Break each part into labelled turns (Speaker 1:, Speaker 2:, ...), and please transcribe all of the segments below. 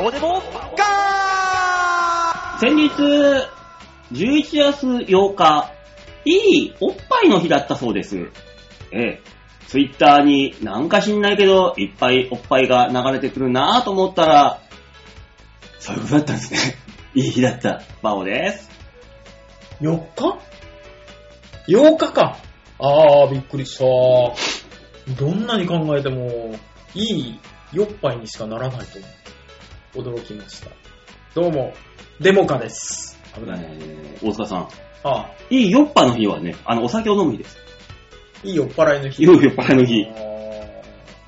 Speaker 1: オデモガ
Speaker 2: 先日、11月8日、いいおっぱいの日だったそうです。ええ。ツイッターになんか知んないけど、いっぱいおっぱいが流れてくるなぁと思ったら、そういうことだったんですね。 いい日だった。バオです。
Speaker 3: 4日 ?8 日か。あー、びっくりした。どんなに考えても、いい酔っぱいにしかならないと思う。驚きました。どうも、デモカです。危ない。
Speaker 2: えー大塚さん。
Speaker 3: あ
Speaker 2: いい酔っぱの日はね、あの、お酒を飲む日です。
Speaker 3: ー、いい酔っ払いの日。
Speaker 2: いい酔っ払いの日
Speaker 3: あ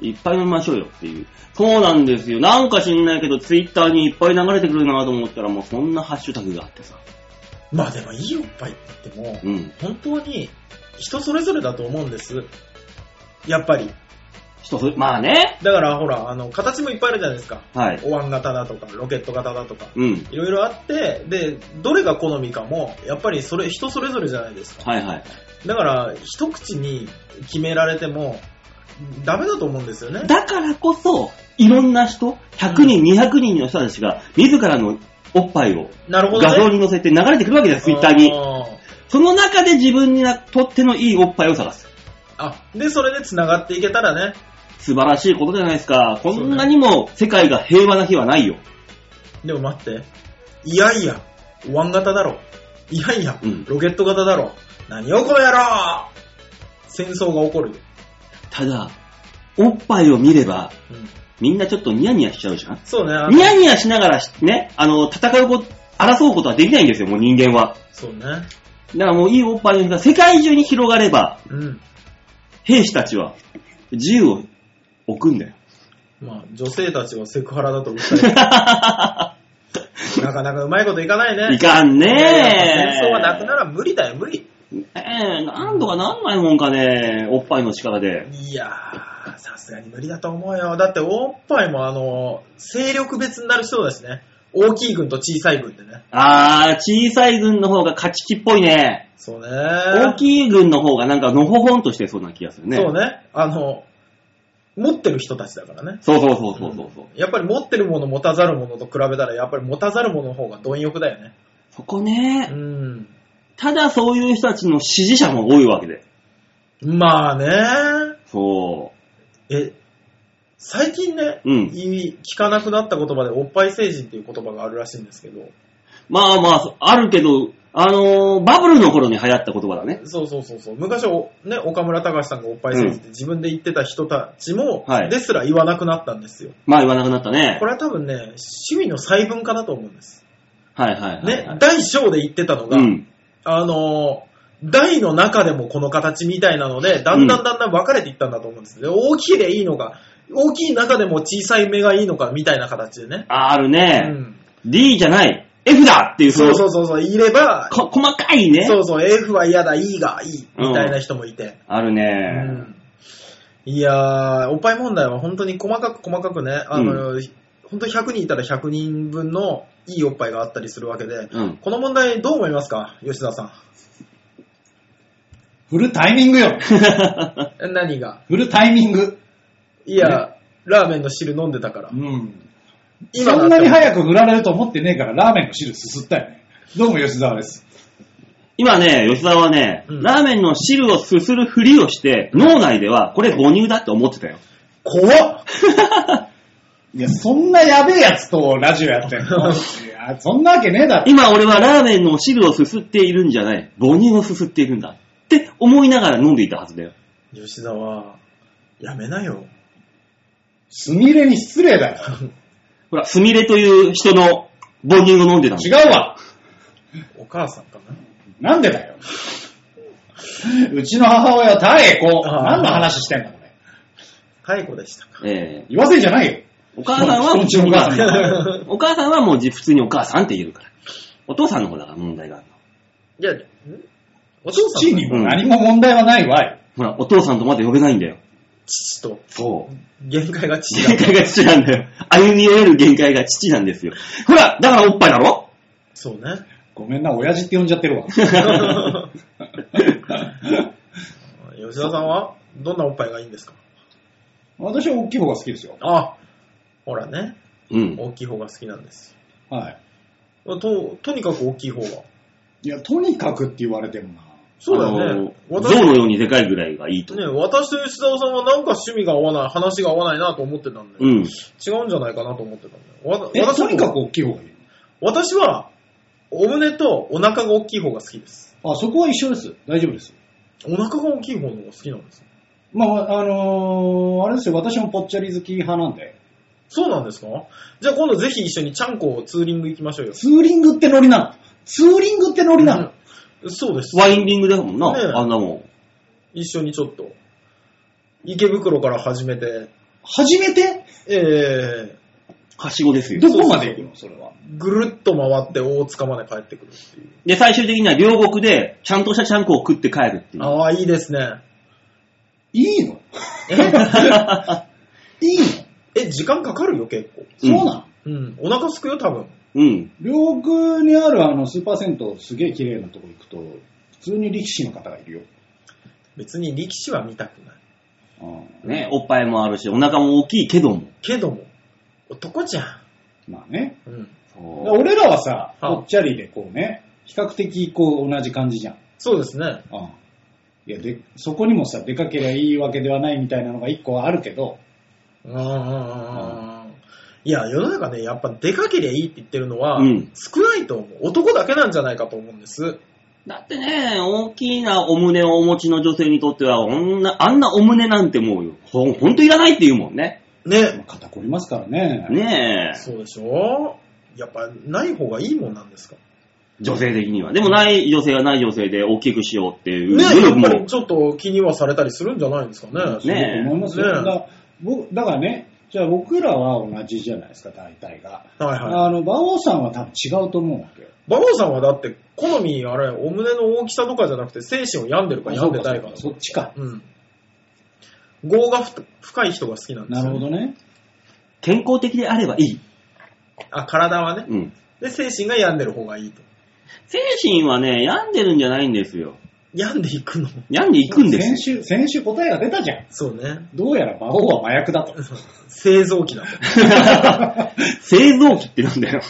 Speaker 2: いっぱい飲みましょうよっていう。そうなんですよ。なんか知んないけど、ツイッターにいっぱい流れてくるなぁと思ったら、もうそんなハッシュタグがあってさ。
Speaker 3: ーまあでも、いい酔っぱいって言って
Speaker 2: う
Speaker 3: も、
Speaker 2: ん。
Speaker 3: 本当に人それぞれだと思うんです。やっぱり。
Speaker 2: 人それ、まあね。
Speaker 3: だからほら、あの、形もいっぱいあるじゃないですか。
Speaker 2: はい。
Speaker 3: お椀型だとか、ロケット型だとか。
Speaker 2: うん。
Speaker 3: いろいろあって、で、どれが好みかも、やっぱりそれ、人それぞれじゃないですか。
Speaker 2: はいはい。
Speaker 3: だから、一口に決められても、ダメだと思うんですよね。
Speaker 2: だからこそ、いろんな人、100人、200人の人たちが、自らのおっぱいを
Speaker 3: なるほど、ね。
Speaker 2: 画像に載せて流れてくるわけです、ツイッターに。
Speaker 3: あー
Speaker 2: その中で自分にとってのいいおっぱいを探す。
Speaker 3: あ、で、それで繋がっていけたらね。
Speaker 2: 素晴らしいことじゃないですか。こんなにも世界が平和な日はないよ。
Speaker 3: でも待って。いやいや、お椀型だろ。いやいや
Speaker 2: うん、
Speaker 3: ロケット型だろ。何をこの野郎戦争が起こるよ。
Speaker 2: ただ、おっぱいを見れば、
Speaker 3: うん、
Speaker 2: みんなちょっとニヤニヤしちゃうじゃん。
Speaker 3: そうねあの
Speaker 2: ニ。ヤニヤしながらしね、あの、戦うこと、争うことはできないんですよ、もう人間は。
Speaker 3: そうね。
Speaker 2: だからもういいおっぱいの日が世界中に広がれば、
Speaker 3: うん。
Speaker 2: 兵士たちは銃を置くんだよ。
Speaker 3: まあ、女性たちはセクハラだと訴える。なかなかうまいこといかないね。
Speaker 2: いかんね
Speaker 3: いやいや
Speaker 2: え。
Speaker 3: 戦争はなくなら無理だよ、無理。
Speaker 2: ええなんとかなんないもんかねおっぱいの力で。
Speaker 3: いやー、さすがに無理だと思うよ。だって、おっぱいも、あの、勢力別になる人だしね。大きい軍と小さい軍ってね。
Speaker 2: あー、小さい軍の方が勝ち気っぽいね。
Speaker 3: そうね。
Speaker 2: 大
Speaker 3: 大い、
Speaker 2: きい軍の方がなんかのほほんとしてそうな気がするね。
Speaker 3: そうね。あの、持ってる人たちだからね。
Speaker 2: そうそうそうそうそうそう。
Speaker 3: やっぱり持ってるもの、持たざるものと比べたら、やっぱり持たざるものの方が貪欲だよね。
Speaker 2: そこ
Speaker 3: う
Speaker 2: ね、
Speaker 3: ん。
Speaker 2: ただそういう人たちの支持者も多いわけで。
Speaker 3: まあね。
Speaker 2: そ
Speaker 3: え、最近ね、
Speaker 2: うん
Speaker 3: い聞かなくなった言葉で、おっぱい成人っていう言葉があるらしいんですけど、
Speaker 2: う。まあまあ、あるけど、あのーバブルの頃に流行った言葉だね。
Speaker 3: そうそうそうそう。昔お、ね、岡村隆史さんがおっぱい政治って自分で言ってた人たちも、
Speaker 2: はい
Speaker 3: ですら言わなくなったんですよ。
Speaker 2: まあ言わなくなったね
Speaker 3: こ。れは多分ね、趣味の細分化だと思うんです。
Speaker 2: はいはいはい、
Speaker 3: ね、大小で言ってたのが、
Speaker 2: うん。
Speaker 3: あのー、大の中でもこの形みたいなので、だんだんだんだん分かれていったんだと思うんです。で大きいでいいのか、大きい中でも小さい目がいいのかみたいな形でね。
Speaker 2: ある
Speaker 3: う
Speaker 2: ね、
Speaker 3: ん、
Speaker 2: D じゃない、F だっていう、
Speaker 3: そうそううそうそう、いれば、
Speaker 2: こ細かいね。
Speaker 3: そうそう、F は嫌だ、E がいい、みたいな人もいて。
Speaker 2: ある
Speaker 3: う
Speaker 2: ね、
Speaker 3: んいやー、おっぱい問題は本当に細かく細かくね、あの、本当100人いたら100人分のいいおっぱいがあったりするわけで、
Speaker 2: うん
Speaker 3: この問題どう思いますか吉田さ
Speaker 4: 振るタイミング よ。
Speaker 3: ん。え何が
Speaker 4: 振るタイミング。
Speaker 3: いや、ラーメンの汁飲んでたから
Speaker 4: う。ん。
Speaker 3: 今
Speaker 4: そんなに
Speaker 3: い。
Speaker 4: 早く振られると思ってねえから、ラーメンの汁すすったよね。どうも吉沢です。
Speaker 2: 今ね、吉沢はね、
Speaker 3: うん
Speaker 2: ラーメンの汁をすするふりをして、脳内ではこれ母乳だって思ってたよ。
Speaker 3: 怖っ
Speaker 4: いや、そんなやべえやつとラジオやってんの。いや、そんなわけねえだろ。
Speaker 2: 今俺はラーメンの汁をすすっているんじゃない、母乳をすすっているんだって思いながら飲んでいたはずだよ。
Speaker 3: 吉田は、やめなよ。
Speaker 4: すみれに失礼だよ。
Speaker 2: ほら、すみれという人の母乳を飲んでたの。
Speaker 4: 違うわ。
Speaker 3: お母さんかな。
Speaker 4: なんでだよ。うちの母親は妙子。
Speaker 3: あー
Speaker 4: 何の話してんだ、これ。
Speaker 3: 太鼓で したか。
Speaker 2: ええ
Speaker 4: 言わせんじゃないよ。
Speaker 2: お母さんは、
Speaker 4: うちの お母さん
Speaker 2: お母さんはもうじ普通にお母さんって言えるから。お父さんの方だから問題があるの。
Speaker 3: いや、んお父さ
Speaker 4: 父
Speaker 3: ん
Speaker 4: にも何も問題はないわい。
Speaker 2: ほら、お父さんとまだ呼べないんだよ。
Speaker 3: 父と、
Speaker 2: そう。
Speaker 3: 限界が父
Speaker 2: 限
Speaker 3: だ。
Speaker 2: 界が父なんだよ。歩み寄れる限界が父なんですよ。ほら、だからおっぱいだろ
Speaker 3: そうね。
Speaker 4: ごめんな、親父って呼んじゃって るわ。
Speaker 3: 吉田さんはどんなおっぱいがいいんですか
Speaker 4: 私は大きい方が好きですよ。
Speaker 3: あ、ほらね。
Speaker 2: うん。
Speaker 3: 大きい方が好きなんです。
Speaker 4: はい。
Speaker 3: と、とにかく大きい方が。
Speaker 4: いや、とにかくって言われてもな。
Speaker 3: そうだよね。
Speaker 2: あの
Speaker 3: 私
Speaker 2: 象のようにでかいぐらいがいいと。
Speaker 3: ね、私と吉沢さんはなんか趣味が合わない、話が合わないなと思ってたんで、
Speaker 2: うん。
Speaker 3: 違うんじゃないかなと思ってたんだよ。わ
Speaker 4: え、
Speaker 3: 私
Speaker 4: とにか
Speaker 3: は
Speaker 4: く大きい方がいい。
Speaker 3: 私は、お胸とお腹が大きい方が好きです。
Speaker 4: あ、そこは一緒です。大丈夫です。
Speaker 3: お腹が大きい方の方が好きなんです。
Speaker 4: まあ、あのー、あれですよ、私もぽっちゃり好き派なんで。
Speaker 3: そうなんですかじゃあ今度ぜひ一緒にちゃんこをツーリング行きましょうよ。
Speaker 4: ツーリングってノリなの。ツーリングってノリなの。
Speaker 3: うんそうです。
Speaker 2: ワインディングだもんな、
Speaker 3: ねえ
Speaker 2: あんなもん。
Speaker 3: 一緒にちょっと、池袋から始めて、
Speaker 4: 初めて
Speaker 3: え
Speaker 2: はしごですよ。
Speaker 4: どこまで行くのそれは。
Speaker 3: ー、ぐるっと回って大塚まで帰ってくるっていう。
Speaker 2: で、最終的には両国で、ちゃんとしたちゃんこを食って帰るっていう。
Speaker 3: ああ、いいですね。
Speaker 4: いいのいい
Speaker 3: え、時間かかるよ、結構。
Speaker 4: のそうなの、
Speaker 3: うん。お腹すくよ、多分。
Speaker 2: うん。
Speaker 4: 両国にあるあのスーパー銭湯、すげえ綺麗なとこ行くと、普通に力士の方がいるよ。
Speaker 3: 別に力士は見たくない。
Speaker 4: うん
Speaker 2: ね、おっぱいもあるし、お腹も大きいけども。
Speaker 3: けども、男じゃ
Speaker 4: まあね。
Speaker 3: ん。うん。
Speaker 4: 俺らはさ、
Speaker 3: うん
Speaker 4: ぽっちゃりでこうね、比較的こう同じ感じじゃん。
Speaker 3: そうですね。
Speaker 4: うんいやでそこにもさ、出かけりゃいいわけではないみたいなのが一個はあるけど、
Speaker 3: うんうんうんうん。いや、世の中ね、やっぱ出かけりゃいいって言ってるのは、
Speaker 2: うん
Speaker 3: 少ないと思う。男だけなんじゃないかと思うんです。
Speaker 2: だってね、大きなお胸をお持ちの女性にとっては、あんな、あんなお胸なんてもう、ほん、ほんといらないって言うもんね。
Speaker 4: ま
Speaker 3: ね。
Speaker 4: あ肩こりますからね。
Speaker 2: ねえ、
Speaker 3: そうでしょやっぱ、ない方がいいもんなんですか。
Speaker 2: 女性的には。でもない女性はない女性で大きくしようっていう
Speaker 3: ね、
Speaker 2: 努
Speaker 3: や
Speaker 2: 力
Speaker 3: っ
Speaker 2: も。
Speaker 3: ぱりちょっと気にはされたりするんじゃないんですかね。
Speaker 4: そうだと思いますよ。
Speaker 3: ねえ
Speaker 4: だから僕だからね、じゃあ僕らは同じじゃないですか、大体が。
Speaker 3: はいはい。
Speaker 4: あの、馬王さんは多分違うと思うわけよ。
Speaker 3: 馬王さんはだって、好み、あれ、お胸の大きさとかじゃなくて、精神を病んでるか病んでないか。
Speaker 4: そっちか。
Speaker 3: うん。業がふ深い人が好きなんです
Speaker 4: な
Speaker 3: よ、
Speaker 4: るほどね。
Speaker 2: 健康的であればいい。
Speaker 3: あ、体はね。
Speaker 2: うん。
Speaker 3: で、精神が病んでる方がいいと。
Speaker 2: 精神はね、病んでるんじゃないんですよ。
Speaker 3: 病んでいくの。
Speaker 2: 病んでいくんですよ
Speaker 4: 先。週、先週答えが出たじゃん。
Speaker 3: そうね。
Speaker 4: どうやら馬王は麻薬だと。
Speaker 3: 製造機だと。
Speaker 2: 製造機ってなんだよ。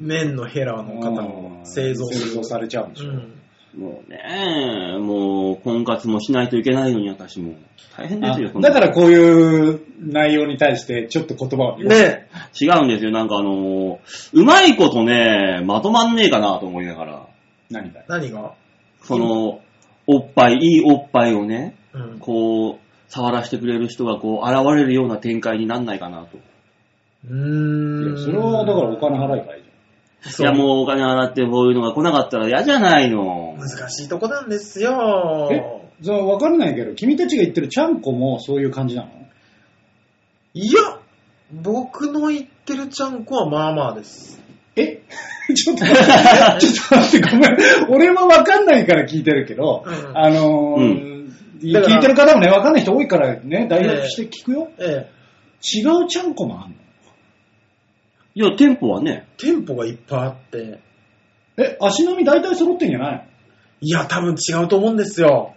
Speaker 3: 麺のヘラの方も製造す
Speaker 4: 製造
Speaker 3: る。
Speaker 4: されちゃうんでし
Speaker 3: う
Speaker 4: ょ。
Speaker 3: ん。
Speaker 2: もうね、もう婚活もしないといけないのに私も。大変ですよ、
Speaker 4: あだからこういう内容に対してちょっと言葉を見よう
Speaker 3: ね
Speaker 2: 違うんですよ、なんかあのーうまいことね、まとまんねえかなと思いながら、
Speaker 4: 何だよ
Speaker 3: 何が
Speaker 2: その、おっぱい、いいおっぱいをね、
Speaker 3: うん。
Speaker 2: こう、触らせてくれる人がこう、現れるような展開になんないかなと。
Speaker 3: うー
Speaker 4: い
Speaker 3: ん。
Speaker 4: やそれはだからお金払えばいいじ
Speaker 2: い
Speaker 3: そう
Speaker 2: や、もうお金払ってこういうのが来なかったら嫌じゃないの。
Speaker 3: 難しいとこなんですよ
Speaker 4: え。ゃん。そう、わかんないけど、君たちが言ってるちゃんこもそういう感じなの
Speaker 3: いや、僕の言ってるちゃんこはまあまあです。
Speaker 4: え ちょっと待って、ちょっと待って、ごめん。俺はわかんないから聞いてるけど、
Speaker 3: うん
Speaker 4: あのー
Speaker 2: うん
Speaker 4: い
Speaker 3: だから
Speaker 4: 聞いてる方もね、わかんない人多いからね、代表して聞くよ。
Speaker 3: ええ。
Speaker 4: 違うちゃんこもあんの
Speaker 2: いや、テンポはね、
Speaker 3: 店舗がいっぱいあって。
Speaker 4: え、足並み大体揃ってんじゃない
Speaker 3: いや、多分違うと思うんですよ。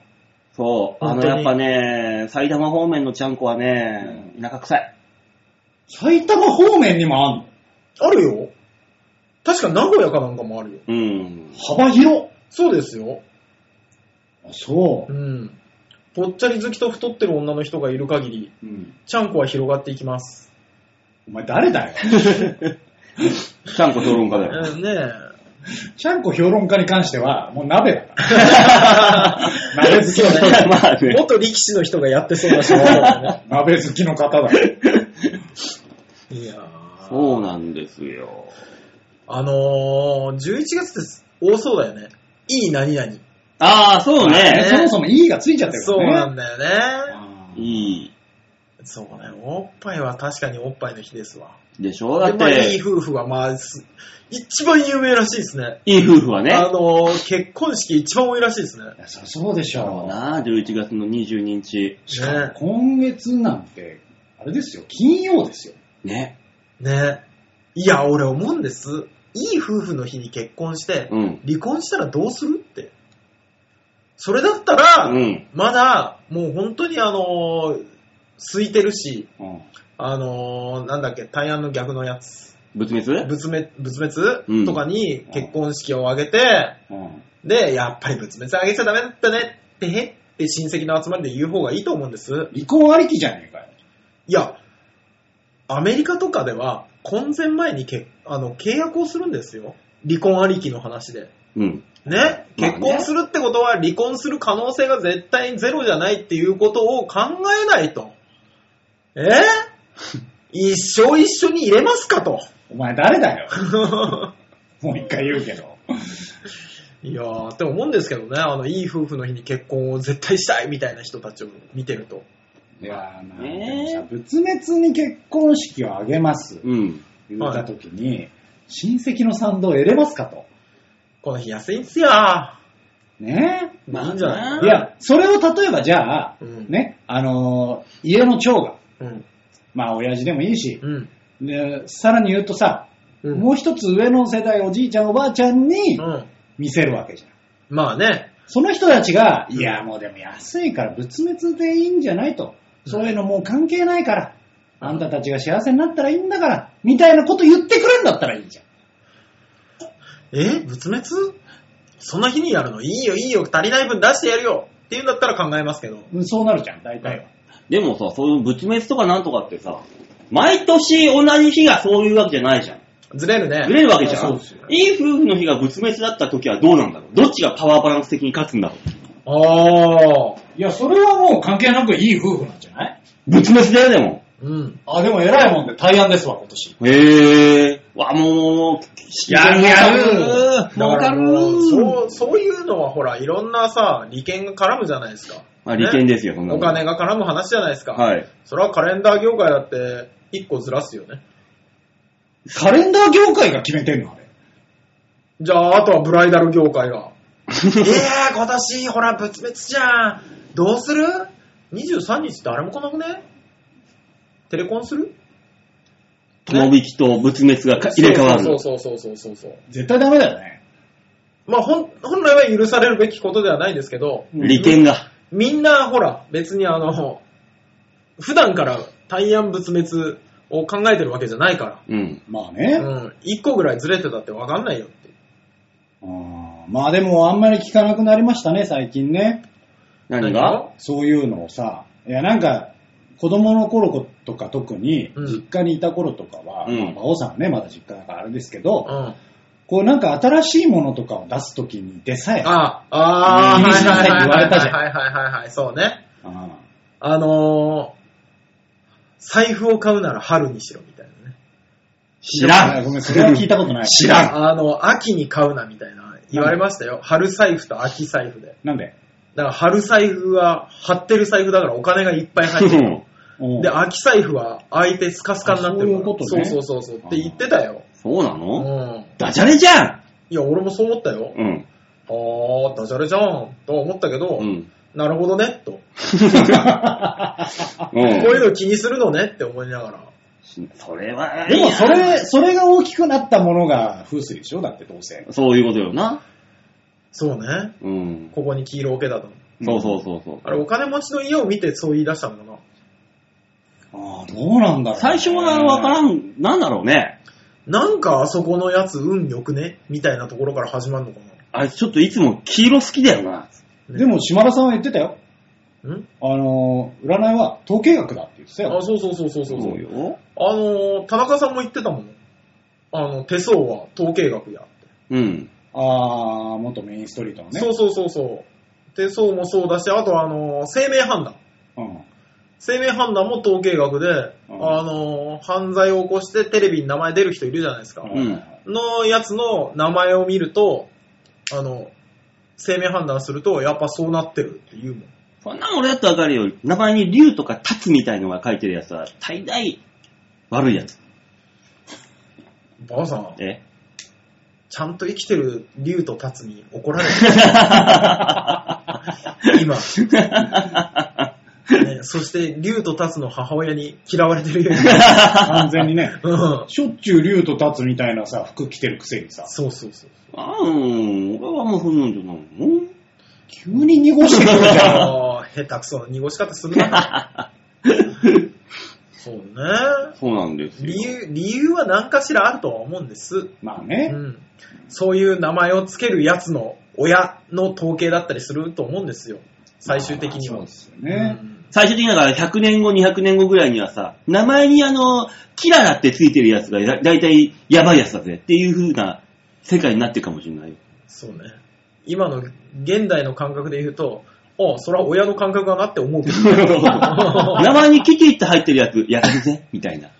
Speaker 2: そう、あ
Speaker 3: 本
Speaker 2: の、
Speaker 3: 当に
Speaker 2: やっぱね、埼玉方面のちゃんこはね、田舎臭い。
Speaker 4: 埼玉方面にもあんの
Speaker 3: あるよ。確か名古屋かなんかもあるよ。
Speaker 2: うん。
Speaker 4: 幅広
Speaker 3: そうですよ。
Speaker 4: あそうう、
Speaker 3: ん。ぽっちゃり好きと太ってる女の人がいる限り、
Speaker 4: うん。
Speaker 3: ちゃんこは広がっていきます。
Speaker 4: お前誰だよ。
Speaker 2: ちゃんこ評論家だ
Speaker 3: え
Speaker 2: よ。
Speaker 3: ーね
Speaker 4: ちゃんこ評論家に関しては、もう鍋だから。鍋好き
Speaker 3: そう
Speaker 4: の、
Speaker 3: ね
Speaker 2: まあ
Speaker 3: え。
Speaker 2: ね。
Speaker 3: 元力士の人がやってそうな人だよね。
Speaker 4: 鍋好きの方だから。
Speaker 3: いやー。
Speaker 2: そうなんですよ。
Speaker 3: あのー、11月って多そうだよね。いい何々。
Speaker 2: ああ、そうね。
Speaker 4: そもそも E がついちゃってるか
Speaker 3: そうな
Speaker 4: らね。
Speaker 3: んだよね。
Speaker 4: うん
Speaker 2: いい。
Speaker 3: そうね。おっぱいは確かにおっぱいの日ですわ。
Speaker 2: でしょだ
Speaker 3: で
Speaker 2: っ
Speaker 3: まあ、いい
Speaker 2: て、
Speaker 3: 夫婦は、まあ、す一番有名らしいですね。
Speaker 2: いい夫婦はね。
Speaker 3: あのー、結婚式一番多いらしいですね。
Speaker 4: いやそりゃそうでし
Speaker 2: そう
Speaker 4: ょう。
Speaker 2: なあ、11月の22日。
Speaker 4: しかも
Speaker 3: ね
Speaker 4: 今月なんて、あれですよ、金曜ですよ。
Speaker 2: ね。
Speaker 3: ね。いや、俺思うんです。いい夫婦の日に結婚して、
Speaker 2: うん。
Speaker 3: 離婚したらどうするって。それだったら、
Speaker 2: うん。
Speaker 3: まだ、もう本当にあのー空いてるし、
Speaker 4: うん
Speaker 3: あのー、なんだっけ、対案の逆のやつ、
Speaker 2: 仏滅
Speaker 3: 仏滅、仏
Speaker 2: うん
Speaker 3: 滅とかに結婚式を挙げて、
Speaker 4: うん。
Speaker 3: で、やっぱり仏滅挙げちゃダメだったねって、へって親戚の集まりで言う方がいいと思うんです。
Speaker 4: 離婚ありきじゃねえかよ。
Speaker 3: いや、アメリカとかでは、婚前前にけあの契約をするんですよ。離婚ありきの話で。
Speaker 2: うん。
Speaker 3: ね、
Speaker 2: まあね
Speaker 3: 結婚するってことは離婚する可能性が絶対にゼロじゃないっていうことを考えないと。え ー一生一緒に入れますかと。
Speaker 4: お前誰だよ。 もう一回言うけど。
Speaker 3: いやーって思うんですけどね、あの、いい夫婦の日に結婚を絶対したいみたいな人たちを見てると。
Speaker 4: いやー、なん
Speaker 2: ねえ
Speaker 4: でもさ、仏滅に結婚式を挙げます。
Speaker 2: うん。
Speaker 4: 言ったときに、親戚の賛同を得れますかと。
Speaker 3: この日安いんすよー。
Speaker 4: ねえ。
Speaker 2: まあ
Speaker 3: いいんじゃない
Speaker 4: いや、それを例えばじゃあ、
Speaker 3: うん
Speaker 4: ね、あのー家の長が、
Speaker 3: うん。
Speaker 4: まあ親父でもいいし、
Speaker 3: うん。
Speaker 4: でさらに言うとさ、
Speaker 3: うん
Speaker 4: もう一つ上の世代おじいちゃんおばあちゃんに
Speaker 3: うん。
Speaker 4: 見せるわけじゃん。
Speaker 3: まあね。
Speaker 4: その人たちが、いやもうでも安いから仏滅でいいんじゃないと。そういうのもう関係ないから。あんたたちが幸せになったらいいんだから。みたいなこと言ってくれんだったらいいじゃん。
Speaker 3: え仏滅そんな日にやるのいいよいいよ、足りない分出してやるよっていうんだったら考えますけど。
Speaker 4: うんそうなるじゃん、大体は。
Speaker 2: でもさ、そういう仏滅とかなんとかってさ、毎年同じ日がそういうわけじゃないじゃん。
Speaker 3: ずれるね。
Speaker 2: ずれるわけじゃ
Speaker 3: そうんですよ。
Speaker 2: いい夫婦の日が仏滅だった時はどうなんだろうどっちがパワーバランス的に勝つんだろう
Speaker 3: ああ。
Speaker 4: いや、それはもう関係なくいい夫婦なんじゃない
Speaker 2: 仏滅だよ、でも。
Speaker 3: うん。
Speaker 4: あ、でも偉いもんで対案ですわ、今年。
Speaker 2: へえ。わ、もう、
Speaker 4: やるやる
Speaker 2: 儲
Speaker 3: だ
Speaker 2: か
Speaker 3: から
Speaker 2: る
Speaker 3: も
Speaker 2: そう。
Speaker 3: うそう、そういうのはほら、いろんなさ、利権が絡むじゃないですか。
Speaker 2: まあ、利権
Speaker 3: ね
Speaker 2: ですよ、そんなの
Speaker 3: お金が絡む話じゃないですか。
Speaker 2: はい。
Speaker 3: それはカレンダー業界だって、一個ずらすよね。
Speaker 4: カレンダー業界が決めてんのあれ。
Speaker 3: じゃあ、あとはブライダル業界が。ええ今年、ほら、仏滅じゃん。どうする ?23 日誰も来なくねテレコンする
Speaker 2: 友引き と仏滅がか入れ替わる。
Speaker 3: そうそうそうそうそうそう。
Speaker 4: 絶対ダメだよね。
Speaker 3: まあ、本本来は許されるべきことではないですけど、
Speaker 2: 利権が。
Speaker 3: みんな、ほら、別にあの、普段から大安仏滅を考えてるわけじゃないか
Speaker 2: うん。
Speaker 4: まあ
Speaker 3: ら、
Speaker 4: ね。
Speaker 3: うん、一個ぐらいずれてたってわかんないよって。
Speaker 4: うんまあでもあんまり聞かなくなりましたね、最近ね。
Speaker 2: 何が
Speaker 4: そういうのをさ。いや、なんか、子供の頃とか特に、
Speaker 3: うん
Speaker 4: 実家にいた頃とかは、
Speaker 2: うん
Speaker 4: まあ馬王さんはね、まだ実家だからあれですけど、
Speaker 3: うん。
Speaker 4: こうなんか新しいものとかを出すときにでさえ、
Speaker 3: ああ、ああ、
Speaker 4: 入りしなさいって言われたじゃん
Speaker 3: はいはいはいはいはいはい、そうね。
Speaker 4: あ
Speaker 3: あのー、財布を買うなら春にしろみたいなね。
Speaker 2: 知ら
Speaker 4: あご
Speaker 2: ん。
Speaker 4: めん、それは聞いたことない。
Speaker 2: 知らん。
Speaker 3: あの、秋に買うなみたいな言われましたよ。春財布と秋財布で。
Speaker 4: なんで
Speaker 3: だから春財布は張ってる財布だからお金がいっぱい入ってる。
Speaker 4: うん
Speaker 3: で、秋財布は空いてスカスカになってるから。
Speaker 4: あそういうことね
Speaker 3: そうそうそうそうって言ってたよ。
Speaker 2: そうな
Speaker 3: う
Speaker 2: の
Speaker 3: ん。
Speaker 2: ダジャレじゃん
Speaker 3: いや、俺もそう思ったよ。
Speaker 2: うん。
Speaker 3: ああ、ダジャレじゃん、と思ったけど、
Speaker 2: うん。
Speaker 3: なるほどね、と。こ
Speaker 2: う
Speaker 3: うんいうの気にするのねって思いながら。
Speaker 2: それは、
Speaker 4: でもそれ、それが大きくなったものが風水でしょだってどうせ。
Speaker 2: そういうことよな。
Speaker 3: そうね。
Speaker 2: うん。
Speaker 3: ここに黄色を受けたと。
Speaker 2: そうそうそうそう。
Speaker 3: あれ、お金持ちの家を見てそう言い出したのかな。
Speaker 4: ああ、どうなんだろうね、
Speaker 2: 最初はわからん、なんだろうね。
Speaker 3: なんかあそこのやつ運良くねみたいなところから始まるのか
Speaker 2: あれ、ちょっといつも黄色好きだよな。
Speaker 3: な。
Speaker 4: でも、島田さんは言ってたよ。
Speaker 3: ね、ん
Speaker 4: あのー、占いは統計学だって言ってた
Speaker 3: あ、
Speaker 4: よ。
Speaker 3: そうそうそうそうそうそう。
Speaker 2: よ。
Speaker 3: あのー、田中さんも言ってたもん。あの、手相は統計学やって。
Speaker 2: うん。
Speaker 4: ああ、元メインストリートのね。
Speaker 3: そうそうそうそう。手相もそうだし、あとあのー、生命判断。
Speaker 4: うん。
Speaker 3: 生命判断も統計学で、
Speaker 4: ん
Speaker 3: あのー、犯罪を起こしてテレビに名前出る人いるじゃないですか。
Speaker 2: ん
Speaker 3: のやつの名前を見ると、あの、生命判断すると、やっぱそうなってるって言うもん。
Speaker 2: そんなの俺だってわかるよ。名前に竜とか竜みたいのが書いてるやつは、大概、悪いやつ。
Speaker 3: ばあさん、
Speaker 2: え
Speaker 3: ちゃんと生きてる竜と竜に怒られる。今、ねそして竜と竜の母親に嫌われてるように。。
Speaker 4: 完全にね
Speaker 3: うん
Speaker 4: しょっちゅう竜と立つみたいなさ、服着てるくせにさ、
Speaker 3: そうそうそう。
Speaker 2: あうん、俺はもうそんなんじゃないの
Speaker 4: 急に濁してくるじゃん。
Speaker 3: ああ、下手くそな濁し方するな。そうね。
Speaker 2: そうなんですよ。
Speaker 3: 理由、理由は何かしらあるとは思うんです。
Speaker 4: まあ
Speaker 3: う
Speaker 4: ね。
Speaker 3: ん。そういう名前をつけるやつの親の統計だったりすると思うんですよ。最終的に
Speaker 4: ま
Speaker 3: は
Speaker 4: あ。そうですよね。
Speaker 2: 最終的にだから100年後、200年後ぐらいにはさ、名前にあの、キララってついてるやつがだだいたいやばいやつだぜっていう風な世界になってるかもしれない。
Speaker 3: そうね。今の現代の感覚で言うと、ああ、それは親の感覚だなって思うけど。
Speaker 2: 名前にキティって入ってるやつ、やるぜみたいな。
Speaker 3: あ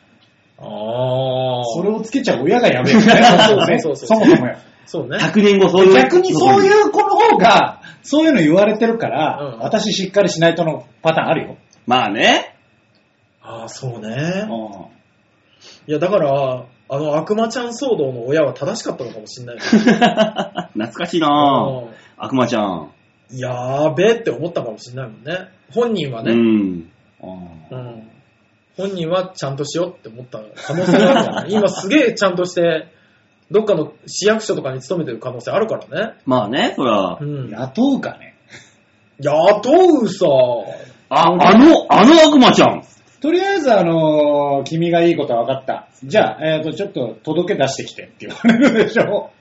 Speaker 3: あ。
Speaker 4: それをつけちゃ親がやめるね。そうね。
Speaker 3: そ
Speaker 4: そう
Speaker 3: そう
Speaker 4: も
Speaker 3: そう
Speaker 4: そもや。
Speaker 3: そうね。
Speaker 2: 100年後そういう。
Speaker 4: 逆にそう
Speaker 2: う。
Speaker 4: いう子の方が、そういうの言われてるから、
Speaker 3: うん
Speaker 4: 私しっかりしないとのパターンあるよ。
Speaker 2: まあね。
Speaker 3: ああ、そうね。
Speaker 4: うん
Speaker 3: いや、だから、あの悪魔ちゃん騒動の親は正しかったのかもしれない。
Speaker 2: 懐かしいなぁ。悪魔ちゃん。
Speaker 3: うんやーべえって思ったかもしれないもんね。本人は
Speaker 2: う
Speaker 3: ね、
Speaker 2: ん。
Speaker 3: うん本人はちゃんとしようって思った可能性があるからね。 今すげえちゃんとして、どっかの市役所とかに勤めてる可能性あるからね。
Speaker 2: まあね、そら
Speaker 3: う。ん。
Speaker 4: 雇うかね。
Speaker 3: 雇うさ。
Speaker 2: あ、あの、あの悪魔ちゃん。
Speaker 4: とりあえず、あのー君がいいことは分かった。じゃあ、えっ、と、ちょっと届け出してきてって言われるでしょ。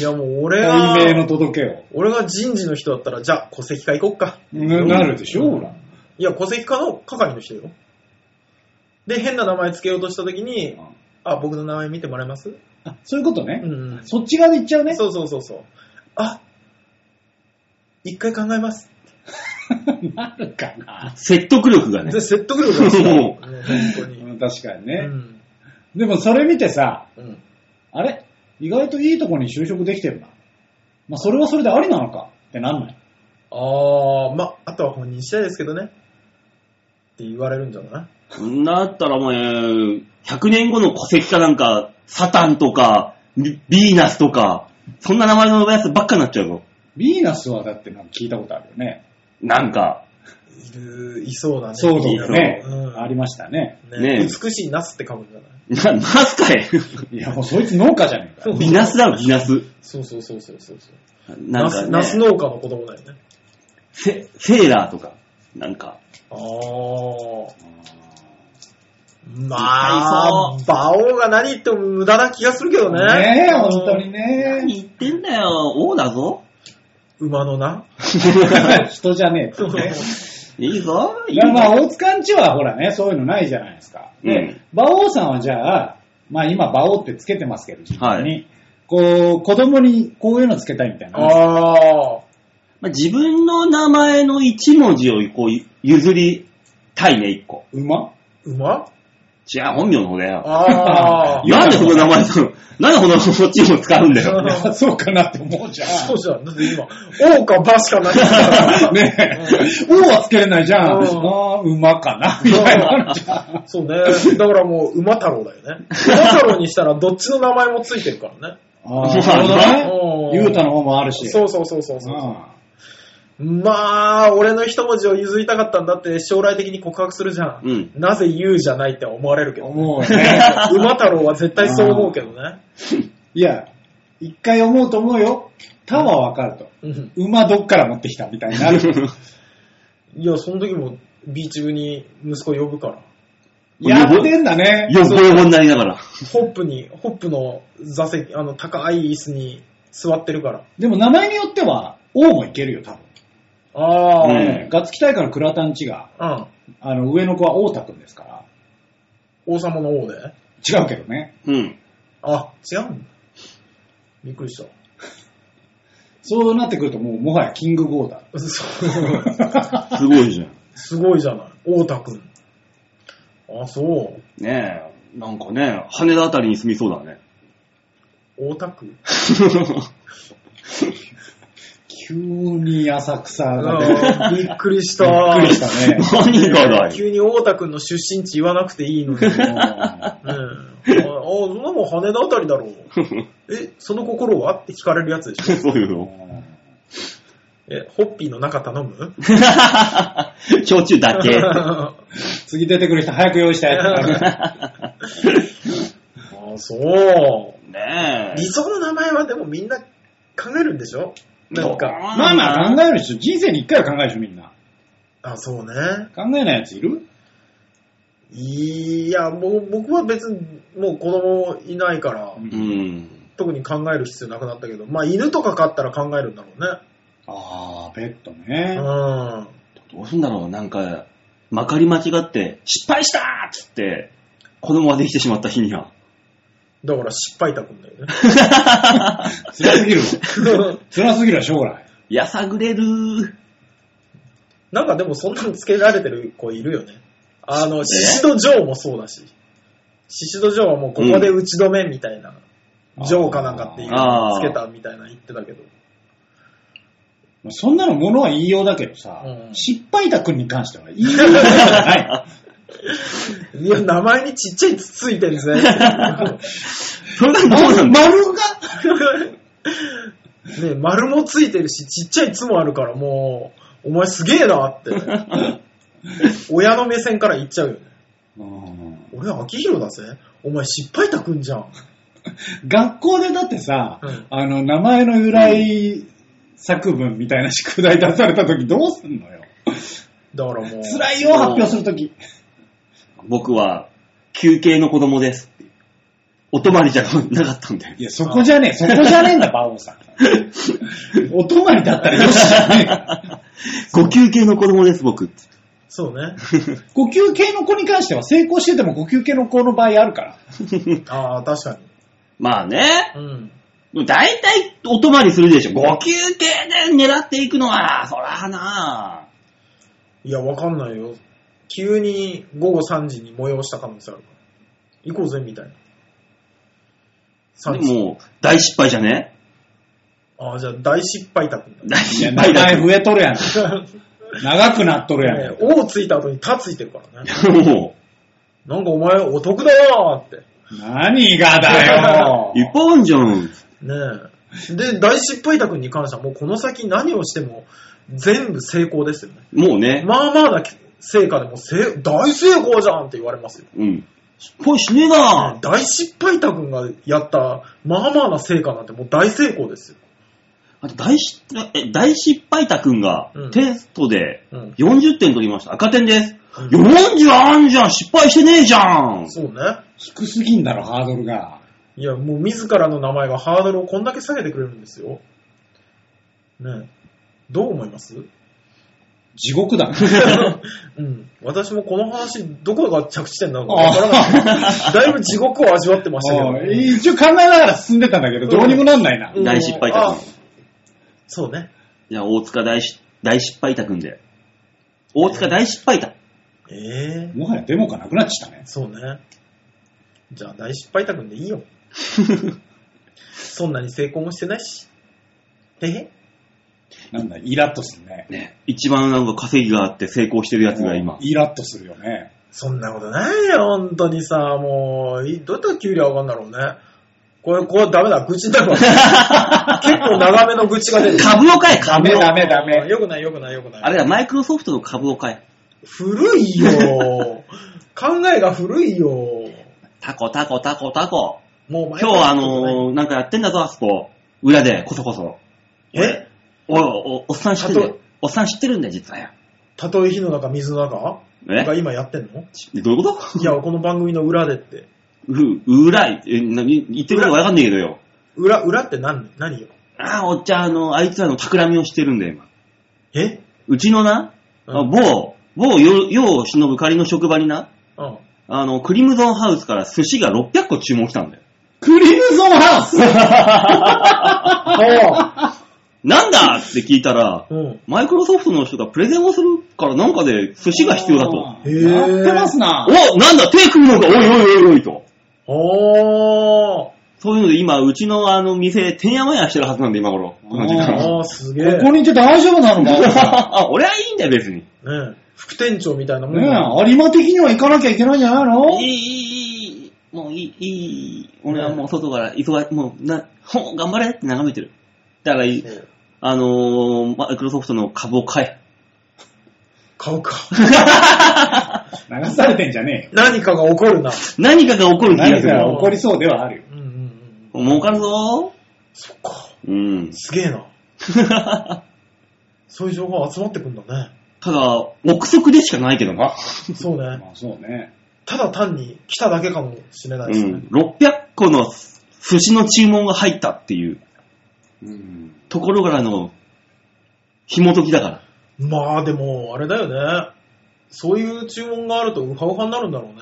Speaker 3: いやもう俺は、
Speaker 4: 題名の届けを。
Speaker 3: 俺が人事の人だったら、じゃあ戸籍化行こっか。
Speaker 4: なるでしょ、ほら。
Speaker 3: いや、戸籍化の係の人よ。で、変な名前つけようとした時に、あ、僕の名前見てもらえます
Speaker 4: あ、そういうこと
Speaker 3: う
Speaker 4: ね。
Speaker 3: ん。
Speaker 4: そっち側で言っちゃうね。
Speaker 3: そうそうそうそう。あ、一回考えます。
Speaker 4: なるかな。
Speaker 2: 説得力がね
Speaker 3: で、。説得力が 違う。
Speaker 2: そう
Speaker 3: もう本当に。
Speaker 4: うん確かに
Speaker 3: う
Speaker 4: ね。
Speaker 3: ん。
Speaker 4: でもそれ見てさ、
Speaker 3: うん。
Speaker 4: あれ意外といいとこに就職できてるな。まあ、それはそれでありなのかってなんない。
Speaker 3: あー、ま、あとは本人次第ですけどね。って言われるんじゃない
Speaker 2: だったらもう、えー100年後の戸籍かなんか、サタンとか、ビビーナスとか、そんな名前のやつばっかになっちゃうぞ。
Speaker 4: ビーナスはだってなんか聞いたことあるよね。
Speaker 2: なんか、
Speaker 3: いる、いそうだね。
Speaker 4: そうだよね
Speaker 3: う。ん
Speaker 4: ありましたね。
Speaker 3: ね
Speaker 2: ねえ
Speaker 3: 美しいナスって書くんじゃない
Speaker 2: な、ナスかい
Speaker 4: いや、もうそいつ農家じゃねえか。
Speaker 2: ビナスだろ、ビナス。
Speaker 3: そうそうそうそうそうそう。
Speaker 2: なんか、ね、
Speaker 3: ナスナス農家の子供だよね。
Speaker 2: セ、セーラーとか、なんか、
Speaker 3: あー。ま
Speaker 2: い
Speaker 3: あ、馬王が何言っても無駄な気がするけどね。
Speaker 4: ねえ、本当に
Speaker 2: 何
Speaker 4: ね。
Speaker 2: 言ってんだよ、王だぞ。
Speaker 3: 馬の な。
Speaker 4: 人じゃねえってね。
Speaker 2: いいぞ、いい
Speaker 4: だからまあ、
Speaker 2: ぞ。
Speaker 4: 大塚んちはほらね、そういうのないじゃないですか。
Speaker 2: うん。
Speaker 4: 馬王さんはじゃあ、まあ今、馬王ってつけてますけど、自分に。
Speaker 2: は
Speaker 4: こう、子供にこういうのつけたいみたいな。
Speaker 3: あ
Speaker 2: まあ、自分の名前の一文字をこう、譲りたいね、一個。
Speaker 4: 馬。
Speaker 3: ー、馬
Speaker 2: 違う、本名の方だよ。
Speaker 3: ああ
Speaker 2: なんでその名前と、なんでこのそっちも使うんだよ。
Speaker 4: いやそうかなって思うじゃ。
Speaker 3: そうんじゃん。だって今、王か馬しかないんだから。
Speaker 4: ねえ、王はつけれないじゃん。
Speaker 3: うん
Speaker 4: ああ、馬かなみたいなのじゃん。
Speaker 3: そうね。だからもう、馬太郎だよね。馬太郎にしたらどっちの名前もついてるからね。
Speaker 4: ああ、
Speaker 2: そう
Speaker 4: なる
Speaker 3: う
Speaker 4: ほど
Speaker 3: ん
Speaker 4: ね。ゆうたの方もあるし。
Speaker 3: そうそうそうそうそう。
Speaker 4: あ
Speaker 3: まあ、俺の一文字を譲りたかったんだって将来的に告白するじゃん。
Speaker 2: うん
Speaker 3: なぜ言うじゃないって思われるけ
Speaker 4: あ
Speaker 3: ど。
Speaker 4: 思うよね。
Speaker 3: 馬太郎は絶対そう思うけどね。
Speaker 4: いや、一回思うと思うよ。他はわかると。
Speaker 3: うん。
Speaker 4: 馬どっから持ってきたみたいにな る。
Speaker 3: いや、その時もビーチ部に息子呼ぶから。
Speaker 4: やってんだ ね。
Speaker 2: よっぽよこになりながら。
Speaker 3: ホップに、ホップの座席、あの、高い椅子に座ってるから。
Speaker 4: でも名前によっては、王もいけるよ、多分。
Speaker 3: ああ、
Speaker 2: うん
Speaker 4: ガッツキ大会の倉田んちが、
Speaker 3: うん。
Speaker 4: あの、上の子は王太くんですから。
Speaker 3: 王様の王で
Speaker 4: 違うけどね。
Speaker 2: うん。
Speaker 3: あ、違うんだ。びっくりした。
Speaker 4: そうなってくるともう、もはやキングゴーだ。
Speaker 3: そう
Speaker 2: すごいじゃん。
Speaker 3: すごいじゃない。王太くん。あ、そう。
Speaker 2: ねえ、なんかね、羽田あたりに住みそうだね。
Speaker 3: 王太くん
Speaker 4: 急に浅草が出てき
Speaker 3: びっくりした。
Speaker 4: びっくりしたね。
Speaker 2: 何がだよ。
Speaker 3: 急に王太くんの出身地言わなくていい のに。うん。あ、
Speaker 4: うん
Speaker 3: あそんなもん羽田あたりだ ろう。え、その心はって聞かれるやつでしょ。
Speaker 2: そう よ。
Speaker 3: え、ホッピーの中頼む
Speaker 2: 焼酎だけ。
Speaker 3: あ、
Speaker 4: 次出てくる人早く用意したや
Speaker 3: そう。
Speaker 2: ねえ
Speaker 3: 理。想の名前はでもみんな考えるんでしょなんか。
Speaker 4: つ。まあまあ
Speaker 2: あ
Speaker 4: 考えるでしょ。人生に一回は考えるでしょ、みんな。
Speaker 3: あ、そうね。
Speaker 4: 考えないやついる
Speaker 3: いや、もう僕は別にもう子供いないから、
Speaker 4: うん
Speaker 2: うん。
Speaker 3: 特に考える必要なくなったけど、まあ犬とか飼ったら考えるんだろうね。
Speaker 4: ああ、ペットね。
Speaker 3: うん。
Speaker 2: どうすんだろうなんか、まかり間違って、失敗したーっつって、子供ができてしまった日には。
Speaker 3: だから失敗たくんだよね。
Speaker 4: 辛すぎるわ。辛すぎるわ、将来。
Speaker 2: やさぐれるー。
Speaker 3: なんかでもそんなのつけられてる子いるよね。あの、シシドジョーもそうだし。シシドジョーはもうここで打ち止めみたいな、
Speaker 4: うん
Speaker 3: ジョーかなんかっていうのをつけたみたいな言ってたけ ど。
Speaker 4: そんなのものは言いようだけどさ、
Speaker 3: うん
Speaker 4: 失敗だ君に関しては言いようだけじゃない。
Speaker 3: いや、名前にちっちゃいつついてるんですね。
Speaker 2: それがどうな
Speaker 4: 丸
Speaker 2: んだ
Speaker 4: 丸が
Speaker 3: ね丸もついてるし、ちっちゃいつもあるから、もう、お前すげえなっ て。親の目線から言っちゃうよね。
Speaker 4: うん
Speaker 3: 俺、秋広だぜ。お前失敗たくんじゃん。
Speaker 4: 学校でだってさ、
Speaker 3: うん
Speaker 4: あの、名前の由来作文みたいな宿題出された時どうすんのよ。
Speaker 3: だからもう、
Speaker 4: 辛いよ、発表する時。
Speaker 2: 僕は、休憩の子供です。お泊まりじゃなかったんで。
Speaker 4: いや、そこじゃねえ、そこじゃねえんだ、馬王さん。お泊まりだったらよしじゃねえから。
Speaker 2: ご休憩の子供です、僕。
Speaker 3: そうね。
Speaker 4: 呼吸系の子に関しては成功してても呼吸系の子の場合あるから。
Speaker 3: ああ、確かに。
Speaker 2: まあね。
Speaker 3: うん。
Speaker 2: でも大体、お泊まりするでしょ。ご休憩で狙っていくのは、そらなあ
Speaker 3: いや、わかんないよ。急に午後3時に催した可能性あるから。行こうぜ、みたいな。
Speaker 2: で
Speaker 3: 3時。
Speaker 2: も、大失敗じゃね
Speaker 3: ああ、じゃあ大失敗たくん
Speaker 2: 大
Speaker 3: だ。
Speaker 4: いや、
Speaker 2: 失
Speaker 4: 名
Speaker 2: 敗だ
Speaker 4: 前
Speaker 2: よ。
Speaker 4: 増えとるやん。長くなっとるやん。
Speaker 3: ね王ついた後にたついてるからね。
Speaker 2: も
Speaker 3: なんかお前お得だよーって。
Speaker 4: 何がだよ
Speaker 2: う、いっぱいあんじゃん。
Speaker 3: ねえ。で、大失敗卓に関してはもうこの先何をしても全部成功ですよね。
Speaker 2: もうね。
Speaker 3: まあまあな成果でもせ大成功じゃんって言われますよ。
Speaker 2: うん。失敗しねえな
Speaker 3: 大失敗卓がやったまあまあな成果なんてもう大成功ですよ。
Speaker 2: あと大失、え、大失敗たくんが
Speaker 3: うん、
Speaker 2: テストで
Speaker 3: うん。
Speaker 2: 40点取りました。赤点です。
Speaker 3: うん
Speaker 2: 40あんじゃん失敗してねえじゃん
Speaker 3: そうね。
Speaker 4: 低すぎんだろ、ハードルが。
Speaker 3: いや、もう自らの名前がハードルをこんだけ下げてくれるんですよ。ねえ。どう思います
Speaker 4: 地獄だ。
Speaker 3: うん。私もこの話、どこが着地点なのかわからない。だいぶ地獄を味わってましたけど、
Speaker 4: おい一応考えながら進んでたんだけど、どうにもなんないな。
Speaker 3: うん
Speaker 2: 大失敗
Speaker 3: あ
Speaker 2: たくん。
Speaker 3: そうね。
Speaker 2: じゃあ、大塚大し大失敗たくんで。大塚大失敗た。
Speaker 3: ええ
Speaker 4: もはやデモがなくなっちゃったね。
Speaker 3: そうね。じゃあ大失敗たくんでい いよ。そんなに成功もしてないし。へへ。
Speaker 4: なんだ、イラッとするね。
Speaker 2: ね。一番なんか稼ぎがあって成功してるやつが今。
Speaker 4: イラッとするよね。
Speaker 3: そんなことないよ、本当にさ、もう、いどうやったら給料上がるんだろうね。これ、これダメだ、愚痴 だわ。結構長めの愚痴が出る。
Speaker 2: 株を買え、
Speaker 4: ダ
Speaker 2: 株
Speaker 4: メ
Speaker 2: を。
Speaker 4: ダメ ダメ。
Speaker 3: よくない、よくない、よくない。
Speaker 2: あれだ、マイクロソフトの株を買え。
Speaker 3: 古いよ。考えが古いよ。
Speaker 2: タコ、タコ、タコ、タコ。
Speaker 3: もう前
Speaker 2: 今
Speaker 3: から
Speaker 2: 日はあのー、なんかやってんだぞ、あそこ。裏で、こそこそ。
Speaker 3: え
Speaker 2: おい、お、おっさん知ってるんだよ
Speaker 3: あと
Speaker 2: おっさん知ってるんだよ、実はよ。
Speaker 3: たとえ火の中、水の中が
Speaker 2: え
Speaker 3: 今やってんの
Speaker 2: ちどういうこと
Speaker 3: いや、この番組の裏でって。
Speaker 2: う、裏い、え、な、言ってることがわかんねえけどよ。
Speaker 3: 裏、裏って何、何よ。
Speaker 2: ああ、おっちゃん、あの、あいつらの企みをしてるんだよ、今。
Speaker 3: え
Speaker 2: うちのな、
Speaker 3: うん
Speaker 2: 某、某よ、よう忍ぶ仮の職場にな、
Speaker 3: うん。
Speaker 2: あの、クリムゾンハウスから寿司が600個注文来たんだよ。
Speaker 4: クリムゾンハウス
Speaker 2: なんだって聞いたら、
Speaker 3: うん。
Speaker 2: マイクロソフトの人がプレゼンをするからなんかで寿司が必要だと。
Speaker 4: へ
Speaker 3: へー
Speaker 4: やってますな。
Speaker 2: おなんだ手組むのかおいおいおいおいと。
Speaker 3: おー。
Speaker 2: そういうので今、うちのあの店、てんやまやしてるはずなんで、今頃。この時間。
Speaker 3: あー、すげえ。
Speaker 4: ここにいて大丈夫なのか
Speaker 2: あ、 俺はいいんだよ、別に。
Speaker 3: ねえ副店長みたいなもん
Speaker 4: ねえ、
Speaker 3: だよ
Speaker 4: 有馬的には行かなきゃいけないんじゃないの
Speaker 2: いい、いい、いい。もういい、いい。俺はもう外から、忙もう、な、ほん、頑張れって眺めてる。だから、い
Speaker 3: そう
Speaker 2: あのー、マイクロソフトの株を買え。
Speaker 3: 買うか。
Speaker 4: 流されてんじゃね
Speaker 3: 何かが起こるな。
Speaker 2: 何かが起こ
Speaker 4: え
Speaker 2: る気
Speaker 4: よ。
Speaker 2: が
Speaker 4: 何
Speaker 2: す
Speaker 4: か
Speaker 2: る。
Speaker 4: が起こりそうではあるよ。
Speaker 3: うんうんうん。
Speaker 2: 儲かるぞ
Speaker 3: そっか。
Speaker 2: ー。 うん。
Speaker 3: すげえな。そういう情報集まってくんだね。
Speaker 2: ただ、憶測でしかないけどな。
Speaker 3: そうね。
Speaker 4: まあそうね。
Speaker 3: ただ単に来ただけかもしれないですね。
Speaker 2: うん、600個の寿司の注文が入ったっていう
Speaker 4: うん。
Speaker 2: ところからの紐解きだから。
Speaker 3: まあでも、あれだよね。そういう注文があるとウハウハになるんだろうね。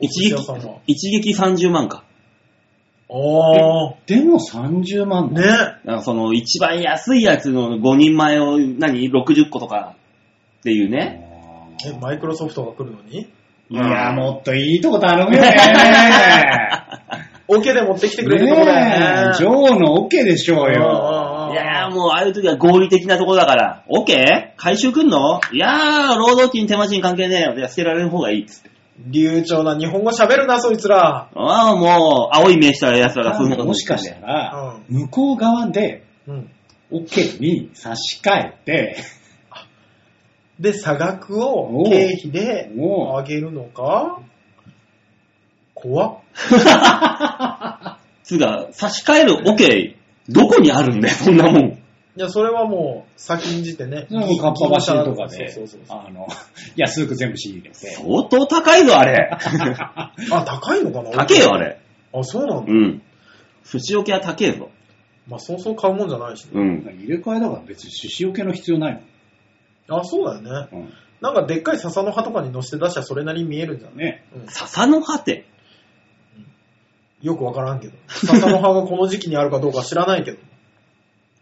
Speaker 3: お寿
Speaker 2: 一撃
Speaker 3: 司屋さんは。、
Speaker 2: 一撃30万か。
Speaker 3: ああ、
Speaker 4: でも30万だ。
Speaker 3: ね。
Speaker 2: なんかその一番安いやつの5人前を何 ?60 個とかっていうね。
Speaker 3: え、マイクロソフトが来るのに
Speaker 4: いや、もっといいとこ頼むよ ね。
Speaker 3: オ、ケで持ってきてくれるとこだ
Speaker 4: ねえ、ジ
Speaker 3: よ
Speaker 4: ョ
Speaker 3: ね。
Speaker 4: ーのオケでし
Speaker 3: う
Speaker 4: ょうよ。
Speaker 3: んうんうん
Speaker 2: いやーもうああいう時は合理的なとこだから、オッケー回収くんのいやー、労働金手間賃関係ねえよ。いや、捨てられる方がいいっつって。
Speaker 3: 流暢な日本語喋るな、そいつら。
Speaker 2: ああ、もう、青い目した奴らがそんなこと
Speaker 4: もしかしたら、
Speaker 3: うん。
Speaker 4: 向こう側で
Speaker 3: うん。
Speaker 4: オケに差し替えて、
Speaker 3: で、差額を
Speaker 4: おう
Speaker 3: 経費で
Speaker 4: おう
Speaker 3: 上げるのか怖っ。
Speaker 2: つうか、差し替えるオッケー、どこにあるんだよ、そんなもん。
Speaker 3: いや、それはもう、先んじてね。
Speaker 4: それもかっぱ橋とか
Speaker 3: そう
Speaker 4: で
Speaker 3: そうそう、そう
Speaker 4: あの、安く全部仕入れて。
Speaker 2: 相当高いぞ、あれ。
Speaker 3: あ、高いのかな
Speaker 2: 高えよ、あ。れ。
Speaker 3: あ、そうなんだ。
Speaker 2: うん。寿司置きは高えぞ。
Speaker 3: まあ、そうそう買うもんじゃないしね。
Speaker 2: うん。
Speaker 4: 入れ替えだから別に獅子よけの必要ない
Speaker 3: あ、そうだよね。
Speaker 4: もん。
Speaker 3: なんかでっかい笹の葉とかに乗せて出したらそれなりに見えるんじゃ
Speaker 4: うん、
Speaker 3: ない
Speaker 4: ね。
Speaker 3: うん
Speaker 2: 笹の果て。
Speaker 3: よくわからんけど。笹の葉がこの時期にあるかどうか知らないけど。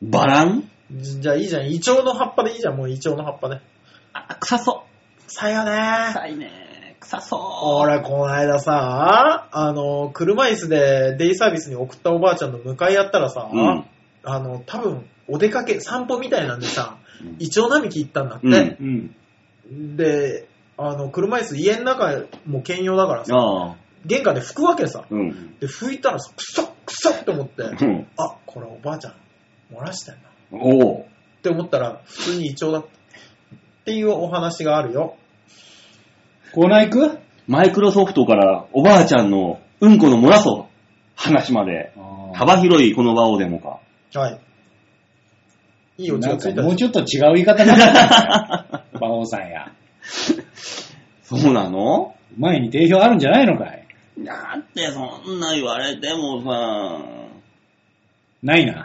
Speaker 2: バラン
Speaker 3: じじゃあいいじゃん。イチョウの葉っぱでいいじゃん。もうイチョウの葉っぱで。
Speaker 2: あ、臭そ
Speaker 3: さよね
Speaker 2: う。臭いね。臭そう。
Speaker 3: 俺、この間さ、あの、車椅子でデイサービスに送ったおばあちゃんの迎えやったらさ、
Speaker 2: うん
Speaker 3: あの、多分、お出かけ、散歩みたいなんでさ
Speaker 2: うん、
Speaker 3: イチョウ並木行ったんだって。
Speaker 2: うん
Speaker 4: うん。
Speaker 3: で、あの、車椅子家の中も兼用だからさ、
Speaker 2: ああ。
Speaker 3: 玄関で拭くわけさ。
Speaker 2: うん。
Speaker 3: で、拭いたらさ、くそっくそって思って、
Speaker 2: うん。
Speaker 3: あ、これおばあちゃん、漏らしてんな。っ
Speaker 2: おう。
Speaker 3: て思ったら、普通にイチョウだった。っていうお話があるよ。
Speaker 4: コーナー行く
Speaker 2: マイクロソフトからおばあちゃんのうんこの漏らそう話まで、幅広いこの場をでもか。
Speaker 3: はい。いいオチ
Speaker 4: な
Speaker 3: が
Speaker 4: ん
Speaker 3: つ
Speaker 4: か
Speaker 3: いた
Speaker 4: もう
Speaker 3: でし
Speaker 4: ちょっと違う言い方なかったのかよ馬王さんや。
Speaker 2: そうなの
Speaker 4: 前に定評あるんじゃないのかい
Speaker 2: だってそんな言われてもさ、
Speaker 4: ないな。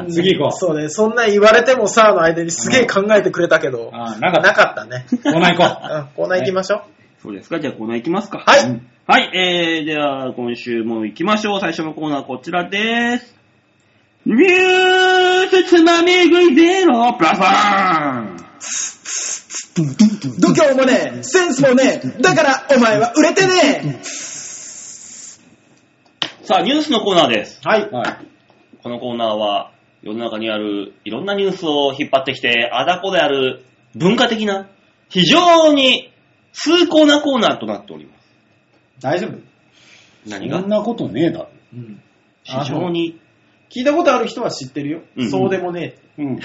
Speaker 4: うん次行
Speaker 3: ょ。
Speaker 4: こう。
Speaker 3: そうね、そんな言われてもさ、の間にすげえ考えてくれたけど、
Speaker 4: あーなかっ
Speaker 3: な
Speaker 4: た。
Speaker 3: かった ね。
Speaker 4: コーナー行こ
Speaker 3: うん、コーナー行きましょう。
Speaker 2: そうですかじゃあコーナー行きますか。
Speaker 3: はい。
Speaker 4: う。うん
Speaker 2: はい、えー、では今週も行きましょう。最初のコーナーこちらです。ニュースつまみ食いゼロプラスワン
Speaker 5: 度胸もねえ、センスもねえ、だからお前は売れてねえ。
Speaker 2: さあ、ニュースのコーナーです。
Speaker 3: はい。
Speaker 4: はい。
Speaker 2: このコーナーは世の中にあるいろんなニュースを引っ張ってきて、あだこである文化的な非常に崇高なコーナーとなっております。
Speaker 3: 大丈夫。
Speaker 2: 何
Speaker 4: そ
Speaker 2: が
Speaker 4: んなことねえだろ。
Speaker 3: うん。
Speaker 2: 非常に。
Speaker 3: 聞いたことある人は知ってるよ。
Speaker 2: うん
Speaker 3: そうでもね
Speaker 4: うん。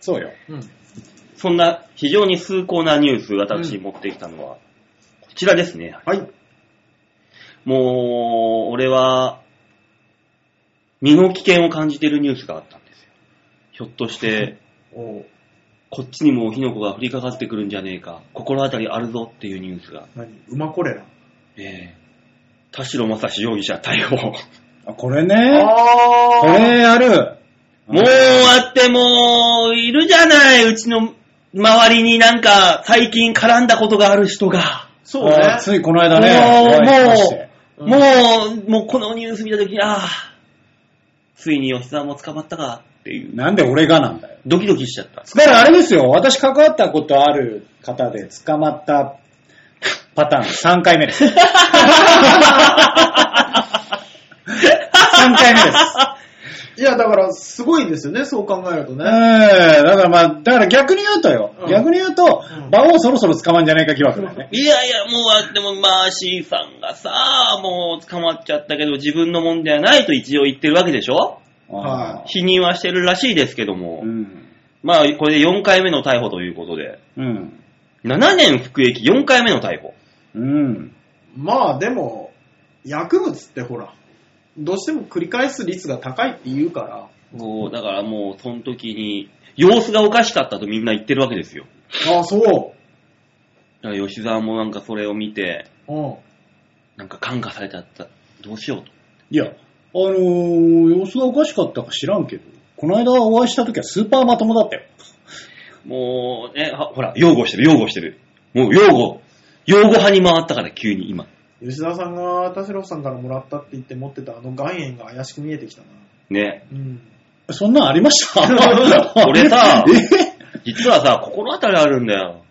Speaker 4: そうよ。
Speaker 3: え。うん。
Speaker 2: そんな非常に崇高なニュース、私持ってきたのは、こちらですね。
Speaker 3: はい。
Speaker 2: もう、俺は、身の危険を感じているニュースがあったんですよ。ひょっとして、
Speaker 3: おう
Speaker 2: こっちにも火の粉が降りかかってくるんじゃねえか、心当たりあるぞっていうニュースが。
Speaker 3: 何馬コレラ。
Speaker 2: ええ田代正史容疑者逮捕。
Speaker 4: あこれね。
Speaker 3: あ
Speaker 4: これやる。
Speaker 2: もうあってもう、いるじゃない、うちの周りになんか、最近絡んだことがある人が。
Speaker 3: そうね。
Speaker 4: あーついこの間ね。
Speaker 2: もう
Speaker 4: お会いしまして
Speaker 3: う
Speaker 2: も
Speaker 3: ん
Speaker 2: う、もうこのニュース見たとき、ああ、ついに吉沢も捕まったかっていう、
Speaker 4: なんで俺がなんだよ。
Speaker 2: ドキドキしちゃった。
Speaker 4: だからあれですよ、私関わったことある方で捕まったパターン3回目です。3回目です。
Speaker 3: いや、だから、すごいですよね、そう考えると
Speaker 4: ええ
Speaker 3: ね。
Speaker 4: だからまあ、だから逆に言うとよ、
Speaker 3: うん
Speaker 4: 逆に言うと
Speaker 3: うん、
Speaker 4: 馬王そろそろ捕まんじゃないか疑惑だよね。
Speaker 2: いやいや、もうあっても、まあ、C さんがさ、もう捕まっちゃったけど、自分のもんではないと一応言ってるわけでしょ
Speaker 3: は
Speaker 2: 否認はしてるらしいですけども、
Speaker 4: うん。
Speaker 2: まあ、これで4回目の逮捕ということで、
Speaker 4: うん。
Speaker 2: 7年服役4回目の逮捕。
Speaker 4: うん。
Speaker 3: まあ、でも、薬物ってほら、どうしても繰り返す率が高いって言うから、
Speaker 2: こうだからもう、その時に、様子がおかしかったとみんな言ってるわけですよ。
Speaker 3: ああ、そう。
Speaker 2: だから吉沢もなんかそれを見て、
Speaker 3: うん。
Speaker 2: なんか感化されちゃった。どうしようと。
Speaker 4: いや、あのー、様子がおかしかったか知らんけど、この間お会いした時はスーパーまともだったよ。
Speaker 2: もう、ね、はほら、擁護してる、擁護してる。もう、擁護。擁護派に回ったから、急に今。
Speaker 3: 吉田さんが、田代さんからもらったって言って持ってたあの岩塩が怪しく見えてきたな。
Speaker 2: ね。
Speaker 3: うん。
Speaker 4: そんなんありま した
Speaker 2: 俺さ
Speaker 4: え
Speaker 2: 実はさ、心当たりあるんだよ。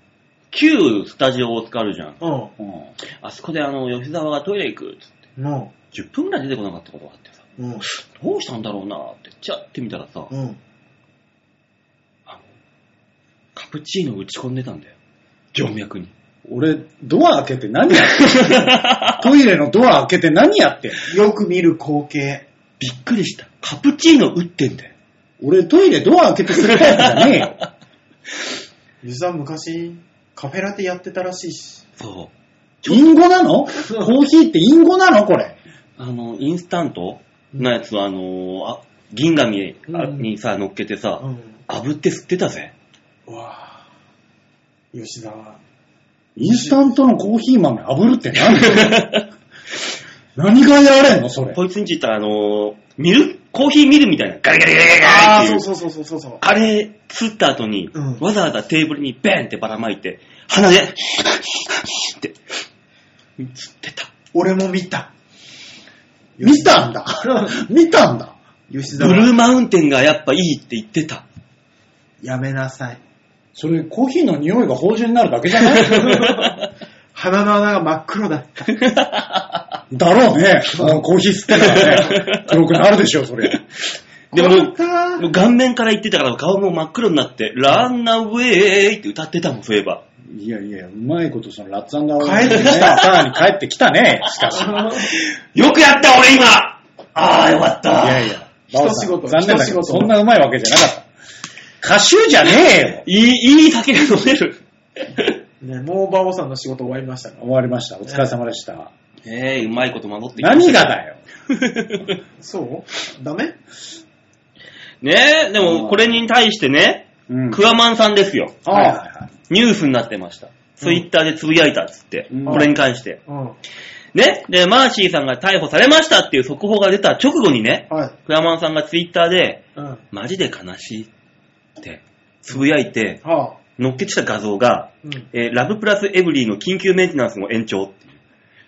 Speaker 2: 旧スタジオを使うじゃん。
Speaker 3: う
Speaker 4: うん
Speaker 2: あそこであの、吉沢がトイレ行くっつっ
Speaker 3: ん。も
Speaker 2: て、10分ぐらい出てこなかったことがあってさ、
Speaker 3: う。うん。
Speaker 2: どうしたんだろうなって、ちゃってみたらさ、
Speaker 3: うん。
Speaker 2: あの、カプチーノ打ち込んでたんだよ。静脈に。
Speaker 4: 俺、ドア開けて何や ってんのトイレのドア開けて何やってんの
Speaker 3: よく見る光景。
Speaker 2: びっくりした。カプチーノ打ってんだよ。
Speaker 4: 俺トイレドア開けてするタイプじゃねえよ。
Speaker 3: 吉田昔、カフェラテやってたらしいし。
Speaker 2: そう。
Speaker 4: インゴなのコーヒーってインゴなのこれ。
Speaker 2: あの、インスタントなやつは、あのーあ、銀紙あ
Speaker 3: うん
Speaker 2: にさ、乗っけてさ、
Speaker 3: ん。
Speaker 2: 炙って吸ってたぜ。
Speaker 3: うわぁ。吉田は、
Speaker 4: インスタントのコーヒー豆炙るって何 何がやれんのそれ。
Speaker 2: こいつんち行ったら、あのー、ミル、コーヒーミルみたいな、ガリガリガリガリガ
Speaker 3: あ
Speaker 2: リ
Speaker 3: あ、
Speaker 2: ってい。
Speaker 3: そううそうそうそうそう。
Speaker 2: あれ、吸った後に、
Speaker 3: うん
Speaker 2: わざわざテーブルにベンってばらまいて、鼻で、 って、吸ってた。
Speaker 3: 俺も見た。
Speaker 4: 見た んだ見たんだ
Speaker 3: 吉田
Speaker 2: ブルー
Speaker 3: は、
Speaker 2: マウンテンがやっぱいいって言ってた。
Speaker 3: やめなさい。
Speaker 4: それコーヒーの匂いが芳醇になるだけじゃない
Speaker 3: 鼻の穴が真っ黒だった。
Speaker 4: だろうね。あのコーヒー吸ってたら ね。黒くなるでしょ、それ。
Speaker 2: でも
Speaker 3: 困った
Speaker 2: もう 顔面から言ってたから顔も真っ黒になって、ランナウェイって歌ってたもん、そういえば。
Speaker 4: いやいや、うまいことそのラッツアンダー
Speaker 3: 帰ってきた
Speaker 4: さらに帰ってきたね。しかし。
Speaker 2: よくやった、俺今ああ、よかった。
Speaker 4: いやいや、
Speaker 3: 一仕事
Speaker 4: バオさん残念だけ
Speaker 3: 一
Speaker 4: ど、
Speaker 3: 仕事
Speaker 4: そんなうまいわけじゃなかった。歌手じゃねえよ。
Speaker 2: いい、いい酒が飲め る。
Speaker 3: ね、もう馬王さんの仕事終わりましたから。
Speaker 4: 終わりました。お疲れ様でした。
Speaker 2: ええうまいこと戻ってきま
Speaker 4: 何
Speaker 2: した
Speaker 4: がだよ。
Speaker 3: そうダメ
Speaker 2: ねえ、でもこれに対してね、
Speaker 4: うん
Speaker 2: クワマンさんですよ。
Speaker 4: あはいはいはい。
Speaker 2: ニュースになってました。ツイッターでつぶやいたっつって、
Speaker 4: うん
Speaker 2: これに関して。
Speaker 3: うん。は
Speaker 2: ね、で、マーシーさんが逮捕されましたっていう速報が出た直後にね、
Speaker 3: い。
Speaker 2: クワマンさんがツイッターで、
Speaker 3: うん。は
Speaker 2: マジで悲しいってつぶやいて、
Speaker 3: あ。
Speaker 2: 乗っけてた画像が、
Speaker 3: うん。
Speaker 2: えーラブプラスエブリーの緊急メンテナンスの延長っていう。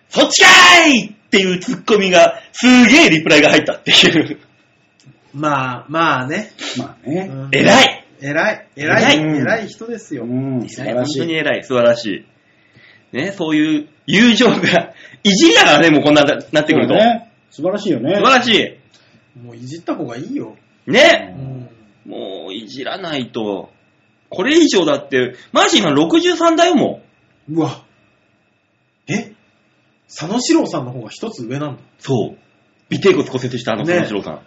Speaker 2: そっちかーいっていうツッコミが、すげえリプライが入ったって いう。
Speaker 3: まあ、まあね。
Speaker 4: まあね。
Speaker 3: うん
Speaker 2: 偉い
Speaker 3: 偉い。偉い。
Speaker 4: 偉い
Speaker 3: 偉い人ですよ。
Speaker 4: うん、素晴
Speaker 2: 本
Speaker 4: らし
Speaker 2: 当に
Speaker 4: い。
Speaker 2: 偉い、素晴らしい。ね、そういう友情が、いじりだからね、もうこんななってくると。
Speaker 4: そうね。素晴らしいよね
Speaker 2: 素晴。らし
Speaker 3: もういじった方がいいよ。
Speaker 2: い。ね、
Speaker 3: うん。
Speaker 2: もういじらないと。これ以上だって、マジ今63だよ、もう。
Speaker 3: うわ。え佐野史郎さんの方が一つ上なんだ。
Speaker 2: そう。尾低骨骨折したあの、
Speaker 3: ね
Speaker 2: 三四郎さん。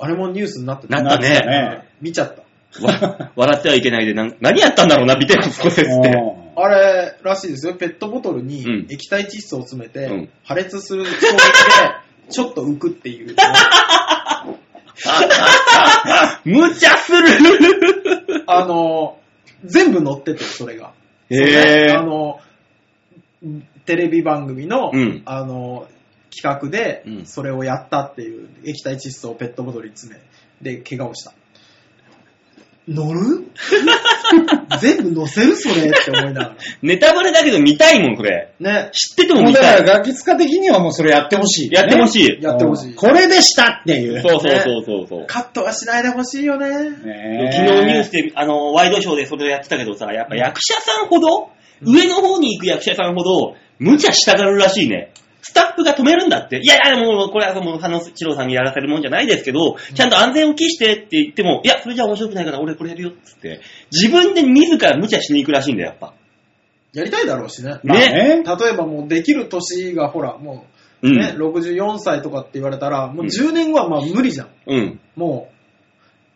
Speaker 3: あれもニュースになって
Speaker 2: な
Speaker 3: た。
Speaker 2: ったね
Speaker 3: 見ちゃった。
Speaker 2: わ笑ってはいけないで、なん何やったんだろうな、尾低骨 骨折って。
Speaker 4: う
Speaker 3: あれらしいですよ。ペットボトル
Speaker 2: う
Speaker 3: に
Speaker 2: ん
Speaker 3: 液体窒素を詰めて、
Speaker 2: うん
Speaker 3: 破裂する衝撃で、ちょっと浮くっていう。
Speaker 2: 無茶する
Speaker 3: あの、全部載ってて、それが。
Speaker 2: へ
Speaker 3: あの、テレビ番組の、
Speaker 2: うん
Speaker 3: あの、企画で
Speaker 2: う、ん
Speaker 3: それをやったっていう、液体窒素をペットボトルに詰め、で、怪我をした。乗る 全部乗せるそれって思いながら。
Speaker 2: ネタバレだけど見たいもん、これ。
Speaker 3: ね。
Speaker 2: 知ってても
Speaker 4: んもう
Speaker 2: 見
Speaker 4: だ
Speaker 2: た
Speaker 4: から
Speaker 2: い。
Speaker 4: ガキ使的にはもうそれやってほしい。
Speaker 2: やってほしい。
Speaker 3: やってほしい。
Speaker 4: これでしたっていう。
Speaker 2: そうそうそうそうそう。
Speaker 3: カットはしないでほしいよね。
Speaker 4: ね
Speaker 2: 昨日ニュースで、あの、ワイドショーでそれをやってたけどさ、やっぱ役者さんほど、
Speaker 3: うん
Speaker 2: 上の方に行く役者さんほど、無茶したがるらしいね。スタッフが止めるんだって。いやいや、もう、これはもう、佐野史郎さんにやらせるもんじゃないですけど、ちゃんと安全を期してって言っても、いや、それじゃ面白くないから、俺これやるよ、つって。自分で自ら無茶しに行くらしいんだよ、やっぱ。
Speaker 3: やりたいだろうしね。
Speaker 4: まあね。
Speaker 3: 例えばもうできる年がほら、も
Speaker 2: う
Speaker 3: う、
Speaker 2: ん。
Speaker 3: ね、64歳とかって言われたら、もう10年後はまあ無理じゃん。
Speaker 2: うん。
Speaker 3: もう、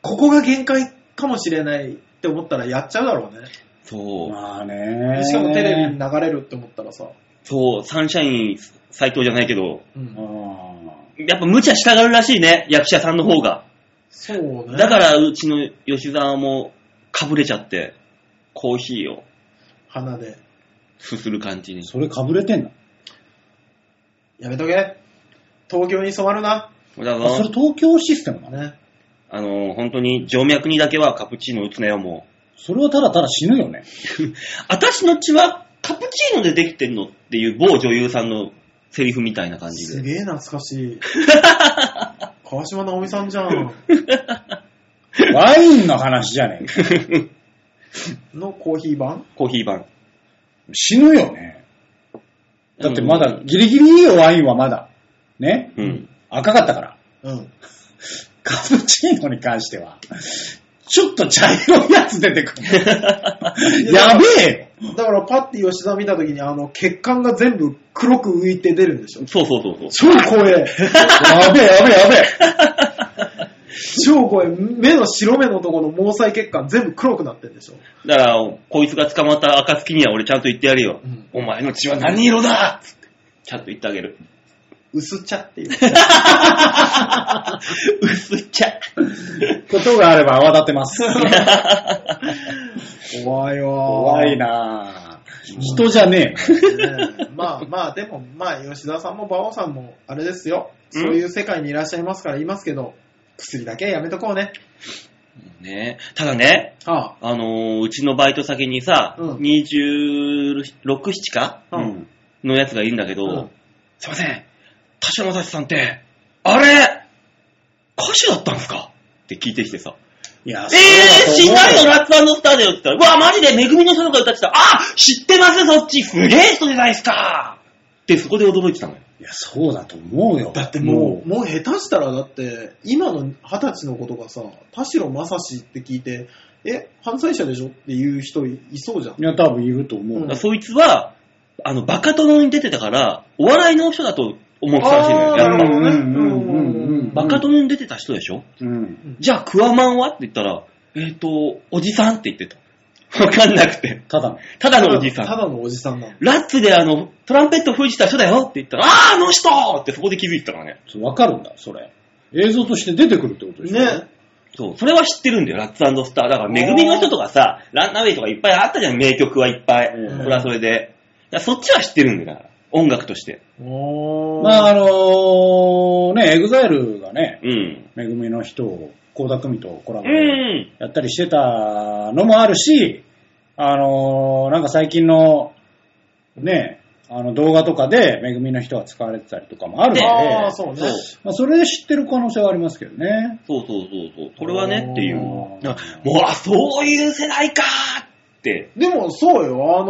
Speaker 3: ここが限界かもしれないって思ったらやっちゃうだろうね。
Speaker 2: そう。
Speaker 4: まあね。
Speaker 3: しかもテレビに流れるって思ったらさ、
Speaker 2: そう、サンシャイン斎藤じゃないけど、
Speaker 3: うん
Speaker 4: うん
Speaker 2: やっぱ無茶したがるらしいね、役者さんの方が。
Speaker 3: そうね。
Speaker 2: だか、ら、うちの吉沢もかぶれちゃって、コーヒーを
Speaker 3: 鼻で。
Speaker 2: すする感じに。
Speaker 4: それかぶれてんの
Speaker 3: やめとけ。東京に染まるな。
Speaker 2: だか
Speaker 4: あそ
Speaker 2: ら、
Speaker 4: れ東京システムだね。
Speaker 3: ね。
Speaker 2: あの、本当に、静脈にだけはカプチーノ打つなよ、もう。
Speaker 4: それはただただ死ぬよね。
Speaker 2: 私の血はカプチーノでできてんのっていう某女優さんのセリフみたいな感じ
Speaker 3: す
Speaker 2: で。
Speaker 3: げえ懐 かしい。川島直美さんじゃん。
Speaker 4: ワインの話じゃねえ か。
Speaker 3: のコーヒー版
Speaker 2: コーヒー版。
Speaker 4: 死ぬよね。だってまだ、ギリギリいいよ、ワインはまだ。ね
Speaker 2: うん。
Speaker 4: 赤かったから。
Speaker 3: うん。
Speaker 4: カプチーノに関しては、ちょっと茶色いやつ出てくる。やべえよ
Speaker 3: だからパッて吉田見たときに、あの、血管が全部黒く浮いて出るんでしょ。
Speaker 2: そうそうそうそう。
Speaker 3: 超怖え。
Speaker 4: やべえやべえやべえ
Speaker 3: 超怖え。目の白目のところの毛細血管全部黒くなってんでしょ。
Speaker 2: だから、こいつが捕まった暁には俺ちゃんと言ってやるよ。
Speaker 3: うん
Speaker 2: お前の血は何色だつってちゃんと言ってあげる。
Speaker 3: 薄茶っていう。
Speaker 2: 薄茶。
Speaker 4: ことがあれば泡立てます。
Speaker 3: 怖いわ。
Speaker 4: 怖いなぁ。人じゃねえよ。
Speaker 3: ねまあまあ、でも、まあ、吉田さんも馬王さんも、あれですよ。
Speaker 2: うん
Speaker 3: そういう世界にいらっしゃいますから言いますけど、薬だけやめとこうね。
Speaker 2: ねただね、
Speaker 3: ああ。
Speaker 2: あのーうちのバイト先にさ、
Speaker 3: うん
Speaker 2: 26、7か、
Speaker 3: うん
Speaker 2: のやつがいるんだけど、
Speaker 3: うん
Speaker 2: すいません、田代正史さんって、あれ、歌手だったんすかって聞いてきてさ、
Speaker 4: いや、
Speaker 2: えぇ、ー、知んないのラッツスターだよって言ったら、うわ、マジで、めぐみの人とか歌ってた。あ知ってますそっちすげえ人じゃないですかって、そこで驚いてたのよ。
Speaker 4: いや、そうだと思うよ。
Speaker 3: だってもう、もう下手したら、だって、今の二十歳の子とかさ、田代正史って聞いて、え、犯罪者でしょっていう人いそうじゃん
Speaker 4: い。や、多分いると思う。
Speaker 3: うん
Speaker 2: だからそいつは、あの、バカ殿に出てたから、お笑いの人だと思ってたらしいのよ。
Speaker 3: あー
Speaker 2: やっ
Speaker 3: な
Speaker 2: ぱ
Speaker 3: るほどね
Speaker 4: うんうんうんうんうん。
Speaker 2: バカ殿に出てた人でしょ、
Speaker 4: うん。
Speaker 2: じゃあ、クワマンはって言ったら、えっ、と、おじさんって言ってた。わかんなくて。
Speaker 4: ただの。
Speaker 2: ただのおじさ
Speaker 3: ただ
Speaker 2: ん。
Speaker 3: ただのおじさんなの。
Speaker 2: ラッツであの、トランペット吹いてた人だよって言ったら、あー、あの人ってそこで気づいてたからね。
Speaker 4: そうわかるんだ、それ。映像として出てくるってことでしょ。
Speaker 3: ね。
Speaker 2: そう、それは知ってるんだよ、ラッツスター。だから、めぐみの人とかさ、ランナウェイとかいっぱいあったじゃん、名曲はいっぱい。
Speaker 4: うん
Speaker 2: それはそれで。だからそっちは知ってるんだよ、だから音楽として。
Speaker 3: おー。
Speaker 4: まあ、あのー、ね、エグザイルがね、
Speaker 2: うん。
Speaker 4: めぐみの人を、倖田組とコラボ
Speaker 2: う
Speaker 4: で
Speaker 2: ん。
Speaker 4: やったりしてたのもあるし、あのー、なんか最近の、ね、あの動画とかで、めぐみの人が使われてたりとかもあるので、
Speaker 3: あー、そうね。
Speaker 2: そう。
Speaker 4: まあ、それで知ってる可能性はありますけどね。
Speaker 2: そうそうそうそう。これはね
Speaker 3: おー
Speaker 2: っていう。だからもう、あ、そういう世代かーって。
Speaker 3: でも、そうよ。あ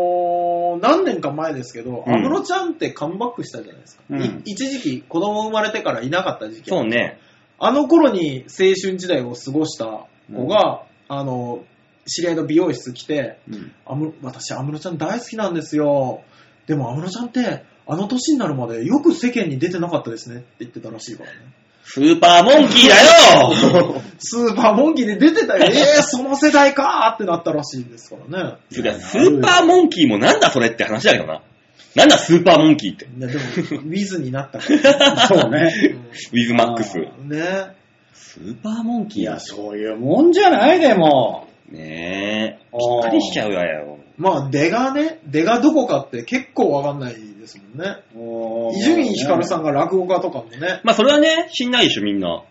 Speaker 3: のー何年か前ですけど、
Speaker 2: うん
Speaker 3: 安室ちゃんってカムバックしたじゃないですか。
Speaker 4: うん
Speaker 3: い一時期、子供生まれてからいなかった時期。
Speaker 2: そうね。
Speaker 3: あの頃に青春時代を過ごした子が、あの、知り合いの美容室来て、
Speaker 4: うん
Speaker 3: 安室私、安室ちゃん大好きなんですよ。でも、安室ちゃんって、あの年になるまでよく世間に出てなかったですねって言ってたらしいからね。
Speaker 2: スーパーモンキーだ よ
Speaker 3: スーパーモンキーで出てたよ。えー、その世代かーってなったらしいんですからね。
Speaker 2: そりゃスーパーモンキーもなんだそれって話だけどな。なんだスーパーモンキーって。
Speaker 3: ねでも、ウィズになったから。
Speaker 4: そ うね。
Speaker 2: ウィズマックス。
Speaker 3: うんね
Speaker 2: スーパーモンキー
Speaker 4: いや、そういうもんじゃない、でも。
Speaker 2: ねえ。びっくりしちゃうわよ。
Speaker 3: まあ、出がね、出がどこかって結構わかんないですもんね。伊集院光さ
Speaker 4: ん。
Speaker 3: んが落語家とかもね、
Speaker 2: まあそれはね、知んないでしょみんな。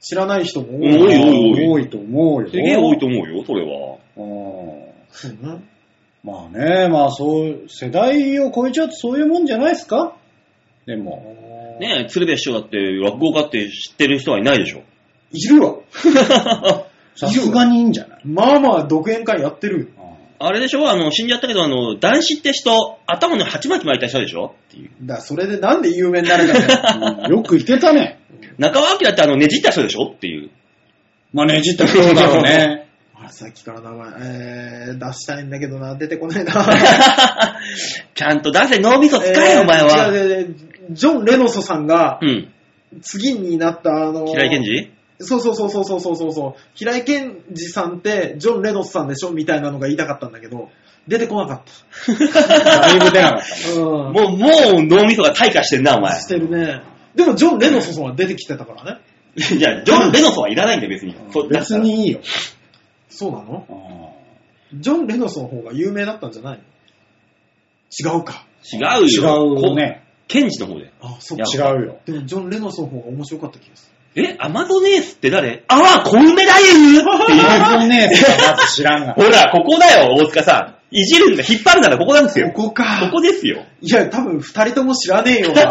Speaker 3: 知らない人も
Speaker 2: 多
Speaker 3: 多
Speaker 2: い
Speaker 3: い。
Speaker 2: 多い
Speaker 4: 多いと思うよ。
Speaker 2: すげえ多いと思うよ、それは。
Speaker 4: うん
Speaker 3: そうね
Speaker 4: まあね、まあそう、世代を超えちゃうとそういうもんじゃないですかでも。
Speaker 2: ねえ、鶴瓶師匠だって落語家って知ってる人はいないでしょ。
Speaker 3: いるわ。
Speaker 4: さすがにいいんじゃない
Speaker 3: まあまあ、独演会やってるよ。
Speaker 2: あれでしょあの、死んじゃったけど、あの、男子って人、頭に鉢巻き巻いた人でしょっていう。
Speaker 3: だからそれでなんで有名になれた んだよ
Speaker 4: うんよくいけたね。
Speaker 2: 中川明ってあの、ねじった人でしょっていう。
Speaker 4: まあねじったそうだろうね。
Speaker 3: あさっきから名前、えー、出したいんだけどな、出て こないな。
Speaker 2: ちゃんと出せ、脳みそ使えよ、お前
Speaker 3: えー
Speaker 2: は。
Speaker 3: 違う違う違うジョン・レノソさんが
Speaker 2: う、ん。
Speaker 3: 次になった、あのー、
Speaker 2: 平井健二
Speaker 3: そうそうそうそうそうそうそうそう。平井健二さんって、ジョン・レノスさんでしょみたいなのが言いたかったんだけど、出てこなかっ
Speaker 4: だいぶ出なかったね。
Speaker 3: た。うん。
Speaker 2: もう、もう脳みそが退化してんな、お前
Speaker 3: し。てるね。でも、ジョン・レノスさんは出てきてたからね。
Speaker 2: いや、ジョン・レノソはいらないんだよ、別に。そう
Speaker 4: 別。にいいよ。
Speaker 3: そうなの
Speaker 4: うん
Speaker 3: ジョン・レノスの方が有名だったんじゃない違うか。
Speaker 2: 違うよ。
Speaker 4: 違うね。
Speaker 2: ケンジの方で。
Speaker 3: あ、そっ
Speaker 2: い
Speaker 3: か。
Speaker 4: 違
Speaker 2: や
Speaker 4: うよ。
Speaker 3: でも、ジョン・レノソンの方が面白かった気がす
Speaker 2: え、アマゾネースって誰あら、コウメ太夫っていう。
Speaker 4: アマゾネースはまず知らん が
Speaker 2: ほ。ら、ここだよ、大塚さん。いじるんだ、引っ張るならここなんです
Speaker 3: る。
Speaker 2: よ。こ
Speaker 3: ここか。
Speaker 2: こですよ。
Speaker 3: いや、多分二人とも知らねえ ような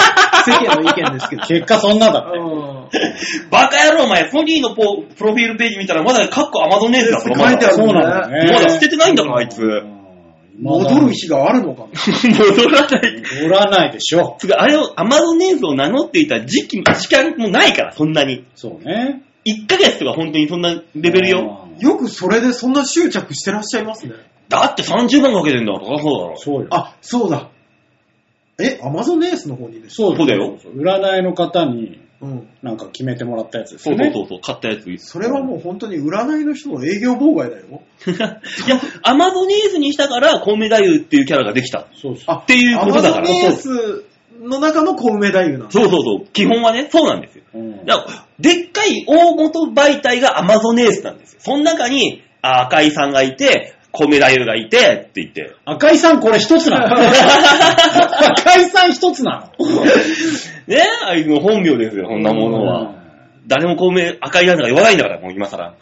Speaker 3: 世間の意見ですけど。
Speaker 4: 結果そんなだって。
Speaker 3: うん。
Speaker 2: バカ野郎、お前、ソニーのポプロフィールページ見たら、まだカッコアマゾネースだぞ、
Speaker 3: 書
Speaker 2: ま
Speaker 3: いてあ
Speaker 2: だ。
Speaker 3: るもんね。
Speaker 4: そうなんだよね
Speaker 2: まだ捨ててないんだから、あいつ。
Speaker 3: 戻る
Speaker 4: 人。
Speaker 3: 日があるのかな。
Speaker 2: 戻らない。
Speaker 4: 戻らないでしょ。
Speaker 2: つうか、あれを、アマゾネースを名乗っていた時期も、時間もないから、そんなに。
Speaker 4: そうね。
Speaker 2: 1ヶ月とか本当にそんなレベルよ。
Speaker 4: うん。
Speaker 3: よくそれでそんな執着してらっしゃいますね。
Speaker 2: だって30万かけてんだから、そうだろ。
Speaker 4: そうよ。
Speaker 3: あ、そうだ。え、アマゾンエースの方にでしょ
Speaker 4: そう
Speaker 2: そうだよ。
Speaker 4: 占いの方に、
Speaker 3: うん。
Speaker 4: なんか決めてもらったやつです
Speaker 2: そ
Speaker 4: よ
Speaker 2: うそう
Speaker 4: ね。
Speaker 2: そうそう、買ったやつ。
Speaker 3: それはもう本当に占いの人の営業妨害だよ。
Speaker 2: いや、アマゾネースにしたから、コウメ太夫っていうキャラができた。
Speaker 4: そうそう。
Speaker 3: あ
Speaker 2: っていうことだか
Speaker 3: アマ
Speaker 2: ら
Speaker 3: ゾンエースの中の小梅太夫なんだ
Speaker 2: そうそうそう。基本はね、そうなんですよ。
Speaker 4: うん
Speaker 2: だからでっかい大元媒体がアマゾネースなんですよ。その中に、あ赤井さんがいて、コウメ太夫がいて、って言って。
Speaker 4: 赤井さんこれ一つなの赤井さん一つなの
Speaker 2: ねあいつの本名ですよ、こんなものは。誰もコウメ、赤井なんとか言わないんだから、もう今更。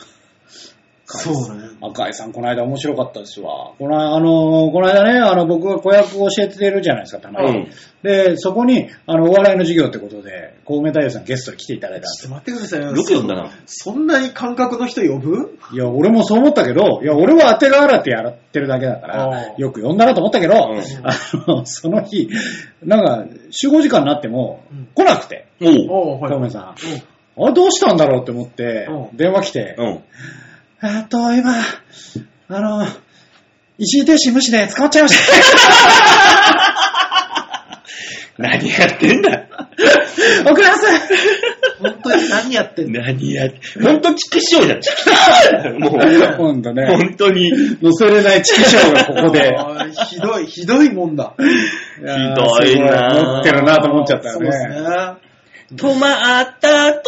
Speaker 3: そうね。
Speaker 4: 赤井さん、この間面白かったですわ。この、あのー、この間ね、あの、僕が子役を教えてるじゃないですか、たまに。
Speaker 2: うん
Speaker 4: で、そこに、あの、お笑いの授業ってことで、小梅太夫さんゲストに来ていただいたんです
Speaker 3: ちょっと待ってください
Speaker 2: よく読んだな。
Speaker 3: そんなに感覚の人呼ぶ
Speaker 4: いや、俺もそう思ったけど、いや、俺は当てがあらってやってるだけだか
Speaker 3: あ
Speaker 4: ら
Speaker 3: あ、
Speaker 4: よく呼んだなと思ったけど、
Speaker 2: うん
Speaker 4: あの、その日、なんか、集合時間になっても
Speaker 3: うん、
Speaker 4: 来なくて、
Speaker 2: おう。
Speaker 3: おう
Speaker 4: 小梅さん。
Speaker 3: うん
Speaker 4: あれどうしたんだろうって思って
Speaker 3: う、ん
Speaker 4: 電話来て、
Speaker 2: うん。
Speaker 4: えーっと、今、あの、一時停止無視で捕まっちゃいま し
Speaker 2: 何やってんだ
Speaker 4: た。遅れます
Speaker 3: 本当に何やってんの
Speaker 2: 何やって、ほんとチキショーじゃん。チキショーも う、
Speaker 4: 今度ね、
Speaker 2: 本当に。
Speaker 4: 乗せれないチキショーがここ で。
Speaker 3: あーひどい、ひどいもんだ。
Speaker 4: ひ
Speaker 2: どいな
Speaker 4: 持ってるなと思っちゃったよ
Speaker 3: そうです
Speaker 4: ね。
Speaker 3: ね。
Speaker 2: 止まったと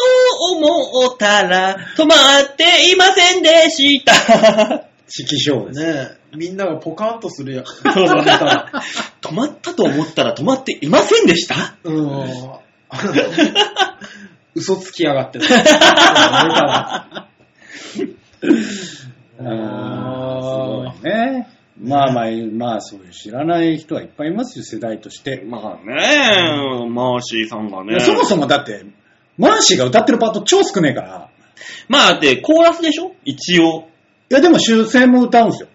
Speaker 2: 思ったら、止まっていませんでした。
Speaker 4: チキショーです。
Speaker 3: ねえ、みんながポカンとするやつ。
Speaker 2: 止まったと思ったら止まっていませんでした
Speaker 3: うん。あの嘘つきや がってる。
Speaker 4: あーすごいね。まあまあ、まあそういう知らない人はいっぱいいますよ、世代として。
Speaker 2: まあねマーシーさんがね。
Speaker 4: そもそもだって、マーシーが歌ってるパート超少ねえから。
Speaker 2: まあだって、コーラスでしょ一応。
Speaker 4: いやでも終戦も歌うんですよ。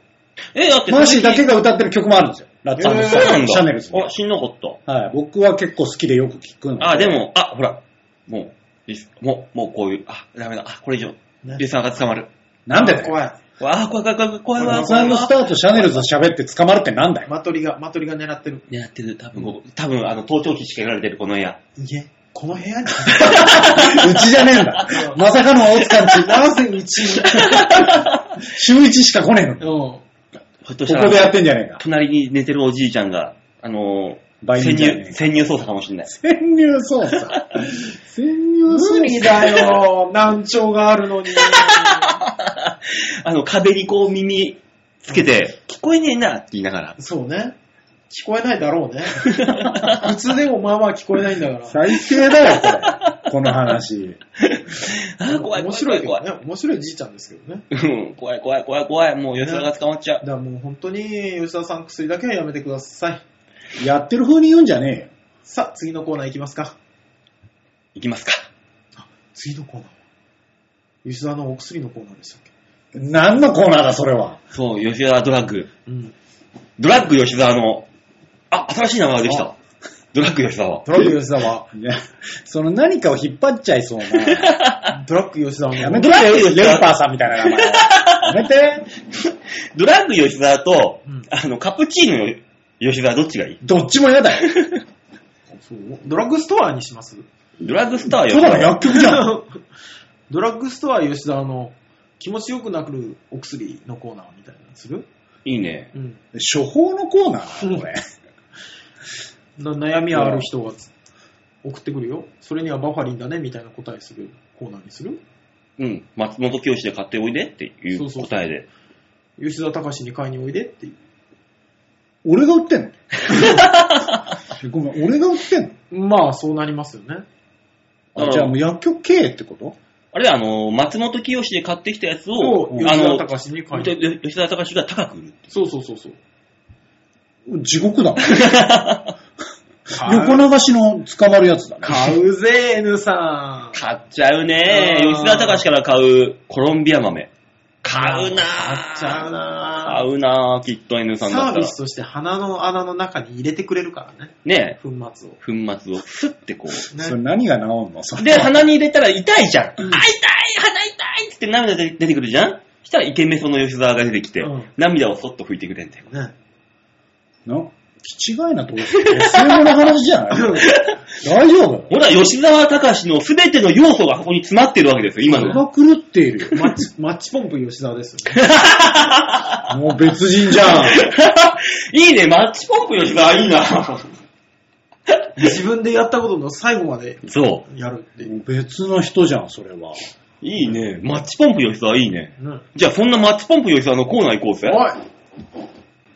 Speaker 2: え、だって、
Speaker 4: マーシーだけが歌ってる曲もあるんですよ。ラッツァ
Speaker 3: えー
Speaker 2: そうなんだ。
Speaker 4: シャネルズの
Speaker 2: あ、知んなかった。
Speaker 4: はい。僕は結構好きでよく聞くん
Speaker 2: あ、でも、あ、ほら、もう、いいっすもう、もうこういう、あ、ダメだ、あ、これ以上、リスナーが捕まる。
Speaker 4: なんでだよ。
Speaker 3: 怖い。
Speaker 2: わあ、怖い怖い怖い怖い怖い
Speaker 4: サ
Speaker 2: 怖
Speaker 4: ン
Speaker 2: い
Speaker 4: ド
Speaker 2: 怖
Speaker 4: ス
Speaker 2: い。
Speaker 4: ターとシャネルズ喋って捕まるってなんだよ。
Speaker 3: マトリが、マトリが狙ってる。
Speaker 2: 狙ってる、多分ここ、多分、あの、盗聴器仕掛けられてる、この部屋。
Speaker 3: いえ、この部 屋に。
Speaker 4: うちじゃねえん だ。まさかの大塚んち。
Speaker 3: なぜうちに。
Speaker 4: 週一しか来ねえのに。こ
Speaker 3: うん。
Speaker 2: ひょっとした
Speaker 4: こでやっ
Speaker 2: ら、
Speaker 4: てんじゃね えか。
Speaker 2: 隣に寝てるおじいちゃんが、あのー、
Speaker 4: 売
Speaker 2: 潜
Speaker 4: 人じゃねえ
Speaker 2: 入、潜入捜査かもしれない。
Speaker 4: 潜入捜査。潜入捜査。
Speaker 3: 無理だよ。難聴があるのに。
Speaker 2: あの、壁にこう耳つけて、聞こえねえなって言いながら。
Speaker 3: そうね。聞こえないだろうね。 普通でもまあまあ聞こえないんだから。
Speaker 4: 最低だよ、これ。この話。
Speaker 2: ああ、怖い怖
Speaker 3: 面
Speaker 2: い
Speaker 3: 白
Speaker 2: 怖
Speaker 3: い
Speaker 2: い
Speaker 3: け
Speaker 2: 怖
Speaker 3: ど
Speaker 2: い。
Speaker 3: ね。面白いじいちゃんですけどね。
Speaker 2: うん、怖い怖い怖い怖い。もう吉田が捕まっちゃ
Speaker 3: だ
Speaker 2: う。
Speaker 3: からもう本当に吉田さん薬だけはやめてください。
Speaker 4: やってる風に言うんじゃねえよ。
Speaker 3: さあ、次のコーナーいきますか。
Speaker 2: いきますか。
Speaker 3: 次のコーナーは吉田のお薬のコーナーでしたっけ
Speaker 4: 何のコーナーだ、それは。
Speaker 2: そう、吉田ドラッグ。
Speaker 3: うん。
Speaker 2: ドラッグ吉沢の、あ、新しい名前ができた。ドラッグ吉沢。
Speaker 3: ドラッグ吉田は、
Speaker 4: ねその何かを引っ張っちゃいそうな。
Speaker 3: ドラッグ吉田は
Speaker 4: や
Speaker 3: も
Speaker 4: め
Speaker 3: う
Speaker 4: てよ、レオパーさんみたいな名前。やめて。
Speaker 2: ドラッグ吉沢と、
Speaker 3: うん
Speaker 2: あの、カプチーノ吉沢どっちがいい
Speaker 4: どっちも嫌だよ。
Speaker 3: そうドラッグストアにします。
Speaker 2: ドラッグスター
Speaker 4: そ
Speaker 2: 吉
Speaker 4: うだ
Speaker 2: 沢。
Speaker 4: ろ、薬局じゃん。
Speaker 3: ドラッグストア吉田の気持ちよくなるお薬のコーナーみたいなのする
Speaker 2: いいね。
Speaker 3: うん。
Speaker 4: 処方のコーナーこれ。
Speaker 3: な悩みある人がつ送ってくるよ。それにはバファリンだねみたいな答えするコーナーにする
Speaker 2: うん。松本清で買っておいでっていう
Speaker 3: そうそう
Speaker 2: 答えで。
Speaker 3: 吉田隆に買いにおいでっていう。
Speaker 4: 俺が売ってんの ごめん、俺が売ってんの
Speaker 3: まあ、そうなりますよね。
Speaker 4: あじゃあもう薬局経営ってこと
Speaker 2: あれだ、あの、松本清で買ってきたやつを、
Speaker 3: そう、吉
Speaker 2: あ
Speaker 3: 田
Speaker 2: の、
Speaker 3: 隆に書いてる。
Speaker 2: 吉田隆が高く売る。
Speaker 3: そうそうそうそう。
Speaker 4: 地獄だ。横流しの捕まるやつだね。
Speaker 3: 買うぜ、N さん。
Speaker 2: 買っちゃうね。
Speaker 3: うん
Speaker 2: 吉田隆から買うコロンビア豆。買うな
Speaker 3: 買っちゃうな
Speaker 2: 買うなきっと N
Speaker 3: サ
Speaker 2: さんだっ
Speaker 3: ー
Speaker 2: た
Speaker 3: ビ
Speaker 2: ら
Speaker 3: ス。として鼻の穴の中に入れてくれるからね。
Speaker 2: ね
Speaker 3: 粉末を。
Speaker 2: 粉末をスッてこう。
Speaker 4: それ
Speaker 3: ね。
Speaker 4: 何が治んのそれ
Speaker 2: で、鼻に入れたら痛いじゃん。あ、痛い鼻痛いっつって涙で出てくるじゃんしたらイケメソの吉沢が出てきて、
Speaker 3: うん
Speaker 2: 涙をそっと拭いてくれんだよ。
Speaker 3: ね。
Speaker 4: な、気違いなとこ、SM の話じゃない大丈夫
Speaker 2: ほら、吉沢隆の全ての要素がここに詰まってるわけですよ、今
Speaker 4: 人
Speaker 2: の。
Speaker 4: が狂っているよ。
Speaker 3: マッチ、 マッチポンプ吉沢ですよね。
Speaker 4: もう別人じゃん。
Speaker 2: いいね、マッチポンプ吉沢いいな。
Speaker 3: 自分でやったことの最後まで
Speaker 2: そう。
Speaker 3: やるっていう。
Speaker 4: もう別の人じゃん、それは。
Speaker 2: いいね。マッチポンプ吉沢いいね。
Speaker 3: ね。
Speaker 2: じゃあそんなマッチポンプ吉沢のコーナー行こうぜ。
Speaker 3: おい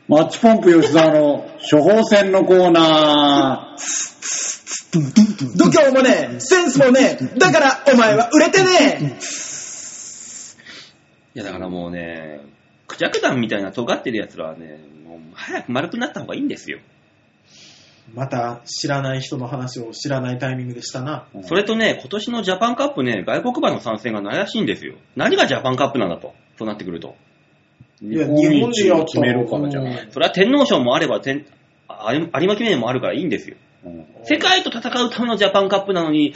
Speaker 4: マッチポンプ吉沢の処方箋のコーナー。
Speaker 6: 度胸もねえ、センスもねえ、だからお前は売れてね
Speaker 2: いやだからもうね、クジャク団みたいな尖ってる奴らはね、もう早く丸くなった方がいいんですよ。
Speaker 3: また知らない人の話を知らないタイミングでしたな。
Speaker 2: それとね、今年のジャパンカップね、外国馬の参戦がないらしいんですよ。何がジャパンカップなんだと、そうなってくると。
Speaker 3: いや、日本でやった
Speaker 4: 決めるからじゃん
Speaker 3: うん
Speaker 2: それは天皇賞もあれば、天あ有馬記念もあるからいいんですよ。
Speaker 4: うん
Speaker 2: 世界と戦うためのジャパンカップなのに、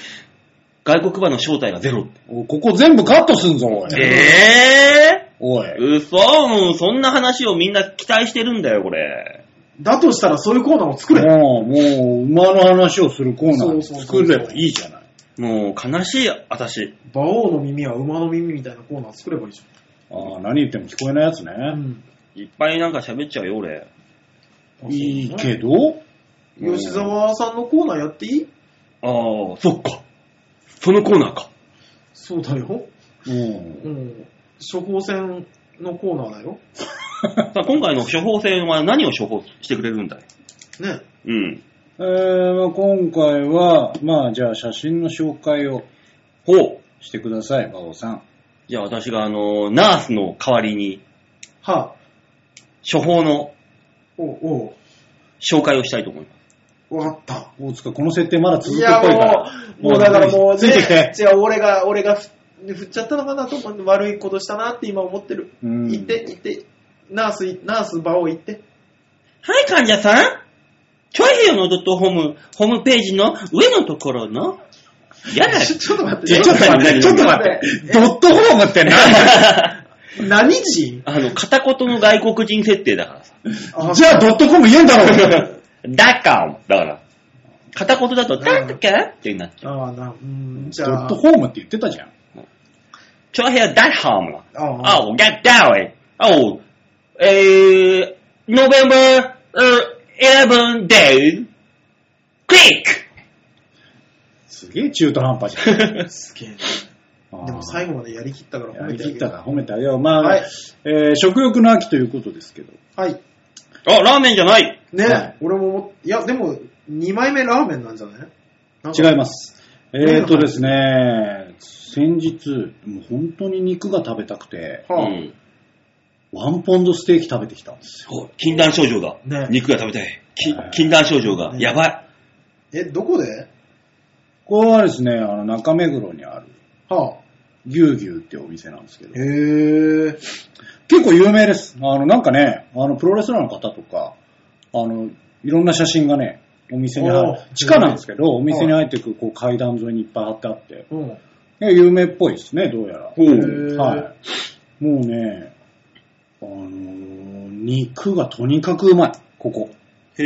Speaker 2: 外国馬の正体がゼロって。
Speaker 4: おここ全部カットすんぞ、おい。
Speaker 2: え
Speaker 4: お
Speaker 2: ぇ、
Speaker 4: い。
Speaker 2: ー、 嘘もうそんな話をみんな期待してるんだよ、これ。
Speaker 3: だとしたらそういうコーナーを作れ。
Speaker 4: もう、もう、馬の話をするコーナー
Speaker 3: そうそうそうそ
Speaker 4: 作
Speaker 3: う
Speaker 4: ればいいじゃない。
Speaker 2: もう悲しい、私。
Speaker 3: 馬王の耳は馬の耳みたいなコーナー作ればいいじ
Speaker 4: ああ、何言っても聞こえないやつね。
Speaker 3: ゃん。うん
Speaker 2: いっぱいなんか喋っちゃうよ、俺。
Speaker 4: いいけど、
Speaker 3: 吉沢さんのコーナーやっていい
Speaker 2: ああ、そっか。そのコーナーか。
Speaker 3: そうだよ。
Speaker 4: うん、
Speaker 3: うん。処方箋のコーナーだよ。
Speaker 2: さあ、 今回の処方箋は何を処方してくれるんだい
Speaker 3: ね。
Speaker 2: うん。
Speaker 4: えーまあ今回は、まあじゃあ写真の紹介を
Speaker 2: ほう。
Speaker 4: してください、馬王さん。
Speaker 2: じゃあ私があの、ナースの代わりに、
Speaker 3: はあ、
Speaker 2: 処方の
Speaker 3: おお
Speaker 2: 紹介をしたいと思います。
Speaker 3: うわかった。
Speaker 4: 大塚、この設定まだ続
Speaker 3: い
Speaker 4: くっ
Speaker 3: や
Speaker 4: ぽいか
Speaker 3: も
Speaker 4: ら。
Speaker 3: う、もうだからもう、
Speaker 4: ついてきて。
Speaker 3: じゃあ俺が、俺がふ振っちゃったのかなと思って、悪いことしたなって今思ってる。
Speaker 4: うん
Speaker 3: 行って、行って、ナースい、ナース場を行って。
Speaker 2: はい、患者さん。チョイヘヨのドットホーム、ホームページの上のところの、やだ。
Speaker 3: ちょっと待っ
Speaker 4: いや
Speaker 3: て。
Speaker 4: ちょっと待って、ちょっと待って、 ドットホームって何 だ
Speaker 3: 何 時
Speaker 2: あの、片言の外国人設定だからさ。
Speaker 3: あ
Speaker 4: じゃあドットコム言えんだろう
Speaker 2: だかだから。片言だと、だっけってなっちゃう。
Speaker 3: ああ、な、うん、じ
Speaker 4: ド
Speaker 3: ゃ
Speaker 4: ッ
Speaker 3: あ
Speaker 4: ト、ホームって言ってたじゃん。
Speaker 2: チョイヘヨダッホーム。
Speaker 3: ああ、
Speaker 2: Oh, get down. Oh, uh, November uh, 11 day. Click.
Speaker 4: すげえ中途半端じゃん。
Speaker 3: すげえな。
Speaker 4: あー
Speaker 3: でも最後までやりきったから
Speaker 4: や
Speaker 3: 褒め
Speaker 4: り
Speaker 3: て
Speaker 4: き
Speaker 3: あ
Speaker 4: っ
Speaker 3: げ
Speaker 4: た
Speaker 3: る。
Speaker 4: から褒めてあげよう。まあ、
Speaker 3: はい
Speaker 4: えー食欲の秋ということですけど。
Speaker 3: はい。
Speaker 2: あ、ラーメンじゃない。
Speaker 3: ね、
Speaker 4: はい
Speaker 3: 俺も思っ、いや、でも、2枚目ラーメンなんじゃないなんか
Speaker 4: 違います。えっ、ー、とですね、先日、もう本当に肉が食べたくて、
Speaker 2: う
Speaker 3: はあ、
Speaker 2: ん。
Speaker 4: ワンポンドステーキ食べてきたんですよ。
Speaker 2: そう禁断症状だ。
Speaker 3: ね
Speaker 2: 肉が食べたい。き
Speaker 4: はい
Speaker 2: 禁断症状が。
Speaker 3: ね
Speaker 2: やばい。
Speaker 3: え、どこで
Speaker 4: これはですね、あの中目黒にある、
Speaker 3: はあ、
Speaker 4: ぎゅうぎゅうってお店なんですけど
Speaker 3: へ、え。
Speaker 4: 結構有名です。あの、なんかね、あの、プロレスラーの方とか、あの、いろんな写真がね、お店に
Speaker 3: お
Speaker 4: 入
Speaker 3: ー
Speaker 4: 地下なんですけど、お店に入ってくこう階段沿いにいっぱい貼ってあって、
Speaker 3: うん。
Speaker 4: ね有名っぽいですね、どうやら。
Speaker 2: ほう
Speaker 3: へー
Speaker 4: はい。もうね、あのー肉がとにかくうまい、ここ。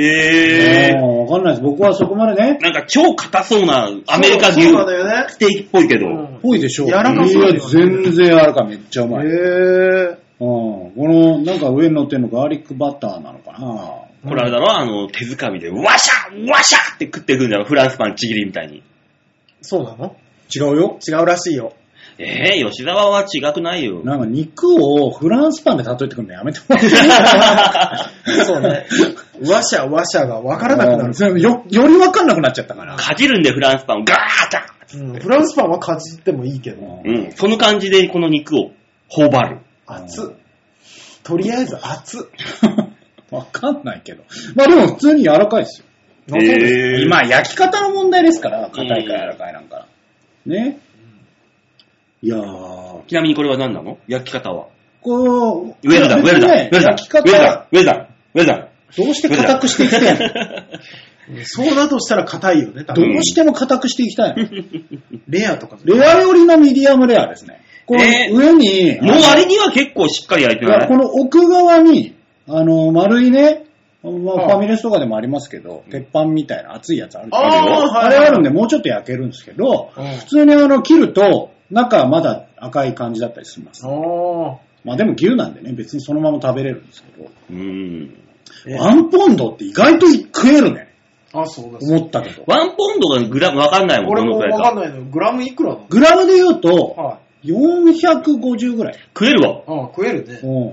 Speaker 2: へ
Speaker 4: あ
Speaker 2: ー。
Speaker 4: ーわかんないです。僕はそこまでね、
Speaker 2: なんか超硬そうなアメリカ牛
Speaker 3: そうそうなんだよね。
Speaker 2: ステーキっぽいけど。
Speaker 3: うん
Speaker 4: ぽいでしょ
Speaker 3: 柔らかそうだよね
Speaker 4: いや全然柔らかいめっちゃうまい。うん
Speaker 3: へえ。
Speaker 4: この、なんか上に乗ってんのガーリックバターなのかな
Speaker 2: これあれだろあの、手づかみで、ワシャワシャって食ってくんだろフランスパンちぎりみたいに。
Speaker 3: そうなの
Speaker 4: 違うよ。
Speaker 3: 違うらしいよ。
Speaker 2: ええ吉沢は違くないよ。
Speaker 4: なんか肉をフランスパンで例えてくるのやめてもらっていい
Speaker 3: そう ね。わしゃわしゃが分からなくなる。
Speaker 4: る。よ、よりわかんなくなっちゃったから。
Speaker 2: かじるんでフランスパンをガーッタ
Speaker 3: うん、フランスパンはかじってもいいけど、
Speaker 2: うん。その感じでこの肉を頬張る。
Speaker 3: 熱っ。とりあえず熱っ。
Speaker 4: わかんないけど。まあでも普通に柔らかいですよ。
Speaker 3: なんかね
Speaker 2: え
Speaker 4: 今、焼き方の問題ですから、硬いか柔らかいなんか。ね。いやー、
Speaker 2: ちなみにこれは何なの焼き方は。
Speaker 4: こう、
Speaker 2: ウェルダン、ウェルダン、ウェルダン、ウ
Speaker 4: 焼き方
Speaker 2: ェルダン、ウェルダン、ウェルダン。
Speaker 4: どうして硬くしていきたいの
Speaker 3: そうだとしたら硬いよね、多
Speaker 4: ど
Speaker 3: 分。
Speaker 4: うしても硬くしていきたいの
Speaker 3: レアとか。
Speaker 4: レアよりのミディアムレアですね。この
Speaker 2: えー
Speaker 4: 上に、
Speaker 2: もうあれには結構しっかり焼いて
Speaker 4: いや
Speaker 2: ない
Speaker 4: この奥側に、あの、丸いね、まあ、ファミレスとかでもありますけど、鉄板みたいな熱いやつあるんです
Speaker 3: あー
Speaker 4: よ。
Speaker 3: はい
Speaker 4: あれあるんで、もうちょっと焼けるんですけど、普通にあの、切ると、中はまだ赤い感じだったりします。
Speaker 3: ああ。
Speaker 4: まあでも牛なんでね、別にそのまま食べれるんですけど、
Speaker 2: うん。
Speaker 3: え
Speaker 4: ワンポンドって意外と食えるね、
Speaker 3: あ、そうだ。そう
Speaker 4: 思ったけど。
Speaker 2: ワンポンドがグラムわかんないもん、
Speaker 3: 俺も
Speaker 2: どのくらい
Speaker 3: わかんないのよ。グラムいくらなの
Speaker 4: グラムで言うと、
Speaker 3: はい。
Speaker 4: 450ぐらい。
Speaker 2: 食えるわ。
Speaker 3: ああ、食えるね。
Speaker 4: う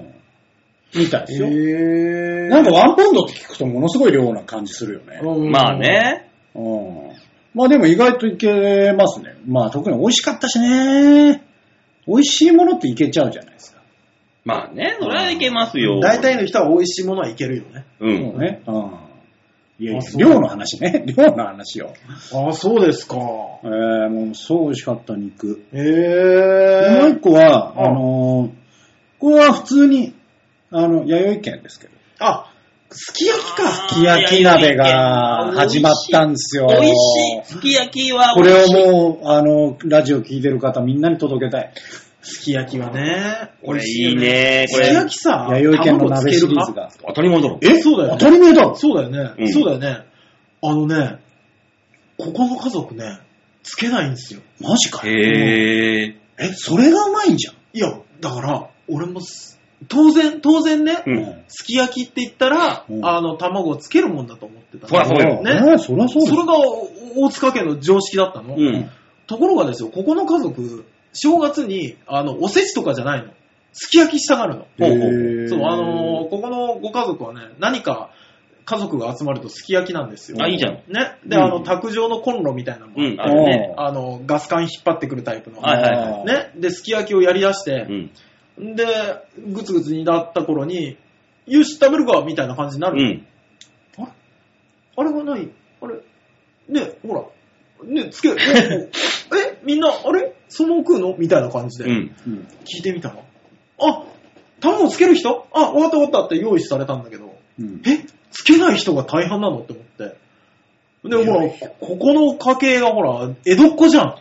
Speaker 4: ん。みたいですよ。
Speaker 3: へ
Speaker 4: なんかワンポンドって聞くとものすごい量な感じするよね。
Speaker 2: まあ。ね。
Speaker 4: うんまあでも意外といけますね。まあ特に美味しかったしね。美味しいものっていけちゃうじゃないですか。
Speaker 2: まあね、それはいけますよ。
Speaker 3: 大体の人は美味しいものはいけるよね。
Speaker 2: う
Speaker 4: そ
Speaker 2: ん。
Speaker 4: うね。うん。いやいや
Speaker 3: あそう
Speaker 4: 量の話ね。 量の話よ。
Speaker 3: ああ、そうですか。
Speaker 4: えー、もうそう美味しかった肉。
Speaker 3: へ
Speaker 4: もう
Speaker 3: え
Speaker 4: 一。個は、
Speaker 3: うん
Speaker 4: あのーこれは普通に、あの、弥生県ですけど。
Speaker 3: あ、すき焼き
Speaker 2: あ
Speaker 3: か。
Speaker 2: ー
Speaker 4: すき焼き鍋が始まったんですよ。
Speaker 2: 美味しい。すき焼きは
Speaker 4: こ
Speaker 2: 美
Speaker 4: れ
Speaker 2: 味しい。
Speaker 4: をもう、あの、ラジオ聞いてる方みんなに届けたい。
Speaker 3: すき焼きはね。
Speaker 2: これいいね。こ
Speaker 3: 美味しいよね。すき
Speaker 2: れ
Speaker 3: 焼、きさ、
Speaker 4: 弥生県の鍋シリーズ
Speaker 3: 卵つ
Speaker 4: が。
Speaker 2: 当たり前だろ。
Speaker 3: けるか。え、そうだよね。
Speaker 4: 当たり前だ
Speaker 3: そうだよ
Speaker 2: うん
Speaker 3: ね。そうだよね。あのね、ここの家族ね、つけないんですよ。
Speaker 4: マジかよ。
Speaker 2: へえ。
Speaker 4: え、それがうまいんじゃん。
Speaker 3: いや、だから、俺もす、当然、当然ね、
Speaker 2: うん。
Speaker 3: すき焼きって言ったら、
Speaker 4: うん
Speaker 3: あの、卵をつけるもんだと思ってたの。
Speaker 2: そりゃそうよ。
Speaker 3: ね
Speaker 4: ねえ、そりゃそう
Speaker 3: それ
Speaker 4: よ。
Speaker 3: がお大塚家の常識だったの、
Speaker 2: うん。
Speaker 3: ところがですよ、ここの家族、正月に、あの、おせちとかじゃないの。すき焼きしたがるの。
Speaker 2: ほうほう
Speaker 4: へえ
Speaker 3: そう、あのーここのご家族はね、何か家族が集まるとすき焼きなんですよ。
Speaker 2: あ、いいじゃ
Speaker 3: ん。
Speaker 2: ん。
Speaker 3: ね。で、
Speaker 4: うん
Speaker 3: あの、卓上のコンロみたいなのも、
Speaker 2: うん、あるね。
Speaker 3: あの、ガス管引っ張ってくるタイプの。
Speaker 2: はいはいはい
Speaker 4: あー。
Speaker 3: ね。で、すき焼きをやり出して、
Speaker 2: うん。
Speaker 3: で、ぐつぐつになった頃に、よし、食べるかみたいな感じにな
Speaker 2: う
Speaker 3: る。
Speaker 2: ん。
Speaker 3: あれがないあれね、ほら。ね、つけ、おお え、みんな、あれその食うのみたいな感じで
Speaker 2: う、ん。
Speaker 4: うん
Speaker 3: 聞いてみたら。あ、卵つける人あ、終わった終わったって用意されたんだけど、
Speaker 4: うん
Speaker 3: え、つけない人が大半なのって思って。で、ほら、ここの家系がほら、江戸っ子じゃん。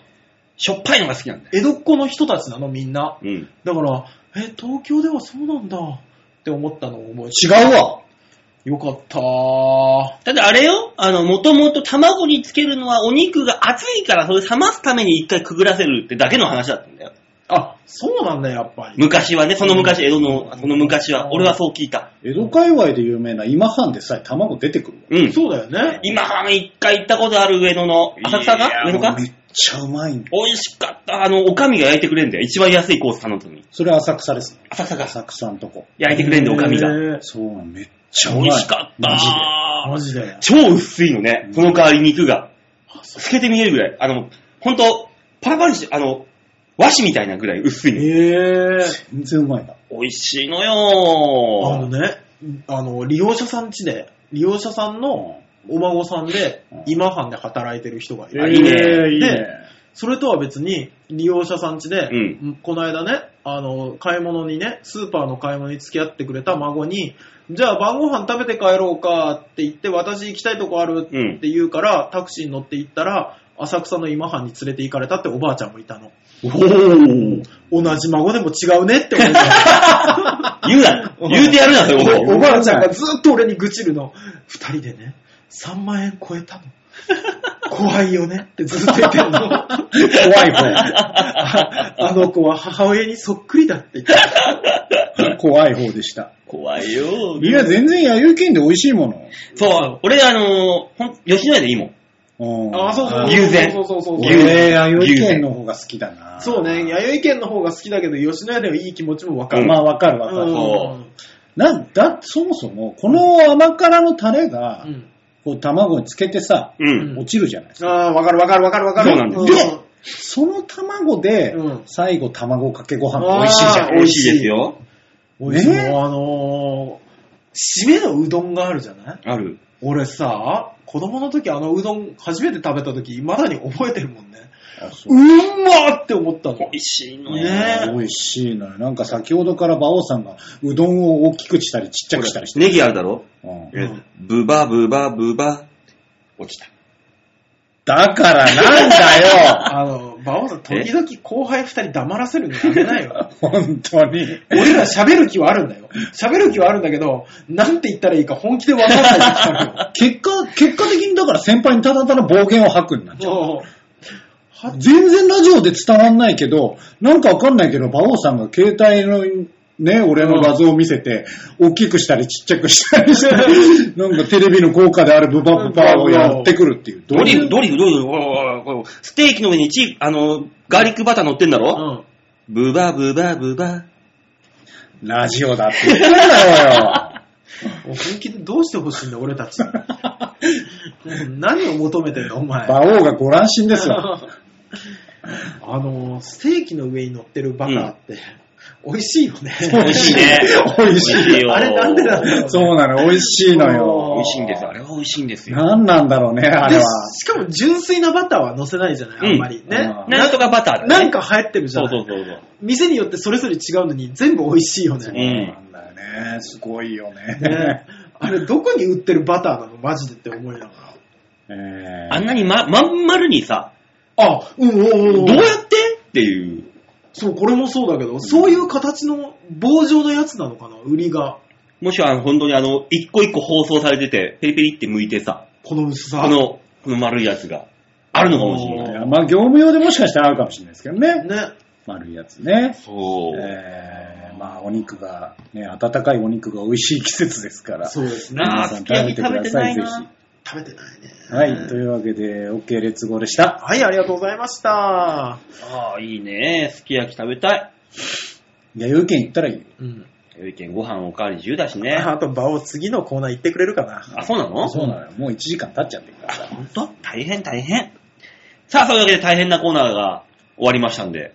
Speaker 2: しょっぱいのが好きなんだよ。
Speaker 3: 江戸っ子の人たちなの、みんな。
Speaker 2: うん。
Speaker 3: だから、え、東京ではそうなんだって思ったのを思い
Speaker 4: 違うわ。
Speaker 3: よかったー。
Speaker 2: ただあれよ、あの、もともと卵につけるのはお肉が熱いから、それ冷ますために一回くぐらせるってだけの話だったんだよ。
Speaker 3: あ、そうなんだ、やっぱり。
Speaker 2: 昔はね、その昔、江戸の、その昔は、俺はそう聞いた。
Speaker 4: 江戸界隈で有名な今半でさえ卵出てくるわ。
Speaker 2: うん。
Speaker 3: そうだよね。
Speaker 2: 今、一回行ったことある上野の、浅草か上野か
Speaker 4: めっちゃうまいんだ。
Speaker 2: 美味しかった。あの、おかみが焼いてくれんだよ。一番安いコース頼むのに。
Speaker 4: それ浅草です。
Speaker 2: 浅草が
Speaker 4: 浅草のとこ。
Speaker 2: 焼いてくれんだよ、おかみが。
Speaker 3: へー
Speaker 4: そうなん、めっちゃうまい。
Speaker 2: 美味しかっ
Speaker 4: マジで。
Speaker 2: た。
Speaker 3: マジで。
Speaker 2: 超薄いのね。その代わり肉が。透けて見えるぐらい。あの、ほんと、パラパラにして、あの、和紙みたいなぐらい薄いの。
Speaker 3: へえ。
Speaker 4: 全然うまいな。
Speaker 2: 美味しいの
Speaker 3: あ
Speaker 2: よ
Speaker 3: のね、あの、利用者さんちで、利用者さんのお孫さんで
Speaker 4: うん、
Speaker 3: 今半で働いてる人がい
Speaker 2: あ
Speaker 3: る。
Speaker 2: いいね
Speaker 4: えーいいね
Speaker 3: で。それとは別に、利用者さんちで、
Speaker 2: う
Speaker 3: この間ね、あの、買い物にね、スーパーの買い物に付き合ってくれた孫に、じゃあ晩ご飯食べて帰ろうかって言って、私行きたいとこあるって言うから、タクシーに乗って行ったら、浅草の今半に連れて行かれたっておばあちゃんもいたの。
Speaker 4: おー
Speaker 3: 同じ孫でも違うねって思った。
Speaker 2: 言うな。言うてやるな、それ
Speaker 4: お
Speaker 3: おばあちゃんがずっと俺に愚痴るの。二人でね、3万円超えたの。怖いよねってずっと言ってんの。
Speaker 4: 怖 い方。
Speaker 3: あの子は母親にそっくりだって言って。
Speaker 4: 怖い方でした。
Speaker 2: 怖いよ
Speaker 4: いや、全然弥生県で美味しいもの。
Speaker 2: そう、俺、あのーほん、吉野家でいいもん。
Speaker 3: あ、そうそう。
Speaker 2: 牛前
Speaker 3: そうそうそうそう。
Speaker 2: 牛前
Speaker 4: 俺、弥生県の方が好きだな。
Speaker 3: そうね、弥生県の方が好きだけど、吉野家ではいい気持ちもわか
Speaker 4: あ
Speaker 3: る。
Speaker 4: まあ、わかるわか
Speaker 3: う
Speaker 4: る。
Speaker 3: ん。
Speaker 4: なんだ、そもそも、この甘辛のタレが
Speaker 3: う、ん
Speaker 4: こう、卵につけてさ、
Speaker 2: うん。
Speaker 4: 落ちるじゃないですか。
Speaker 3: ああ、わかるわかるわかるわかる。
Speaker 2: そうなんです
Speaker 3: ん
Speaker 4: でその卵で
Speaker 3: うん、
Speaker 4: 最後卵かけご飯
Speaker 3: あー
Speaker 4: 美味しいじゃん。
Speaker 2: 美味しいですよ。
Speaker 3: おいしい
Speaker 4: ね
Speaker 3: もうあのー、締めのうどんがあるじゃない
Speaker 2: ある。
Speaker 3: 俺さ、子供の時あのうどん初めて食べた時、未だに覚えてるもんね。
Speaker 4: あそううん
Speaker 3: まーって思ったの。
Speaker 2: 美味しいのよ。
Speaker 3: ね
Speaker 4: 美味しいのよ。なんか先ほどから馬王さんがうどんを大きくしたりちっちゃくしたりして
Speaker 2: ネギあるだろ
Speaker 4: る。うん
Speaker 3: うん
Speaker 2: ブバブバブバ。落ちた。
Speaker 4: だからなんだよ
Speaker 3: あの、馬王さん、時々後輩二人黙らせるのやめないよ。
Speaker 4: 本当に。
Speaker 3: 俺ら喋る気はあるんだよ。喋る気はあるんだけど、なんて言ったらいいか本気でわかんない時あるよ。
Speaker 4: 結果、結果的にだから先輩にただただ暴言を吐くにな っちゃう。
Speaker 3: もう、は
Speaker 4: 全然ラジオで伝わんないけど、なんかわかんないけど、馬王さんが携帯のね、俺の画像を見せて、大きくしたりちっちゃくしたりして、なんかテレビの効果であるブバブバをやってくるっていう。
Speaker 2: ドリル、
Speaker 4: どうい
Speaker 2: ドリル、
Speaker 4: う
Speaker 2: ドリル、おいおいおいおいステーキの上にチー、あの、ガーリックバター乗ってんだろ、
Speaker 3: うん。
Speaker 2: ブバブバブバ。
Speaker 4: ラジオだって言っ てんだ
Speaker 3: もう本気でどうしてほしいんだ、俺たち。もう何を求めてんだ、お前。
Speaker 4: よ。馬王がご乱心ですわ。
Speaker 3: あの、ステーキの上に乗ってるバターって、美味しいよね。
Speaker 2: 美味しいね。
Speaker 4: 美味しい
Speaker 2: よ
Speaker 3: あれなんでなんだろうね
Speaker 4: そうなの、美味しいのよ。
Speaker 2: 美味しいんです。あれは美味しいんですよ。
Speaker 4: 何なんだろうね、あれ
Speaker 3: で
Speaker 4: は。
Speaker 3: しかも純粋なバターは乗せないじゃない、あんまり。
Speaker 4: うん
Speaker 3: ね。
Speaker 4: あー
Speaker 2: なんとかバターだね。
Speaker 3: なんか流行ってるじゃ
Speaker 2: そ
Speaker 3: な
Speaker 2: う
Speaker 3: い
Speaker 2: そうそうそう。
Speaker 3: 店によってそれぞれ違うのに全部美味しいよね。
Speaker 2: う
Speaker 4: そうんなんだよね。すごいよね。
Speaker 3: ねあれ、どこに売ってるバターなのマジでって思いながら。
Speaker 4: えー
Speaker 2: あんなにま、まん丸にさ、
Speaker 3: あ、うん、うんうん、う
Speaker 2: ど
Speaker 3: ん。
Speaker 2: うやってっていう。
Speaker 3: そう、これもそうだけど、そういう形の棒状のやつなのかな、売りが。
Speaker 2: もしは本当にあの、一個一個包装されてて、ペリペリって剥いてさ、
Speaker 3: この薄さ。
Speaker 2: この、この丸いやつが、あるのかもしれない。
Speaker 4: いやまあ、業務用でもしかしたら合うかもしれないですけどね。
Speaker 3: ね。
Speaker 4: 丸いやつね。
Speaker 2: そう。
Speaker 4: えー、まあ、お肉が、ね、温かいお肉が美味しい季節ですから。
Speaker 3: そうですね。
Speaker 2: なあ、
Speaker 4: 皆さ
Speaker 2: す
Speaker 4: ん
Speaker 2: き焼き食べてない
Speaker 4: 食べてください
Speaker 2: な
Speaker 3: 食
Speaker 4: ぜ。
Speaker 3: べてないね。
Speaker 4: はい、というわけで、OK レッツゴーでした。
Speaker 3: はい、ありがとうございました。
Speaker 2: ああ、いいね。すき焼き食べたい。
Speaker 4: 弥生県行ったらいいよ。
Speaker 3: うん。
Speaker 2: よいけんご飯おかわり自由だし ね。
Speaker 3: あと、場を次のコーナー行ってくれるかな。
Speaker 2: あ、そうなの
Speaker 4: そうなのよ。もう1時間経っちゃってるからさ。
Speaker 2: 本当大変大変。さあ、そういうわけで大変なコーナーが終わりましたんで。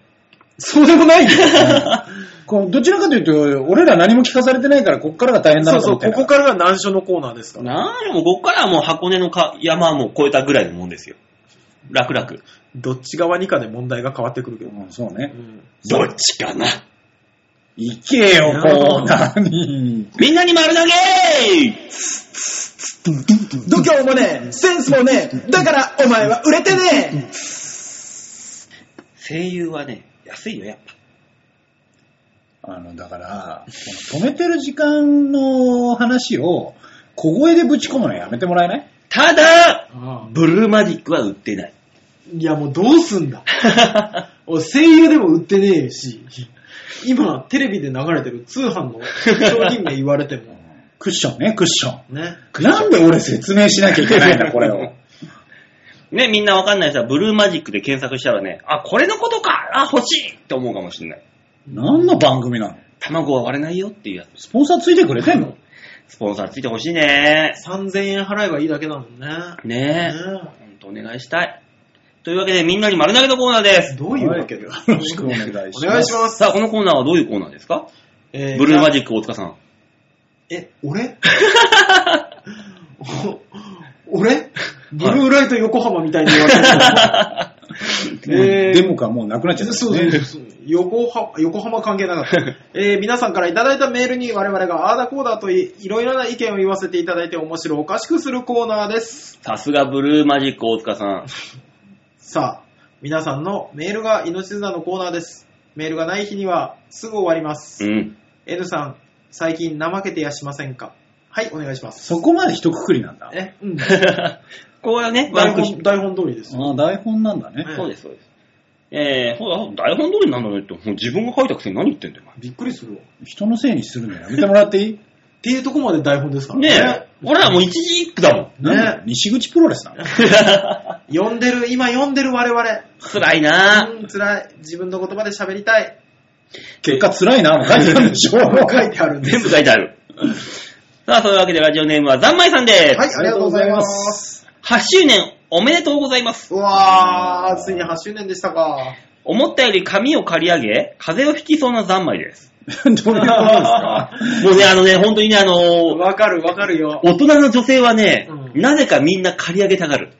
Speaker 3: そうでもないよ。
Speaker 4: こうどちらかというと、俺ら何も聞かされてないから、こっからが大変だ
Speaker 3: そ
Speaker 4: な
Speaker 3: う
Speaker 4: と
Speaker 3: そ
Speaker 4: 思っ
Speaker 3: う、
Speaker 4: て
Speaker 3: こ
Speaker 4: んだ
Speaker 3: こからが難所のコーナーですから。
Speaker 2: なあ、でもここからはもう箱根のか山はもう越えたぐらいのもんですよ。楽々。
Speaker 3: どっち側にかで問題が変わってくるけど。
Speaker 4: うんそうね。
Speaker 2: どっちかな。
Speaker 4: 行けよ、こう、なに。
Speaker 2: みんなに丸投げ
Speaker 7: 度胸もねえセンスもねえだからお前は売れてねえ
Speaker 2: 声優はね、安いよ、やっぱ。
Speaker 4: あの、だから、この止めてる時間の話を、小声でぶち込むのやめてもらえない
Speaker 2: ただ、
Speaker 3: あ
Speaker 2: ブルーマジックは売って ない。
Speaker 3: あいや、もうどうすんだ。俺、声優でも売ってねえし、今、テレビで流れてる通販の商品名言われても、
Speaker 4: クッションね、クッショ
Speaker 3: ね。
Speaker 4: ン。なんで俺説明しなきゃいけないんだ、これ を。
Speaker 2: ね、みんなわかんないさ、ブルーマジックで検索したらね、あ、これのことかあ、欲しいって思うかもしれない。
Speaker 4: 何の番組なの
Speaker 2: 卵は割れないよっていうや
Speaker 4: スポンサーついてくれて んの
Speaker 2: つ。スポンサーついてほしいね。
Speaker 3: 3000円払えばいいだけだもんね。
Speaker 2: ねえ。
Speaker 3: ね
Speaker 2: ほんとお願いしたい。というわけで、みんなに丸投げのコーナーです。
Speaker 3: どういうわけで、
Speaker 4: よろしくお願いしま
Speaker 3: お
Speaker 4: す。
Speaker 3: 願いします。
Speaker 2: さあ、このコーナーはどういうコーナーですか、
Speaker 3: えー
Speaker 2: ブルーマジック大塚さん。
Speaker 3: え、俺 お俺ブルーライト横浜みたいに言われて
Speaker 4: もう
Speaker 3: えー
Speaker 4: デモかもうなくなっちゃ
Speaker 3: る。
Speaker 4: っ
Speaker 3: そう
Speaker 4: た、
Speaker 3: そう
Speaker 4: ね。
Speaker 3: そう横浜、横浜関係なかった。 えー皆さんからいただいたメールに我々があーだこーだといいろいろな意見を言わせていただいて面白おかしくするコーナーです。
Speaker 2: さすがブルーマジック大塚さん。
Speaker 3: さあ、皆さんのメールが命綱のコーナーです。メールがない日にはすぐ終わります。
Speaker 2: うん。
Speaker 3: N さん、最近怠けてやしませんかはい、お願いします。
Speaker 4: そこまで一括りなんだ。
Speaker 3: え、 うん。
Speaker 2: こうね、ワ
Speaker 3: 台
Speaker 2: ンクッショ
Speaker 3: 本、台本通りです。
Speaker 4: ああ、台本なんだね。
Speaker 2: ン。そうです、そうです。えー、ほら、台本通りになんだねって、もう自分が書いたくせに何言ってんだよ、お前
Speaker 3: びっくりするわ。
Speaker 4: 人のせいにするのやめてもらっていい
Speaker 3: っていうとこまで台本ですから
Speaker 2: ね
Speaker 3: ね。
Speaker 2: え、俺らもう一時一句だもん。
Speaker 4: なんだよ西口プロレスなの
Speaker 3: 読んでる、今読んでる我々。
Speaker 2: 辛いな
Speaker 3: うん、辛い。自分の言葉で喋りたい。
Speaker 4: 結果辛いな、もう書いてあるでしょ。
Speaker 3: 書いてあるんで
Speaker 2: 全
Speaker 3: す。
Speaker 2: 部書いてあ る。さあ、そういうわけでラジオネームはざんまいさんです。
Speaker 3: はい、ありがとうございます。
Speaker 2: 8周年おめでとうございます。
Speaker 3: うわー、ついに8周年でしたか。
Speaker 2: 思ったより髪を刈り上げ、風邪をひきそうなざんまいです。
Speaker 4: どういうことで すか
Speaker 2: もうね、あのね、本当にね、あのー
Speaker 3: わかる、わかるよ。
Speaker 2: 大人の女性はね、
Speaker 3: う
Speaker 2: なぜかみんな刈り上げたがる。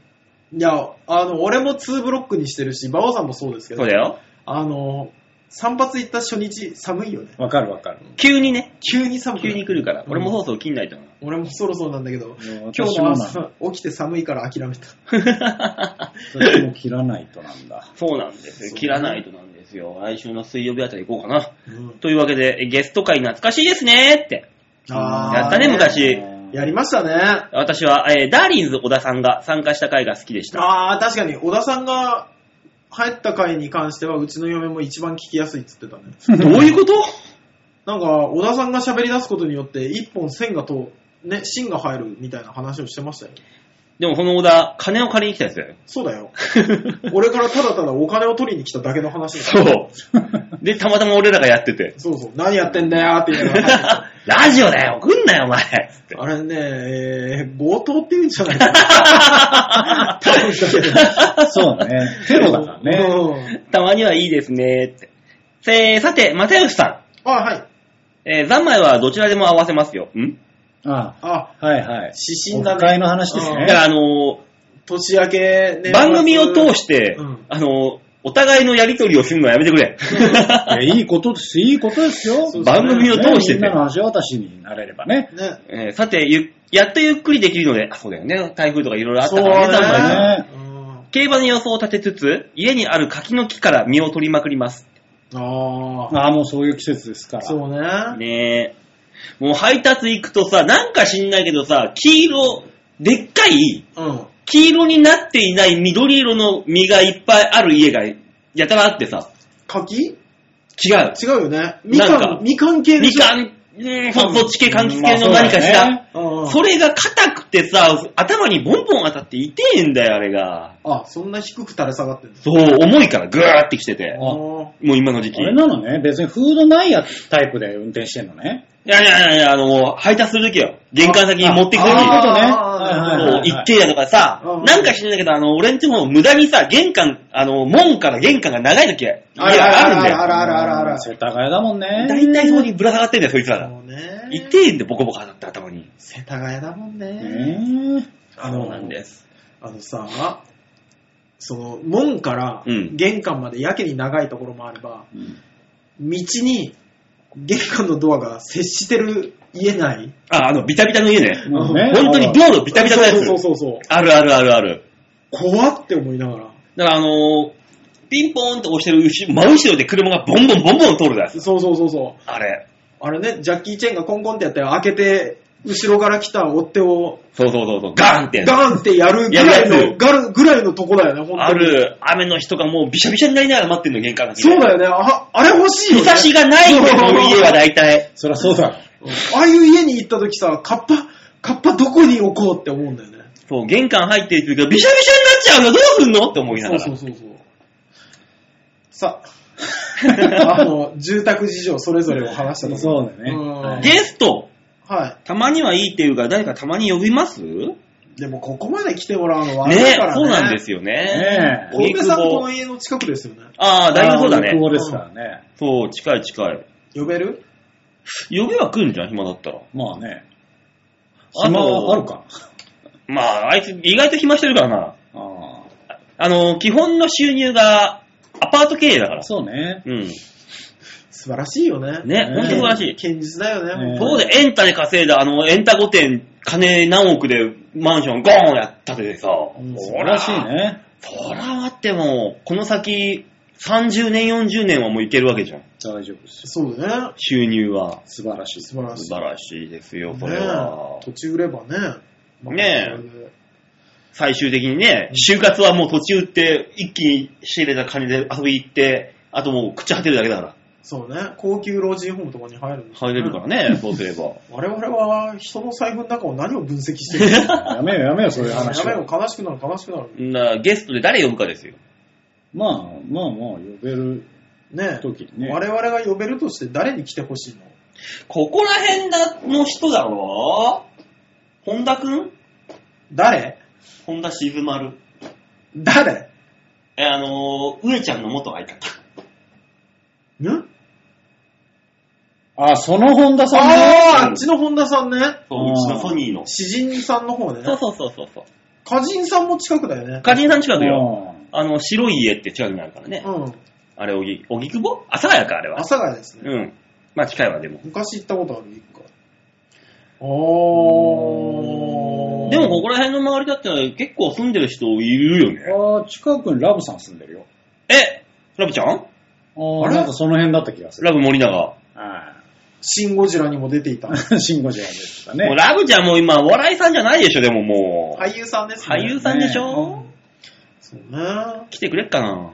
Speaker 3: いや、あの、俺も2ブロックにしてるし、馬王さんもそうですけ
Speaker 2: そ
Speaker 3: ど
Speaker 2: う、だよ。
Speaker 3: あの、散髪行った初日、寒いよね。
Speaker 4: わかるわかる。
Speaker 2: 急にね、
Speaker 3: 急に寒くな
Speaker 2: 急
Speaker 3: る
Speaker 2: に来るから。俺もそうそう切んないとな。
Speaker 3: 俺もそろそろなんだけど、今
Speaker 4: 今
Speaker 3: 日
Speaker 4: 日
Speaker 3: も
Speaker 4: も
Speaker 3: 朝起きて寒いから諦めた。
Speaker 4: 私も切らないとなんだ。
Speaker 2: そうなんですよ。切らないとなんですよ。来週の水曜日あたり行こうかな。
Speaker 3: うん
Speaker 2: というわけで、ゲスト会懐かしいですねって。
Speaker 3: あー
Speaker 2: やったね、昔。
Speaker 3: やりましたね。
Speaker 2: 私は、えーダーリンズ小田さんが参加した回が好きでした。
Speaker 3: ああ、確かに、小田さんが入った回に関しては、うちの嫁も一番聞きやすいっつってたね。
Speaker 2: どういうこと
Speaker 3: なんか、小田さんが喋り出すことによって、一本線が通、ね、芯が入るみたいな話をしてましたよ。
Speaker 2: でもその小田、金を借りに来たやつだよ。
Speaker 3: そうだよ。俺からただただお金を取りに来ただけの話だ
Speaker 2: そ
Speaker 3: よ。
Speaker 2: う。で、たまたま俺らがやってて。
Speaker 3: そうそう。何やってんだよって言いながら 入ってた。
Speaker 2: ラジオだよ、送んなよ、お前つって。
Speaker 3: あれね、えー、強盗って言うんじゃないかな。 多分だけど
Speaker 4: そうね。テロだからね。
Speaker 3: うん
Speaker 2: たまにはいいですね、って。せー、さて、又吉さ
Speaker 3: あ、はい。
Speaker 2: ん。えー、三枚はどちらでも合わせますよ。ん
Speaker 4: あ
Speaker 3: あ、
Speaker 4: はいはい。
Speaker 3: 指針だね
Speaker 4: オフ会の話です
Speaker 3: え
Speaker 2: だ
Speaker 4: ね
Speaker 2: か。ら、あの
Speaker 3: 年明け、
Speaker 2: ー
Speaker 3: 年末
Speaker 2: 番組を通して、
Speaker 3: うん
Speaker 2: あのーお互いのやりとりをするのはやめてく れ。
Speaker 4: いやいいことです。いいことですよ。
Speaker 3: そう
Speaker 2: 番組を通して
Speaker 4: ねみん
Speaker 2: て
Speaker 4: な。の橋渡しになれればね。
Speaker 3: ね。
Speaker 2: えーさて、ゆ、やっとゆっくりできるので、あ、そうだよね。台風とかいろいろあったからね、
Speaker 3: そうだね
Speaker 2: 三枚さん
Speaker 4: ね
Speaker 3: うん
Speaker 2: 競馬の予想を立てつつ、家にある柿の木から実を取りまくります。
Speaker 3: ああ、
Speaker 4: ああ、もうそういう季節ですから。
Speaker 3: そうね。
Speaker 2: ねえ。もう配達行くとさ、なんか知んないけどさ、黄色、でっかい、
Speaker 3: うん。
Speaker 2: 黄色になっていない緑色の実がいっぱいある家がやたらあってさ、
Speaker 3: 柿違
Speaker 2: 違う。
Speaker 3: うよね。み
Speaker 2: な
Speaker 3: か
Speaker 2: んか
Speaker 3: ん、みかん系で
Speaker 2: み
Speaker 3: しょ。
Speaker 2: かん、うん、そそっち系、柑橘系
Speaker 4: う
Speaker 2: の
Speaker 4: んまあ
Speaker 2: 何かし
Speaker 4: そうだ
Speaker 2: た
Speaker 4: ね。
Speaker 3: うん
Speaker 2: それが硬くてさ、頭にボンボン当たって痛えんだよ、あれが。
Speaker 3: あ、そんな低く垂れ下がってるんです
Speaker 2: そう、重いからぐーってきてて。
Speaker 3: あー
Speaker 2: もう今の時期。
Speaker 4: あれなのね。別にフードないやつタイプで運転してんのね。
Speaker 2: いやいやいやいや、あの、配達するときよ。玄関先に持ってくとき。
Speaker 4: ああ
Speaker 3: あー
Speaker 4: そういうことね。はいはい
Speaker 2: もう
Speaker 4: はい
Speaker 2: 一軒家とかさ
Speaker 3: うん、
Speaker 2: なんか知らないけど、あの、俺んちも無駄にさ、玄関、あの、門から玄関が長い時、いや、あるんだ
Speaker 3: あ
Speaker 2: よ。
Speaker 3: らあらあらあら
Speaker 4: 世田谷だもんね。
Speaker 2: 大体そこにぶら下がってんだよ、そいつらが。
Speaker 3: そうね。
Speaker 2: 痛えんで、ボコボコ当たって頭に。
Speaker 3: 世田谷だもんね。
Speaker 4: ね
Speaker 3: あ
Speaker 2: そ
Speaker 3: の
Speaker 2: うなんです。
Speaker 3: あのさ、その、門から
Speaker 2: うん
Speaker 3: 玄関までやけに長いところもあれば、
Speaker 4: え
Speaker 3: 道に玄関のドアが接してる家ない
Speaker 2: あ、あの、ビタビタの家ね。
Speaker 4: もうね
Speaker 2: 本当に道路ビタビタのやつ。
Speaker 3: そうそうそうそう。
Speaker 2: あるあるあるある。
Speaker 3: 怖って思いながら。
Speaker 2: だからあのー、ピンポーンと押してる後真後ろで車がボンボンボンボン通るやつ。
Speaker 3: そうそうそうそう。
Speaker 2: あれ。
Speaker 3: あれね、ジャッキー・チェンがコンコンってやって開けて、後ろから来た追っ手を
Speaker 2: そうそうそうそう。ガーンってやつ。
Speaker 3: ガーンってやるぐらい
Speaker 2: やるや
Speaker 3: の、ガルぐらいのとこだよね、本当に。
Speaker 2: あ。る、雨の日とかもうびしゃびしゃになりながら待ってんの、玄関先
Speaker 3: そうだよね、あ、あれ欲しいよ、
Speaker 2: 日
Speaker 3: ね。
Speaker 2: 差しがないんだよ、
Speaker 3: そう
Speaker 2: この家は大体。
Speaker 4: そりゃそうだろ。
Speaker 3: ああいう家に行った時さ、カッパ、カッパどこに置こうって思うんだよね。
Speaker 2: そう、玄関入っていくとびしゃびしゃになっちゃうの、どうすんのって思いな
Speaker 3: そ
Speaker 2: が
Speaker 3: う
Speaker 2: ら。
Speaker 3: そうそうそう。さ、あ の、住宅事情それぞれを話したとこ
Speaker 4: そうだね。
Speaker 3: うん
Speaker 4: はい
Speaker 2: ゲスト、
Speaker 3: は
Speaker 2: たまにはいいっていうか、誰かたまに呼びますね
Speaker 3: い。でもここまで来てもらうのはあれだからね。
Speaker 2: そうなんです
Speaker 3: よ。
Speaker 2: よ
Speaker 4: ね
Speaker 2: ね。
Speaker 4: え
Speaker 3: 小梅さん
Speaker 2: 荻
Speaker 3: こ
Speaker 2: 窪
Speaker 3: の家の近くですよね。
Speaker 2: ああ、だいぶそうだね
Speaker 4: 大久。保ですからね。
Speaker 2: そう、近い近い。
Speaker 3: 呼べる
Speaker 2: 呼べば来るんじゃん、暇だったら。
Speaker 4: まあね。
Speaker 2: あ
Speaker 4: 暇
Speaker 2: と
Speaker 4: はあるか。
Speaker 2: まあ、あいつ意外と暇してるからな。
Speaker 4: あ
Speaker 2: あの、基本の収入がアパート経営だから
Speaker 4: あ。。そうね。
Speaker 2: うん。ね、
Speaker 3: 素晴らしいよね。
Speaker 4: ね
Speaker 2: ほんと素晴らしい。
Speaker 3: 堅実だよね、
Speaker 4: ね
Speaker 2: そうで、エンタで稼いだ、あの、エンタ御殿、金何億でマンションゴーンやったてでさ、
Speaker 3: うん
Speaker 2: そ
Speaker 4: 素晴らしい。ね。
Speaker 2: そらあっても、この先、30年、40年はもういけるわけじゃん。
Speaker 4: 大丈夫です。
Speaker 3: そうだね。
Speaker 2: 収入は。
Speaker 4: 素晴らしい。
Speaker 3: 素晴らし
Speaker 2: 素
Speaker 3: い。
Speaker 2: 晴らしいですよ、それ
Speaker 3: ね
Speaker 2: は
Speaker 3: え。土地売ればね。
Speaker 2: ね
Speaker 3: え。
Speaker 2: 最終的にね、就活はもう土地売って、一気に仕入れた金で遊び行って、あともう朽ち果てるだけだから。
Speaker 3: そうね。高級老人ホームとかに入るんです
Speaker 2: 入れるからね、そうすれば。
Speaker 3: 我々は人の財布の中を何を分析してるの
Speaker 4: やめよやめよ、そういう
Speaker 3: や
Speaker 4: 話
Speaker 3: めろ
Speaker 4: は。
Speaker 3: 悲しくなる、悲しくなる。
Speaker 2: なゲストで誰呼ぶかですよ。
Speaker 4: まあまあまあ、呼べる
Speaker 3: ね
Speaker 4: 時にね。
Speaker 3: 我々が呼べるとして誰に来てほしいの
Speaker 2: ここら辺だの人だろ本田くん
Speaker 3: 誰
Speaker 2: 本田静丸。
Speaker 3: 誰
Speaker 2: え、あのー、上ちゃんの元相方。
Speaker 3: ん
Speaker 4: あ、その本田
Speaker 3: あ
Speaker 4: さんね。
Speaker 3: あー、あっちの本田さんね。
Speaker 2: そう、うちのソニーの。
Speaker 3: 詩人さんの方ね。
Speaker 2: そうそうそうそうそう。
Speaker 3: 歌人さんも近くだよね。
Speaker 2: 歌人さん近くよ。
Speaker 4: う
Speaker 2: あの、白い家って近くにあるからね。
Speaker 3: うん。
Speaker 2: あれ、おぎ、おぎくぼ阿佐ヶ谷か、あれは
Speaker 3: 阿。佐ヶ谷ですね。
Speaker 2: うん。まあ近いわ、でも。
Speaker 3: 昔行ったことある、一回。おー。
Speaker 2: でも、ここら辺の周りだったら結構住んでる人いるよね。
Speaker 4: んあー、近くにラブさん住んでるよ。
Speaker 2: えラブちゃん
Speaker 4: あ
Speaker 3: あれ
Speaker 4: れなんかその辺だった気がする。
Speaker 2: ラブ森永。
Speaker 4: は
Speaker 3: シン・ゴジラにも出ていた。
Speaker 4: い。 シンゴジラでした
Speaker 2: もう
Speaker 4: ね。
Speaker 2: ラブちゃんもう今、お笑いさんじゃないでしょ、でももう。
Speaker 3: 俳優さんですね。
Speaker 2: 俳優さんでしょ、
Speaker 3: そうね。
Speaker 2: 来てくれっか な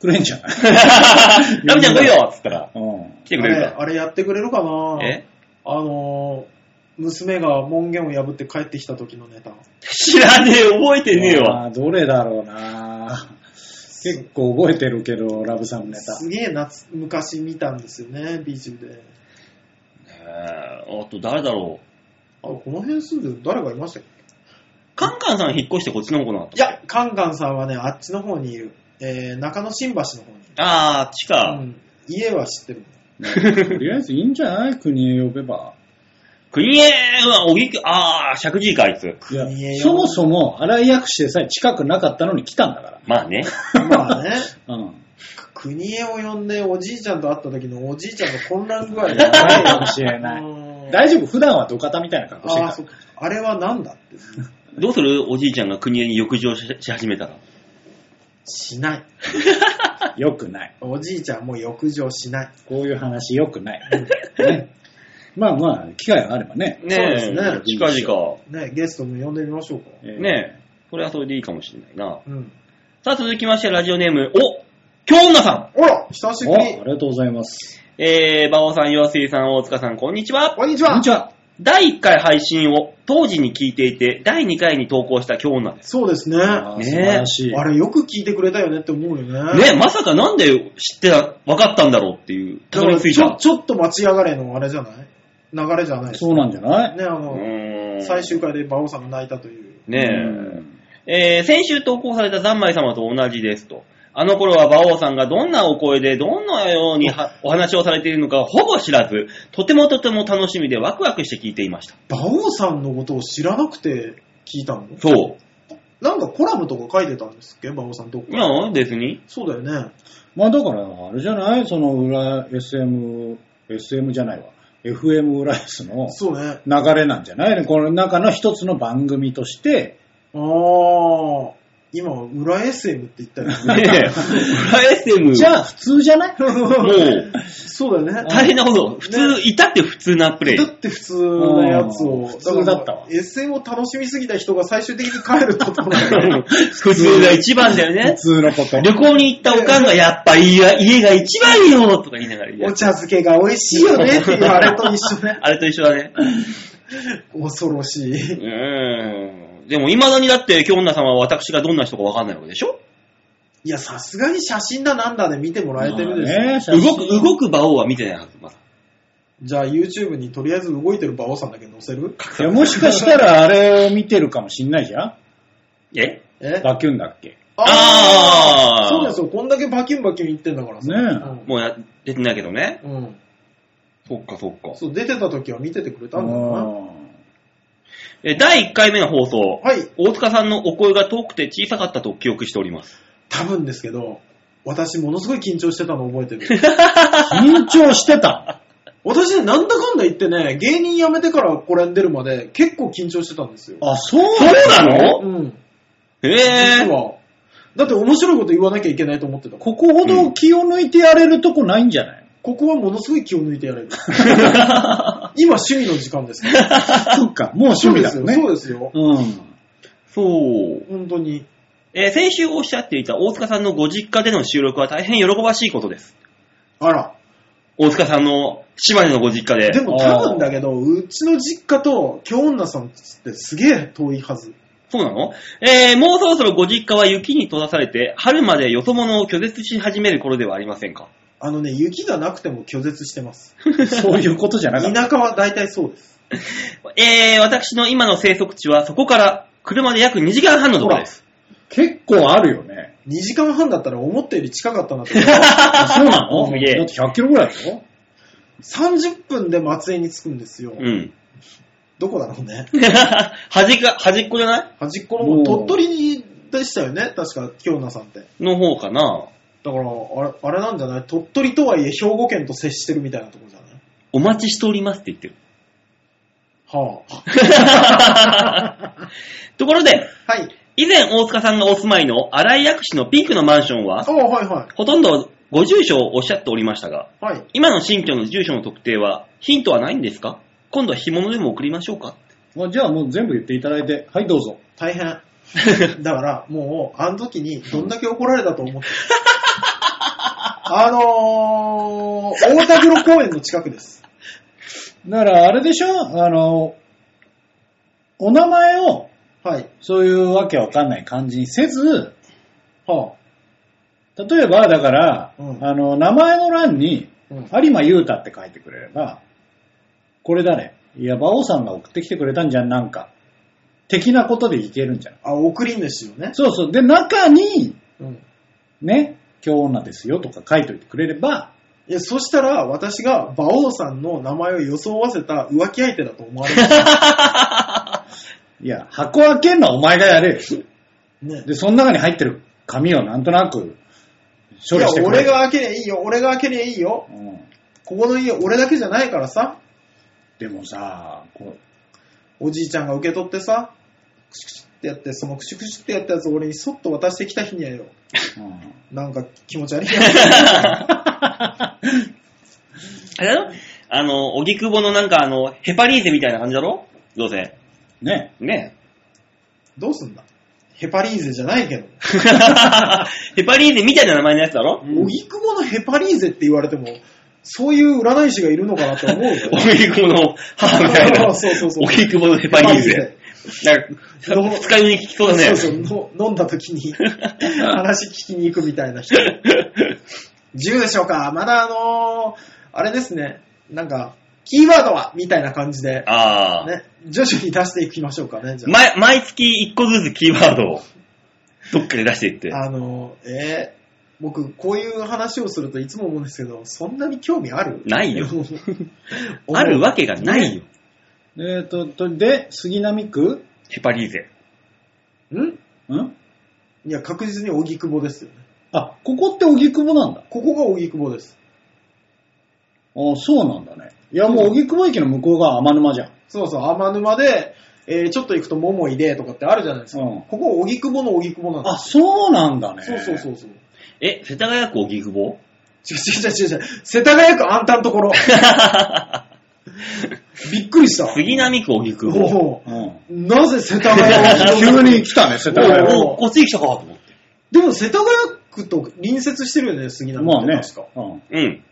Speaker 4: くれんじ ゃない
Speaker 2: ラブちゃん来いよっつったら、
Speaker 4: うん。
Speaker 2: 来て
Speaker 3: あ
Speaker 2: くれ
Speaker 3: れ、
Speaker 2: るか。
Speaker 3: あれやってくれるかな
Speaker 2: え
Speaker 3: あのー、娘が門限を破って帰ってきた時のネタ。
Speaker 2: 知らねえ、覚えてねえわ。
Speaker 4: あーどれだろうな結構覚えてるけど、ラブさんのネタ。
Speaker 3: すげえ夏、昔見たんですよね、ビーチ部で。
Speaker 2: えーあと誰だろう。
Speaker 3: あ、この辺住んでる誰がいましたっけ
Speaker 2: カンカンさん引っ越してこっちの方かな。
Speaker 3: いや、カンカンさんはね、あっちの方にいる。えー、中野新橋の方にいる。
Speaker 2: あー、あっち
Speaker 3: う
Speaker 2: か。
Speaker 3: ん。家は知ってる。
Speaker 4: とりあえずいいんじゃない国へ呼べば。
Speaker 2: クリエーは、おぎく、あー、石神井か、あいつ。
Speaker 4: いや
Speaker 3: 国へ、呼
Speaker 4: そ
Speaker 3: ぶ
Speaker 4: もそも、荒井薬師でさえ近くなかったのに来たんだか
Speaker 2: まあね。
Speaker 3: まあ ね、
Speaker 4: ら。うん。
Speaker 3: 国へを呼んでおじいちゃんと会った時のおじいちゃんの混乱具合 が
Speaker 4: ないかもしれ
Speaker 3: な
Speaker 4: ないい。
Speaker 3: うん
Speaker 4: 大丈夫普段は土方みたいな格好してる
Speaker 3: あー
Speaker 4: か
Speaker 3: そっかあれはなんだって。
Speaker 2: どうするおじいちゃんが国へに浴場しし始めたら。
Speaker 3: しない。
Speaker 4: ら。よくない。
Speaker 3: おじいちゃんも浴場しない。
Speaker 4: こういう話よくない。ねまあまあ、機会があればね。
Speaker 2: ね
Speaker 3: そうですね
Speaker 2: 近々。
Speaker 3: ね、ゲストも呼んでみましょうか。
Speaker 4: えー
Speaker 2: ねえ。それはそれでいいかもしれないな。
Speaker 3: うん。
Speaker 2: さあ、続きまして、ラジオネーム、お京女さ
Speaker 3: ほら、久しぶ
Speaker 4: お、あ
Speaker 3: り
Speaker 4: り。がとうございま
Speaker 2: ん
Speaker 4: す。
Speaker 2: えー、馬王さん、陽水さん、大塚さん、こんにちは
Speaker 3: こんにち
Speaker 4: こん
Speaker 3: は
Speaker 4: に。ちは。
Speaker 2: 第1回配信を当時に聞いていて、第2回に投稿した京女です。
Speaker 3: そうですね。
Speaker 4: あ
Speaker 3: あ
Speaker 4: ー素晴らしい。
Speaker 3: れ、よく聞いてくれたよねって思うよね。
Speaker 2: ねえまさかなんで知ってた、分かったんだろうっていう、た
Speaker 3: だ
Speaker 2: どり
Speaker 3: から
Speaker 2: 着い
Speaker 3: ち
Speaker 2: た
Speaker 3: ょ。ちょっと待ち上がれのあれじゃない流れじゃないですか
Speaker 4: そうなんじゃない
Speaker 3: ね、あ
Speaker 2: う
Speaker 3: の、
Speaker 2: ーん
Speaker 3: 最終回で馬王さんが泣いたという。
Speaker 2: ね
Speaker 4: うん
Speaker 2: え。えー、先週投稿された三枚様と同じですと。あの頃は馬王さんがどんなお声で、どんなようにはお話をされているのかほぼ知らず、とてもとても楽しみでワクワクして聞いていました。
Speaker 3: 馬王さんのことを知らなくて聞いたの
Speaker 2: そう。
Speaker 3: なんかコラムとか書いてたんですっけ馬王さんどっ
Speaker 2: い
Speaker 3: か。
Speaker 2: や、別 に。
Speaker 3: そうだよね。
Speaker 4: まあだから、あれじゃないその裏 SM、SM じゃないわ。FM 裏 S の
Speaker 3: そうね。
Speaker 4: 流れなんじゃないこの中の一つの番組として、
Speaker 3: あー。今、裏 SM って言ったよ ね。
Speaker 2: ねえ、フラエセム。
Speaker 4: じゃあ普通じゃない
Speaker 2: もう、
Speaker 3: そうだよね。
Speaker 2: 大変なほど、普通、いたって普通なプレイ
Speaker 3: だ。って普通のやつを、
Speaker 4: うん普通だったわ
Speaker 3: から SM を楽しみすぎた人が最終的に帰ることだ よね
Speaker 2: 普通が一番だよ
Speaker 4: 普
Speaker 2: ね。
Speaker 4: 通のこと。
Speaker 2: 旅行に行ったおかんがやっぱ家が家が一番よとか言いながら言
Speaker 3: お
Speaker 2: う。
Speaker 3: 茶漬けが美味しいよねっていうあれと一緒ね。
Speaker 2: あれと一緒だね。
Speaker 3: 恐ろし
Speaker 2: う
Speaker 3: い。
Speaker 2: ーん。でも未だにだって、京女様は私がどんな人かわかんないわけでしょ
Speaker 3: いや、さすがに写真だなんだで見てもらえてるでしょ。
Speaker 4: ね
Speaker 2: 動く、動く馬王は見てないはず。まだ
Speaker 3: じゃあ YouTube にとりあえず動いてる馬王さんだけ載せる
Speaker 4: いやもしかしたらあれを見てるかもしんないじゃん
Speaker 2: え
Speaker 3: え
Speaker 4: バキュンだっけ
Speaker 2: あー
Speaker 3: そうですよ。こんだけバキュンバキュン言ってんだからさ。
Speaker 4: ね
Speaker 2: もうや、出てないけどね。
Speaker 3: うん。うん。
Speaker 2: そっかそっか。
Speaker 3: そう、出てた時は見ててくれたんだろうな。
Speaker 4: う
Speaker 2: え、第1回目の放送。
Speaker 3: はい。
Speaker 2: 大塚さんのお声が遠くて小さかったと記憶しております。
Speaker 3: 多分ですけど、私ものすごい緊張してたの覚えてる。
Speaker 4: ん緊張してた。
Speaker 3: 私ね、なんだかんだ言ってね、芸人辞めてからこれに出るまで結構緊張してたんですよ。
Speaker 4: あ、そう
Speaker 2: そうな
Speaker 3: う
Speaker 2: の
Speaker 3: ん。
Speaker 2: へぇ
Speaker 3: 実は。だって面白いこと言わなきゃいけないと思ってた。こ
Speaker 4: ここほど気を抜いてやれるとこないんじゃない、
Speaker 3: ここはものすごい気を抜いてやれ る。今趣味の時間ですから。
Speaker 4: そっか、もう 趣味だ
Speaker 3: そ
Speaker 4: も
Speaker 3: うんで
Speaker 4: ね。
Speaker 3: すよ。そうですよ。
Speaker 4: うん。
Speaker 2: そう。
Speaker 3: 本当に。
Speaker 2: えー先週おっしゃっていた大塚さんのご実家での収録は大変喜ばしいことです。
Speaker 3: あら。
Speaker 2: 大塚さんの島根のご実家で。
Speaker 3: でも多分だけど、うちの実家と京女さんってすげえ遠いはず。
Speaker 2: そうなのえー、もうそろそろご実家は雪に閉ざされて、春までよそ者を拒絶し始める頃ではありませんか。
Speaker 3: あのね、雪がなくても拒絶してます。
Speaker 4: そういうことじゃなかった。
Speaker 3: 田舎は大体そうです。
Speaker 2: えー、私の今の生息地はそこから車で約2時間半のところです。
Speaker 4: 結構あるよね。
Speaker 3: 2時間半だったら思ったより近かったなって。
Speaker 4: あそうなの
Speaker 2: す
Speaker 4: だっ
Speaker 2: げえ
Speaker 4: て100キロぐらいだよ。
Speaker 3: 30分で松江に着くんですよ。
Speaker 2: うん。
Speaker 3: どこだろうね。
Speaker 2: 端が、端っこじゃない
Speaker 3: 端っこ
Speaker 4: も
Speaker 3: の
Speaker 4: う
Speaker 3: 鳥取でしたよね。確か、京奈さんって。
Speaker 2: の方かな。
Speaker 3: だから、あれ、あれなんじゃない鳥取とはいえ兵庫県と接してるみたいなところじゃない
Speaker 2: お待ちしておりますって言ってる。
Speaker 3: はぁ、
Speaker 2: ところで、
Speaker 3: はい。
Speaker 2: 以前大塚さんがお住まいの荒井薬師のピンクのマンションは
Speaker 3: あ、はいは
Speaker 2: ほとんどご住所をおっしゃっておりましたが、
Speaker 3: い。はい。
Speaker 2: 今の新居の住所の特定はヒントはないんですか今度は干物でも送りましょうか
Speaker 4: まあじゃあもう全部言っていただいて、はい、どうぞ。
Speaker 3: 大変。だから、もう、あの時にどんだけ怒られたと思って。あのー、大田黒公園の近くです。
Speaker 4: だから、あれでしょあの、お名前を、
Speaker 3: はい。
Speaker 4: そういうわけわかんない感じにせず、
Speaker 3: は
Speaker 4: 例えば、だから、
Speaker 3: うん
Speaker 4: あの、名前の欄に、
Speaker 3: ぁ、うん。
Speaker 4: 有馬優太って書いてくれれば、これ誰いや、馬王さんが送ってきてくれたんじゃん、なんか。的なことでいけるんじゃない
Speaker 3: あ、送り主よね。
Speaker 4: そうそう。で、中に、
Speaker 3: うん。
Speaker 4: ね、今日女ですよとか書いといてくれれば、
Speaker 3: いや、そしたら、私が馬王さんの名前を装わせた浮気相手だと思われる。
Speaker 4: いや、箱開けんのはお前がやれよ。
Speaker 3: ね。
Speaker 4: で、その中に入ってる紙をなんとなく
Speaker 3: い
Speaker 4: 処理
Speaker 3: や
Speaker 4: して、くれ。
Speaker 3: 俺が開けりゃいいよ。俺が開けりゃいいよ。
Speaker 4: うん。
Speaker 3: ここの家、俺だけじゃないからさ。
Speaker 4: でもさ、こ
Speaker 3: おじいちゃんが受け取ってさ、クシュクシュってやって、そのクシュクシュってやったやつを俺にそっと渡してきた日にはよ、
Speaker 4: う、うん
Speaker 3: なんか気持ち悪いな。
Speaker 2: あれだろあの、荻窪のなんかあの、ヘパリーゼみたいな感じだろどうせ。
Speaker 4: ね。
Speaker 2: ね
Speaker 3: どうすんだヘパリーゼじゃないけど。
Speaker 2: ヘパリーゼみたいな名前のやつだろ。
Speaker 3: 荻窪のヘパリーゼって言われても、そういう占い師がいるのかなって思うよ
Speaker 2: 荻窪の母みたいな。
Speaker 3: そうそうそう
Speaker 2: 荻窪の ヘパリーゼ。なんか、使いに聞きそうだね。
Speaker 3: そうそうの飲んだ時に 話聞きに行くみたいな人。自由でしょうかまだあのーあれですね、なんか、キーワードはみたいな感じで、
Speaker 2: ああ、
Speaker 3: ね、徐々に出していきましょうかね、じゃあ。
Speaker 2: 毎毎月1個ずつキーワードをどっかで出していって。
Speaker 3: あの、えー僕、こういう話をするといつも思うんですけど、そんなに興味ある
Speaker 2: ない よ。
Speaker 3: 思う
Speaker 2: あるわけがないよ。
Speaker 4: えっ、と、と、で、杉並区
Speaker 2: ヘパリーゼ。
Speaker 3: ん
Speaker 4: ん
Speaker 3: いや、確実に荻窪ですよね。
Speaker 4: あ、ここって荻窪なんだ。
Speaker 3: ここが荻窪です。
Speaker 4: あそうなんだね。いや、もう荻窪駅の向こうが天沼じゃん。
Speaker 3: そうそう、天沼で、えーちょっと行くと桃井でとかってあるじゃないですか。
Speaker 4: うん
Speaker 3: ここ荻窪の荻窪なん
Speaker 4: あ、
Speaker 3: で
Speaker 4: そうなんだね。
Speaker 3: す。そうそうそうそう。
Speaker 2: え、世田谷区荻窪
Speaker 3: 違う違う違う違う。世田谷区あんたんとこ ろ。びっくりした。
Speaker 2: 杉並区荻窪。
Speaker 3: おう
Speaker 4: うん。
Speaker 3: なぜ世田谷は荻
Speaker 4: 急
Speaker 3: 窪
Speaker 4: に来 たね、世田谷
Speaker 3: おう
Speaker 4: 区。
Speaker 2: おこっちに来たかと思って。
Speaker 3: でも世田谷区と隣接してるよね、杉並
Speaker 4: ま
Speaker 3: 区
Speaker 4: あ
Speaker 3: って
Speaker 4: ね
Speaker 3: 確か。。
Speaker 4: うん
Speaker 2: うん。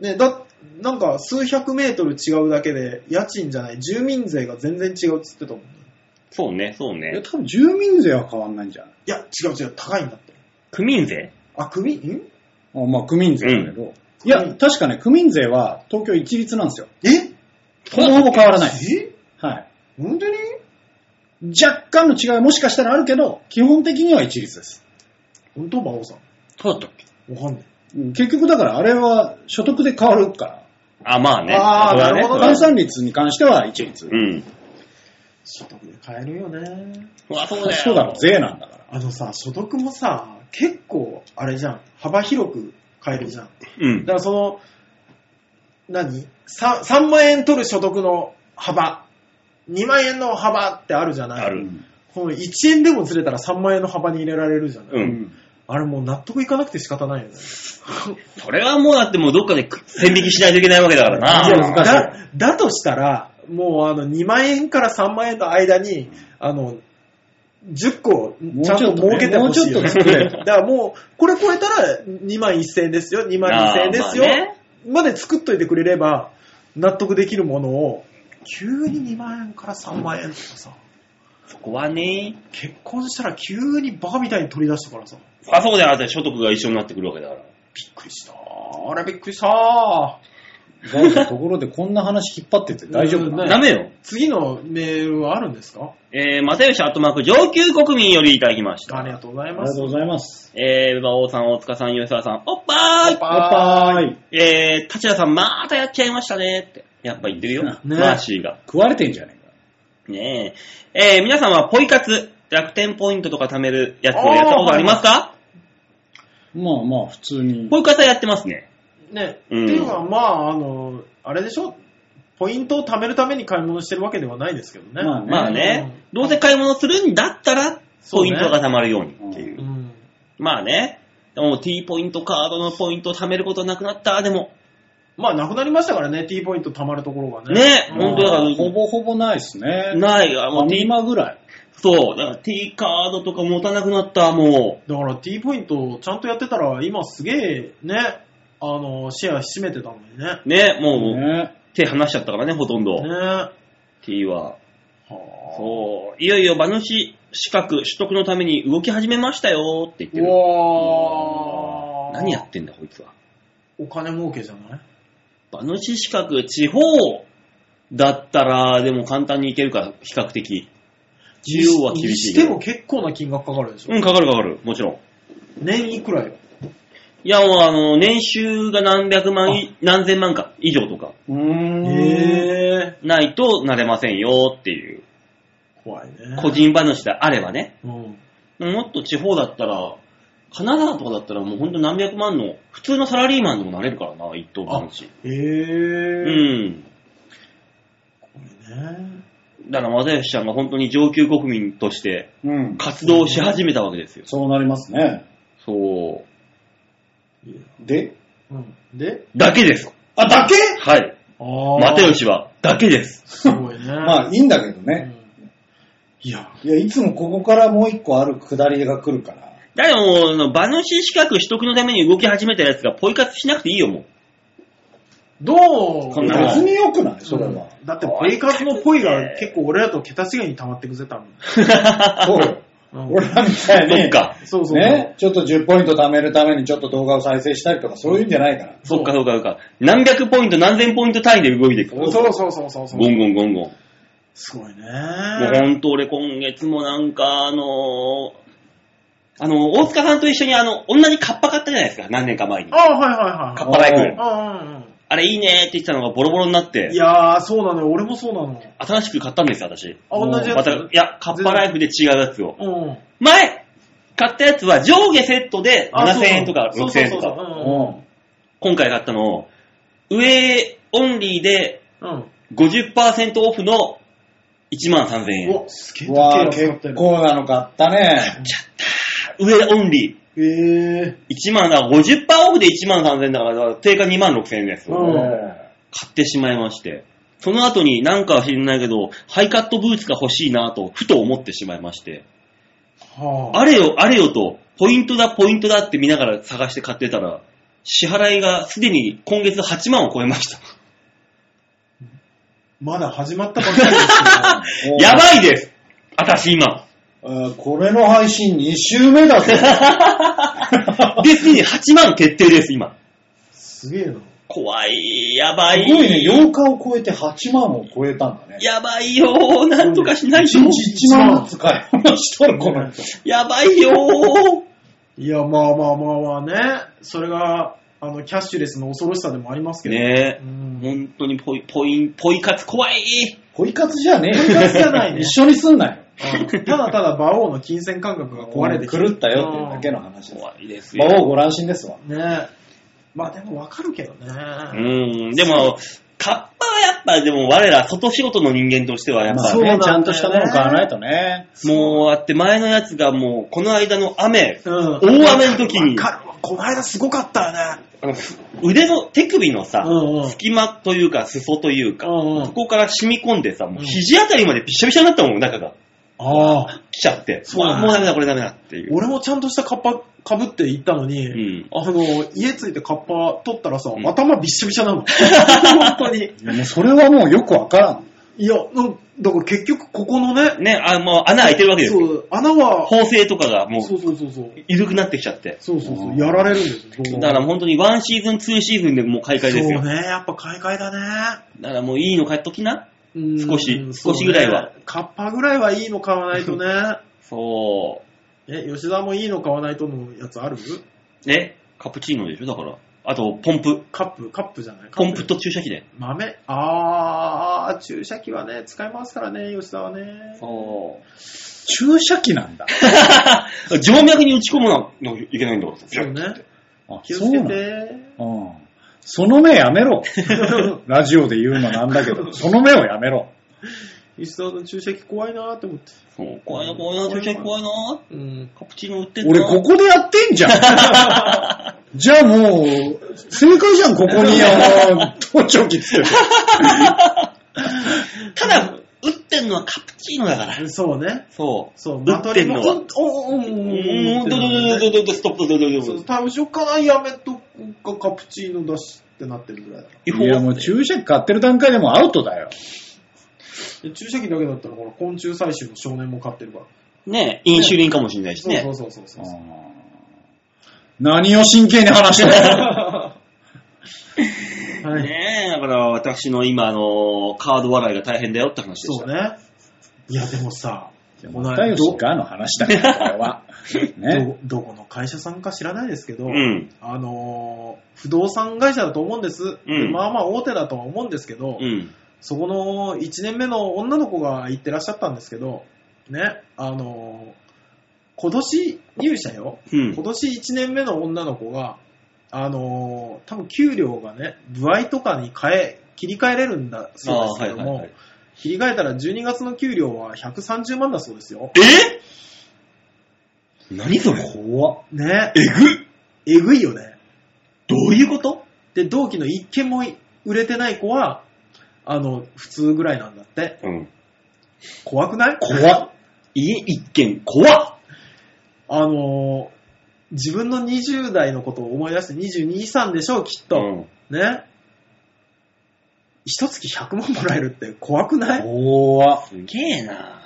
Speaker 3: ね、だ、なんか数百メートル違うだけで、家賃じゃない、住民税が全然違うっつってたもんね。
Speaker 2: そうね、そう
Speaker 4: いや、
Speaker 2: ね。
Speaker 4: 多分住民税は変わんないんじゃない
Speaker 3: いや、違う違う、高いんだって。
Speaker 2: 区民税
Speaker 3: あ、組ん
Speaker 4: あまあ、区民税だけど。い
Speaker 3: 区
Speaker 4: や、
Speaker 3: 民
Speaker 4: 確かね、区民税は東京一律なんですよ。
Speaker 3: え
Speaker 4: ほぼほぼ変わらない。
Speaker 3: え
Speaker 4: はい。
Speaker 3: 本当に
Speaker 4: 若干の違いはもしかしたらあるけど、基本的には一律です。
Speaker 3: 本当馬王さん。
Speaker 2: そうだったっけ
Speaker 3: わかんない。
Speaker 4: うん結局だからあれは所得で変わるか
Speaker 2: あ、まあね。
Speaker 3: あー
Speaker 2: それはね
Speaker 3: なるほ
Speaker 4: ら。
Speaker 3: どね
Speaker 4: 換算率に関しては一律。
Speaker 2: うん。
Speaker 3: 所得で買えるよね。
Speaker 2: うわ、そうだよ。
Speaker 4: そうだろ、税なんだから。
Speaker 3: あのさ、所得もさ、結構、あれじゃん、幅広く買えるじゃん。
Speaker 2: うん
Speaker 3: だか。らその、何 3, ?3 万円取る所得の幅、2万円の幅ってあるじゃない
Speaker 2: あ
Speaker 4: う
Speaker 2: る。
Speaker 4: ん
Speaker 3: この1円でもずれたら3万円の幅に入れられるじゃない、
Speaker 2: うん。
Speaker 3: あれもう納得いかなくて仕方ないよね。
Speaker 2: それはもうだってもうどっかで線引きしないといけないわけだから
Speaker 4: あー
Speaker 3: いや
Speaker 2: な。
Speaker 4: 難しい
Speaker 3: だだとしたら、もうあの2万円から3万円の間に、あの、10個
Speaker 4: もう
Speaker 3: ち
Speaker 4: ち
Speaker 3: ゃ
Speaker 4: ょ
Speaker 3: ん
Speaker 4: っ
Speaker 3: と
Speaker 4: と
Speaker 3: 儲けてほしいよ、
Speaker 4: もうちょっと作れ
Speaker 3: だからもう、これ超えたら2万1000円ですよ、2万2000円ですよ、
Speaker 2: まあまあね
Speaker 3: まで作っといてくれれば、納得できるものを、急に2万円から3万円とかさ、
Speaker 2: そこはね、
Speaker 3: 結婚したら急にバカみたいに取り出したからさ、
Speaker 2: そりゃそうだよ、だって所得が一緒になってくるわけだから。
Speaker 3: びっくりした。あれびっくりした。
Speaker 4: バオさんところでこんな話引っ張ってて大丈夫な
Speaker 3: ね
Speaker 4: の
Speaker 2: ダメよ。
Speaker 3: 次のメールはあるんですか
Speaker 2: えー、またよしアットマーク上級国民よりいただきまし
Speaker 3: あ
Speaker 2: た。
Speaker 3: りがとうござい
Speaker 4: あり
Speaker 3: ま
Speaker 4: が
Speaker 3: す
Speaker 4: と。うございます。
Speaker 2: えー、馬王さん、大塚さん、吉沢さん、おっぱーい
Speaker 4: バイバイ。
Speaker 2: えー、立田さん、またやっちゃいましたねって。やっぱ言ってるよ。
Speaker 4: ね
Speaker 2: マーシーが。
Speaker 4: 食われてんじゃねえか。
Speaker 2: ねえ。えー、皆さんはポイ活、楽天ポイントとか貯めるやつをやったことありますか
Speaker 4: まあまあ、普通に。
Speaker 2: ポイ活はやってますね。
Speaker 3: ね、
Speaker 2: うん
Speaker 3: っていうのは、まあ、あの、あれでしょポイントを貯めるために買い物してるわけではないですけどね。
Speaker 4: まあね
Speaker 2: まあね、どうせ買い物するんだったら、
Speaker 3: そう
Speaker 2: ポイ
Speaker 3: ね
Speaker 2: ントが貯まるようにっていう。
Speaker 3: うん。
Speaker 2: まあね、もう T ポイントカードのポイント貯めることなくなった、でも。
Speaker 3: まあ、なくなりましたからね、T ポイント貯まるところがね。
Speaker 2: ね、
Speaker 3: うん
Speaker 2: 本当だから、
Speaker 4: ほぼほぼないですね。
Speaker 2: ない、あもう T、
Speaker 4: 今ぐらい。
Speaker 2: そう、だから T カードとか持たなくなった、も
Speaker 3: だから T ポイントをちゃんとやってたら、今すげえ、ね、あの、シェア占めてたのにね。
Speaker 2: う。ね、もう、
Speaker 4: ね。
Speaker 2: 手離しちゃったからね、ほとんど。
Speaker 3: ね。は
Speaker 2: T は。
Speaker 3: あ。
Speaker 2: そう、いよいよ馬主資格取得のために動き始めましたよって言ってる。
Speaker 3: うわー
Speaker 2: 何やってんだ、こいつは。
Speaker 3: お金儲けじゃない
Speaker 2: 馬主資格、地方だったら、でも簡単にいけるから、比較的。需要は厳しい
Speaker 3: に
Speaker 2: け
Speaker 3: して
Speaker 2: ど
Speaker 3: も。結構な金額かかるでしょ。
Speaker 2: うん、かかるかかる、もちろん。
Speaker 3: 年いくらよ。
Speaker 2: いや、もうあの、年収が何百万い、何千万か以上とか、
Speaker 4: うーん。
Speaker 3: へえ
Speaker 2: ないとなれませんよっていう。
Speaker 3: ー。怖いね。
Speaker 2: 個人馬主であればね。
Speaker 3: うん。
Speaker 2: もっと地方だったら、神奈川とかだったらもうほんと何百万の、普通のサラリーマンでもなれるからな、一等馬主。
Speaker 3: え
Speaker 2: う
Speaker 3: ー。
Speaker 2: ん。
Speaker 3: ね
Speaker 2: だから、又吉ちゃんが本当に上級国民として
Speaker 4: うん。
Speaker 2: 活動し始めたわけですよ。
Speaker 4: そうなりますね。
Speaker 2: そう。
Speaker 4: で、
Speaker 3: うん、で、
Speaker 2: だけです。
Speaker 4: あ、だけ
Speaker 2: はい。
Speaker 3: あー
Speaker 2: 又吉は、だけです。
Speaker 3: すごいね。
Speaker 4: まあ、いいんだけど
Speaker 3: あ
Speaker 4: ね。
Speaker 3: いや、
Speaker 4: いや、いつもここからもう一個ある下りが来るから。
Speaker 2: だからもうあの、馬主資格取得のために動き始めたやつがポイ活しなくていいよ、もう。
Speaker 3: どう
Speaker 2: こんなもん
Speaker 4: 別に良くないそれは。
Speaker 3: だって、ポイ活のポイが結構俺らと桁違いに溜まってくぜ、多分。
Speaker 4: そうよ。
Speaker 3: うん
Speaker 4: 俺らみたい
Speaker 2: そっ
Speaker 4: に。
Speaker 2: か。
Speaker 3: そうそう。
Speaker 4: ね、ちょっと10ポイント貯めるためにちょっと動画を再生したりとかそういうんじゃないから。
Speaker 2: そっかそっかそっか。何百ポイント、何千ポイント単位で動いていく。
Speaker 3: そうそうそうそうそうそう
Speaker 2: ゴンゴンゴンゴン。も
Speaker 3: すごいね。
Speaker 2: うほんと俺今月もなんか、あのーあの、大塚さんと一緒にあの、同じカッパ買ったじゃないですか、何年か前に。
Speaker 3: ああ、はいはい
Speaker 2: カ
Speaker 3: は
Speaker 2: ッパバイク。
Speaker 3: い。うんうんうん
Speaker 2: あれいいねって言ってたのがボロボロになっ
Speaker 3: い
Speaker 2: て、
Speaker 3: やー、そうなのよ。俺もそうなの。
Speaker 2: 新しく買ったんですよ、私。
Speaker 3: あ、同じや
Speaker 2: ま
Speaker 3: つ。
Speaker 2: た、いや、カッパライフで違うやつを。
Speaker 3: うん。
Speaker 2: 前買ったやつは上下セットで
Speaker 3: あ
Speaker 2: 7000円とか
Speaker 3: そう
Speaker 2: 6000
Speaker 3: そう
Speaker 2: 円
Speaker 3: そう
Speaker 2: と
Speaker 3: そう
Speaker 2: か。
Speaker 4: うん。
Speaker 2: 今回買ったのを、上オンリーで
Speaker 3: うんうん。
Speaker 2: 50%オフの1万3000円。
Speaker 3: お、すげえ
Speaker 4: うわ
Speaker 3: 高い
Speaker 4: ー
Speaker 3: やつ買って
Speaker 4: 結
Speaker 3: る。
Speaker 4: 構なの買ったね。
Speaker 2: 上オンリー。
Speaker 3: えー。
Speaker 2: 1万、だから50%オフで1万3000円だから、定価2万6000円です。
Speaker 3: うん
Speaker 2: 買ってしまいまして。その後になんかは知らないけど、ハイカットブーツが欲しいなと、ふと思ってしまいまして。
Speaker 3: はあ。
Speaker 2: あれよ、あれよと、ポイントだ、ポイントだって見ながら探して買ってたら、支払いがすでに今月8万を超えました。
Speaker 3: まだ始まったばっかりです
Speaker 4: おう
Speaker 2: やばいです私今。
Speaker 4: えーこれの配信2週目だぞ。
Speaker 2: で、すでに8万決定です、今。
Speaker 3: けど。すげえな。
Speaker 2: 怖い、やば
Speaker 4: す
Speaker 2: い。
Speaker 4: ごいね、8日を超えて8万を超えたんだね。
Speaker 2: やばいよー、なんとかしないと
Speaker 4: 1。日1万ずつ買い物しとる、この人。
Speaker 2: やばいよー。
Speaker 3: いや、まあまあまあまあね。それが、あの、キャッシュレスの恐ろしさでもありますけど。
Speaker 2: ねえ
Speaker 3: う。ん。
Speaker 2: 本当にポイ、ポイン、ポイ活怖い。
Speaker 4: ポイ活じゃねえよ。
Speaker 3: ポイ活じゃないね
Speaker 4: 一緒にすんなよ。
Speaker 3: ただただ馬王の金銭感覚が壊 れてきて
Speaker 4: 狂ったよっていうだけの話です。
Speaker 2: 怖いです
Speaker 4: 馬
Speaker 2: よ。
Speaker 4: 王ご乱心ですわ。
Speaker 3: ねえ。まあでもわかるけどね。
Speaker 2: うん、でも、カッパはやっぱ、でも我ら外仕事の人間としてはやっぱ、
Speaker 4: まあ
Speaker 3: そうなんだよね
Speaker 4: ね、ちゃんとしたもの買わないとね。
Speaker 2: もう、あって前のやつがもう、この間の雨、
Speaker 3: うん
Speaker 2: 大雨の時に
Speaker 3: わかるわこの間すごかったよね。
Speaker 2: あの腕の手首のさ、
Speaker 3: うんうん
Speaker 2: 隙間というか、裾というか、
Speaker 3: うんうん
Speaker 2: そこから染み込んでさ、もううん肘あたりまでびしゃびしゃになったもん、中が。
Speaker 4: ああ、
Speaker 2: 来ちゃって、
Speaker 3: そうなんだ
Speaker 2: もうダメだ、これダメだっていう。
Speaker 3: 俺もちゃんとしたカッパかぶって行ったのに、
Speaker 2: うん
Speaker 3: あの、家着いてカッパ取ったらさ、
Speaker 2: うん
Speaker 3: 頭びっしょびしょなの。本当に。
Speaker 4: いやもうそれはもうよくわからん。
Speaker 3: いや、うんだから結局ここのね、
Speaker 2: ね、あ、もう穴開いてるわけです
Speaker 3: そ
Speaker 2: よ。
Speaker 3: う、穴は、
Speaker 2: 縫製とかがも、
Speaker 3: そううそうそうそう。
Speaker 2: 緩くなってきちゃって。
Speaker 3: そうそうそう、やられるんですよ。
Speaker 2: だから本当にワンシーズン、ツーシーズンでもう買い替えですよ。
Speaker 3: そうね、やっぱ買い替えだね。
Speaker 2: だからもういいの買っときな。
Speaker 3: うん
Speaker 2: 少し
Speaker 3: そう
Speaker 2: 少
Speaker 3: ね
Speaker 2: しぐらいは。
Speaker 3: カッパぐらいはいいの買わないとね。
Speaker 2: そ
Speaker 3: え、吉田もいいの買わないとのやつある
Speaker 2: う。えカプチーノでしょだから。あと、ポンプ。
Speaker 3: カップ、カップじゃない
Speaker 2: ポンプ。と注射器で。
Speaker 3: 豆あー、注射器はね、使いますからね、吉田はね。
Speaker 2: そ
Speaker 4: 注射器なんだ。
Speaker 2: う。静脈に打ち込むのいけないんだから。
Speaker 3: そうね。
Speaker 4: あ
Speaker 3: 気を
Speaker 4: そう
Speaker 3: つけ
Speaker 4: なんだ。
Speaker 3: て。
Speaker 4: うん。その目やめろ。ラジオで言うのなんだけど、その目をやめろ。
Speaker 3: 吉田の注射器怖いなーって思って。
Speaker 2: そう。怖いな、怖いな、注射器怖いな。
Speaker 3: うん。
Speaker 2: カプチーノ売ってんな
Speaker 4: 俺ここでやってんじゃん。じゃあもう、正解じゃん、ここに、あの、盗聴器つけて。
Speaker 2: ただ、打ってんのはカプチーノだから。
Speaker 3: そうね。
Speaker 2: そう。
Speaker 3: そう、
Speaker 2: 打ってんのは。
Speaker 3: おおお
Speaker 2: う
Speaker 3: お
Speaker 2: ーん、どどどどどど、ストップ、どどど
Speaker 3: そう、
Speaker 2: ど。
Speaker 3: 多分しよっかな、やめとくか、カプチーノだしってなってるぐらいだか
Speaker 2: 違
Speaker 4: いや、も
Speaker 2: 法
Speaker 4: う注射器買ってる段階でもうアウトだよ。
Speaker 3: ら。で注射器だけだったら、ほら、昆虫採集の少年も買ってるから。
Speaker 2: ねインシュリンかもしれないし
Speaker 3: そう
Speaker 2: ね
Speaker 3: そ。うそうそうそう。
Speaker 4: うん何を真剣に話して んの
Speaker 3: はい。
Speaker 2: ねえ、だから私の今、あの、カード笑いが大変だよって話でし
Speaker 3: そ
Speaker 2: た。
Speaker 3: うね。いや、でもさ、この
Speaker 4: 仲
Speaker 3: 間
Speaker 4: 良しかの話だから、これは。ね。
Speaker 3: どどこの会社さんか知らないですけど、
Speaker 2: うん。
Speaker 3: あのー不動産会社だと思うんです、
Speaker 2: うん
Speaker 3: でまあまあ大手だとは思うんですけど、
Speaker 2: うん。
Speaker 3: そこの1年目の女の子が行ってらっしゃったんですけど、ね、あのー今年入社よ、
Speaker 2: うん
Speaker 3: 今。年1年目の女の子が、あのー多分給料がね、部合とかに変え、切り替えれるんだそうですけど
Speaker 2: あーはい
Speaker 3: も、
Speaker 2: はいはい
Speaker 3: 切り替えたら12月の給料は130万だそうですよ。
Speaker 2: え何それ
Speaker 4: 怖っ。
Speaker 3: ね、
Speaker 2: えぐ
Speaker 3: えぐいよね。
Speaker 2: どういうこと
Speaker 3: で、同期の一件も売れてない子は、あの、普通ぐらいなんだって。
Speaker 2: うん。
Speaker 3: 怖くない
Speaker 4: 怖っ。
Speaker 2: 家一軒怖っ
Speaker 3: あのー自分の20代のことを思い出して22、3でしょう、きっと。
Speaker 2: うん
Speaker 3: ね。一月100万もらえるって怖くない
Speaker 4: 怖っ。
Speaker 2: すげえな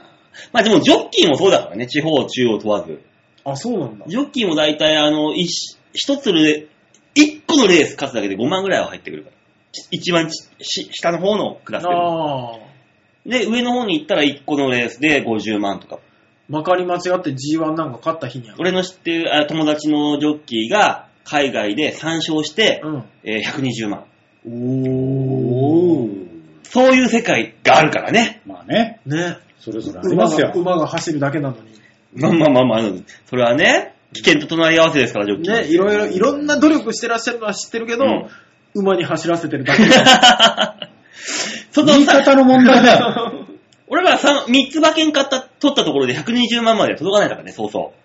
Speaker 2: まあでもジョッキーもそうだからね、地方、中央問わず。
Speaker 3: あ、そうなんだ。
Speaker 2: ジョッキーも大体あの、一一つで、一個のレース勝つだけで5万ぐらいは入ってくるから。ち一番ちし下の方のクラス
Speaker 3: ああ。
Speaker 2: で。で、上の方に行ったら一個のレースで50万とか。
Speaker 3: まかり間違って G1 なんか勝った日にゃ。
Speaker 2: 俺の知ってるあ友達のジョッキーが海外で3勝して、
Speaker 3: うん。
Speaker 2: えー120万。
Speaker 4: おー。
Speaker 2: そういう世界があるからね。
Speaker 4: まあね、
Speaker 3: ね。
Speaker 4: それぞれありま
Speaker 3: 馬
Speaker 4: す
Speaker 3: が
Speaker 4: よ。
Speaker 3: 馬が走るだけなのに。
Speaker 2: まあまあまあまあ、それはね、危険と隣り合わせですから、ジョッキー。
Speaker 3: ね、いろいろ、いろんな努力してらっしゃるのは知ってるけど、
Speaker 2: うん
Speaker 3: 馬に走らせてるだけ。
Speaker 2: その
Speaker 4: 言い
Speaker 2: さ、
Speaker 4: 方の問題だ よ。
Speaker 2: 俺ら 3, 三つ馬券買った、取ったところで120万までは届かないからね、そうそう。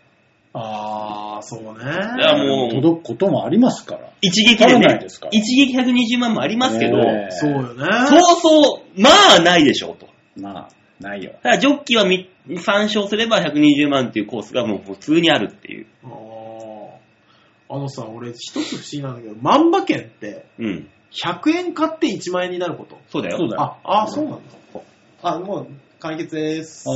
Speaker 3: ああ、そうね。
Speaker 2: いやもう、
Speaker 4: 届くこともありますから。
Speaker 2: 一撃で
Speaker 4: わかんない
Speaker 2: ね
Speaker 4: ですか、
Speaker 2: 一撃120万もありますけど、
Speaker 4: ねえ
Speaker 3: そうよね。
Speaker 2: そうそう、まあないでしょうと。
Speaker 4: まあ、ないよ。
Speaker 2: ただジョッキーはみ参照すれば120万っていうコースがもう普通にあるっていう。
Speaker 3: あーあのさ、俺一つ不思議なんだけど、万馬券って
Speaker 2: うん。
Speaker 3: 100円買って1万円になること。
Speaker 2: そうだよ。
Speaker 4: そうだよ。
Speaker 3: あ、あーそうなんだ。あ、もう解決です。
Speaker 4: は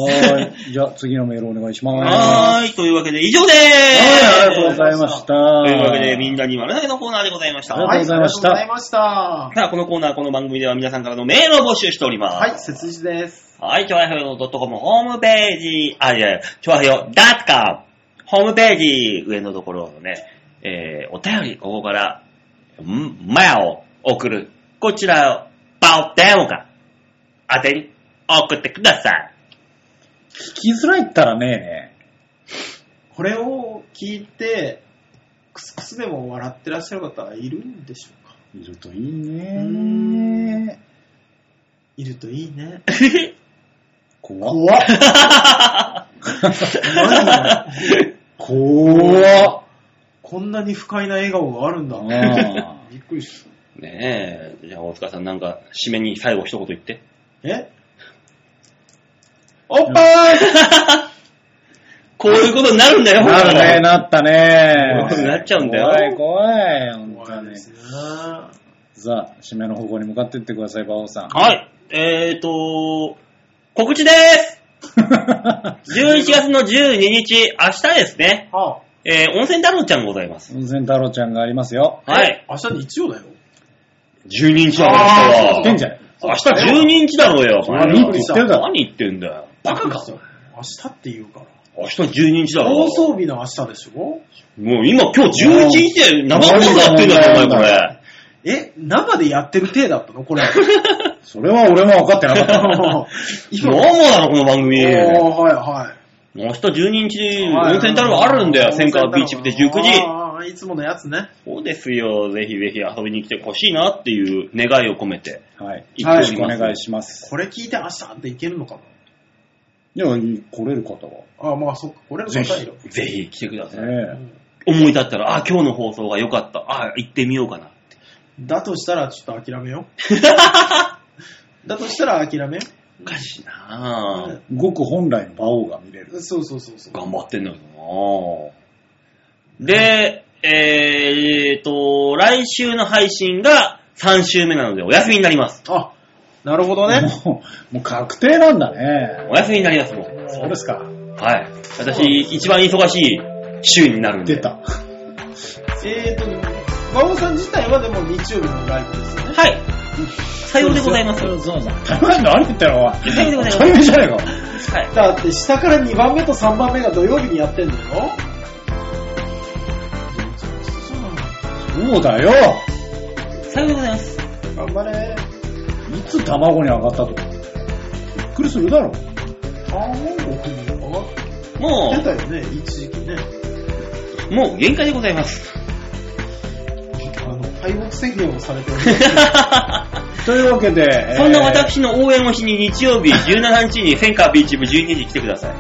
Speaker 4: ーい。じゃあ次のメールお願いします。
Speaker 2: はーい、というわけで以上でー
Speaker 4: はい、あ
Speaker 2: す
Speaker 4: りがとうございました。と
Speaker 2: というわけで、みん
Speaker 4: な。
Speaker 2: なに丸投げのコーナーでございました。
Speaker 4: ありがとうございました
Speaker 3: はいありがとうございました。
Speaker 2: さあ、このコーナー、この番組では皆さんからのメールを募集しております。
Speaker 3: はい、切実です。
Speaker 2: はい、ちょわひょう .com ホームページ、あ、いやいや、ちょわひょう .com ホームページ、上のところのね、えー、お便り、ここから、ん、マヤを送る。こちらを、バオデモか、当てに送ってください。
Speaker 4: 聞きづらいったらね
Speaker 3: これを聞いて、クスクスでも笑ってらっしゃる方いるんでしょうか
Speaker 4: えね。いるといいね。
Speaker 3: いるといい ね。
Speaker 4: 怖っ。
Speaker 3: 怖っ。何
Speaker 4: 怖っ。
Speaker 3: こんなに不快な笑顔があるんだ。
Speaker 4: あ
Speaker 3: びっくりした。
Speaker 2: ねえ、じゃあ大塚さんなんか、締めに最後一言言って。
Speaker 3: えお っぱい
Speaker 2: こういうことになるんだよ、
Speaker 4: なるね、
Speaker 2: ほ
Speaker 4: なった
Speaker 2: んと
Speaker 4: ね。
Speaker 2: なっちゃうんだ
Speaker 4: 怖い
Speaker 2: よ。
Speaker 4: 怖い。本当に。
Speaker 3: ね。
Speaker 4: さあ、締めの方向に向かっていってください、馬王さん。
Speaker 2: はい。えーと、告知です11月の12日、明日ですね、
Speaker 3: はあ、
Speaker 2: えー、温泉太郎ちゃんございます。
Speaker 4: 温泉太郎ちゃんがありますよ。
Speaker 2: はい。
Speaker 3: 明日日曜だよ。
Speaker 2: 12日だ
Speaker 3: あー
Speaker 4: 来てんじゃん。
Speaker 2: 明日12日だろうよ。お前
Speaker 4: 何言ってるだろ。
Speaker 2: 何言ってんだよ。バカか。
Speaker 3: 明日って言うから。
Speaker 2: 明日12日だろ
Speaker 3: 放。送日の明日でしょ
Speaker 2: もう今今日11日で生放送やってんだよ、お前これ。
Speaker 3: え、生でやってる体だったの これ。
Speaker 4: それは俺も分かってな かった。
Speaker 2: どうも
Speaker 3: おー
Speaker 2: だろ、この番組。
Speaker 3: はいは
Speaker 2: 明日12日、
Speaker 3: い。
Speaker 2: 温泉太郎あるんだよ、
Speaker 3: セ
Speaker 2: セ
Speaker 3: ン
Speaker 2: ン
Speaker 3: カ
Speaker 2: カービーチ部で19時。
Speaker 3: 時。いつものやつね。
Speaker 2: そうですよ、ぜひぜひ遊びに来てほしいなっていう願いを込めて。
Speaker 4: はい。
Speaker 2: い
Speaker 4: よろしくお願いします。
Speaker 3: これ聞いて明日っていけるのかない
Speaker 4: や、来れる方は。
Speaker 3: あ、まあそっか、これの
Speaker 4: ぜ
Speaker 3: 方
Speaker 4: ひ
Speaker 3: いる。
Speaker 2: ぜひ来てください。
Speaker 4: ね
Speaker 2: 思い立ったら、あ、今日の放送が良かった。あ、行ってみようかな。
Speaker 3: だとしたらちょっと諦めよ う。だとしたら諦めよ
Speaker 2: おかしいなぁ。
Speaker 4: えごく本来の馬王が見れる。
Speaker 3: う。そうそうそうそう。
Speaker 2: 頑張ってんだけどなぁ。で、えーと、来週の配信が3週目なのでお休みになります。
Speaker 3: あ、なるほどね。
Speaker 4: もう、もう確定なんだね。
Speaker 2: お休みになりますもん。
Speaker 4: そうですか。
Speaker 2: はい。私、一番忙しい週になるんで。
Speaker 4: 出た。
Speaker 3: えーと、馬王さん自体はでも日曜日のライブですよね。
Speaker 2: はい。さようでございます。
Speaker 4: そうそうそう。台湾何言ってんのお前。
Speaker 2: さようでござい
Speaker 4: 当たり
Speaker 2: ま
Speaker 4: 前じゃねえか。
Speaker 2: す。はい。
Speaker 3: だって下から2番目と3番目が土曜日にやってんだよ。
Speaker 4: そうだよ。
Speaker 2: さようでございます。
Speaker 3: 頑張れ。
Speaker 4: いつ卵に上がったとか。びっくりするだろ。
Speaker 3: ああ、もう僕に上がって
Speaker 2: も
Speaker 3: たよね、一時期ね。
Speaker 2: う、もう限界でござい ます。
Speaker 3: あの、敗北宣言をされてる。
Speaker 4: というわけで、えー
Speaker 2: そんな私の応援をしに日曜 日17日にセンカービーチ部12時来てください。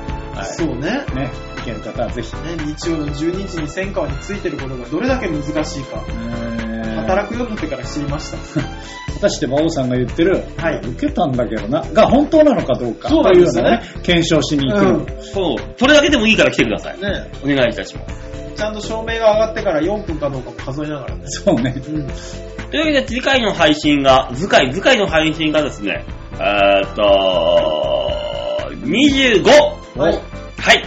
Speaker 3: そうね。
Speaker 4: ね、行ける方はぜひ。
Speaker 3: ね、日曜の12時に戦火についてることがどれだけ難しいか、
Speaker 4: 働
Speaker 3: 働くようになってから知りました。
Speaker 4: 果たして馬王さんが言ってる、
Speaker 3: はい
Speaker 4: 受けたんだけどな、が本当なのかどうか、
Speaker 3: そうなんですよね
Speaker 4: というのを検証しに行く、
Speaker 3: うん
Speaker 2: そう。それだけでもいいから来てください。
Speaker 3: ね、
Speaker 2: お願いいたします。
Speaker 3: ちゃんと照明が上がってから4分かどうかも数えながらね。
Speaker 4: そうね。
Speaker 3: うん。
Speaker 2: というわけで、次回の配信が、次回、次回の配信がですね、えーっと、25!
Speaker 3: はい
Speaker 2: はい。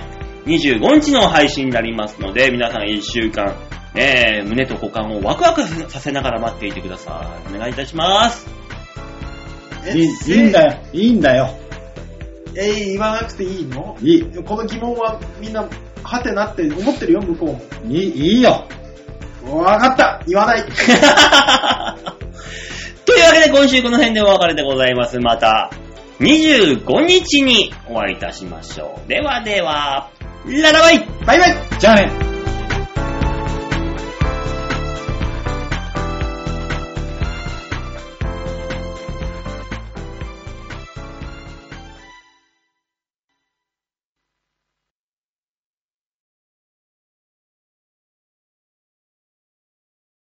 Speaker 2: 25日の配信になりますので、皆さん1週間、ねえ、胸と股間をワクワクさせながら待っていてください。お願いいたします。
Speaker 4: いいいいんだよ、いいんだよ。
Speaker 3: えー、言わなくていいの
Speaker 4: いい、
Speaker 3: この疑問はみんな、はてなって思ってるよ、向こ
Speaker 4: いい、いいよ。
Speaker 3: うも。わかった言わな い
Speaker 2: というわけで、今週この辺でお別れでございます。また、25日にお会いいたしましょう。ではでは、ララバイ
Speaker 3: バイバイ
Speaker 4: じゃあね。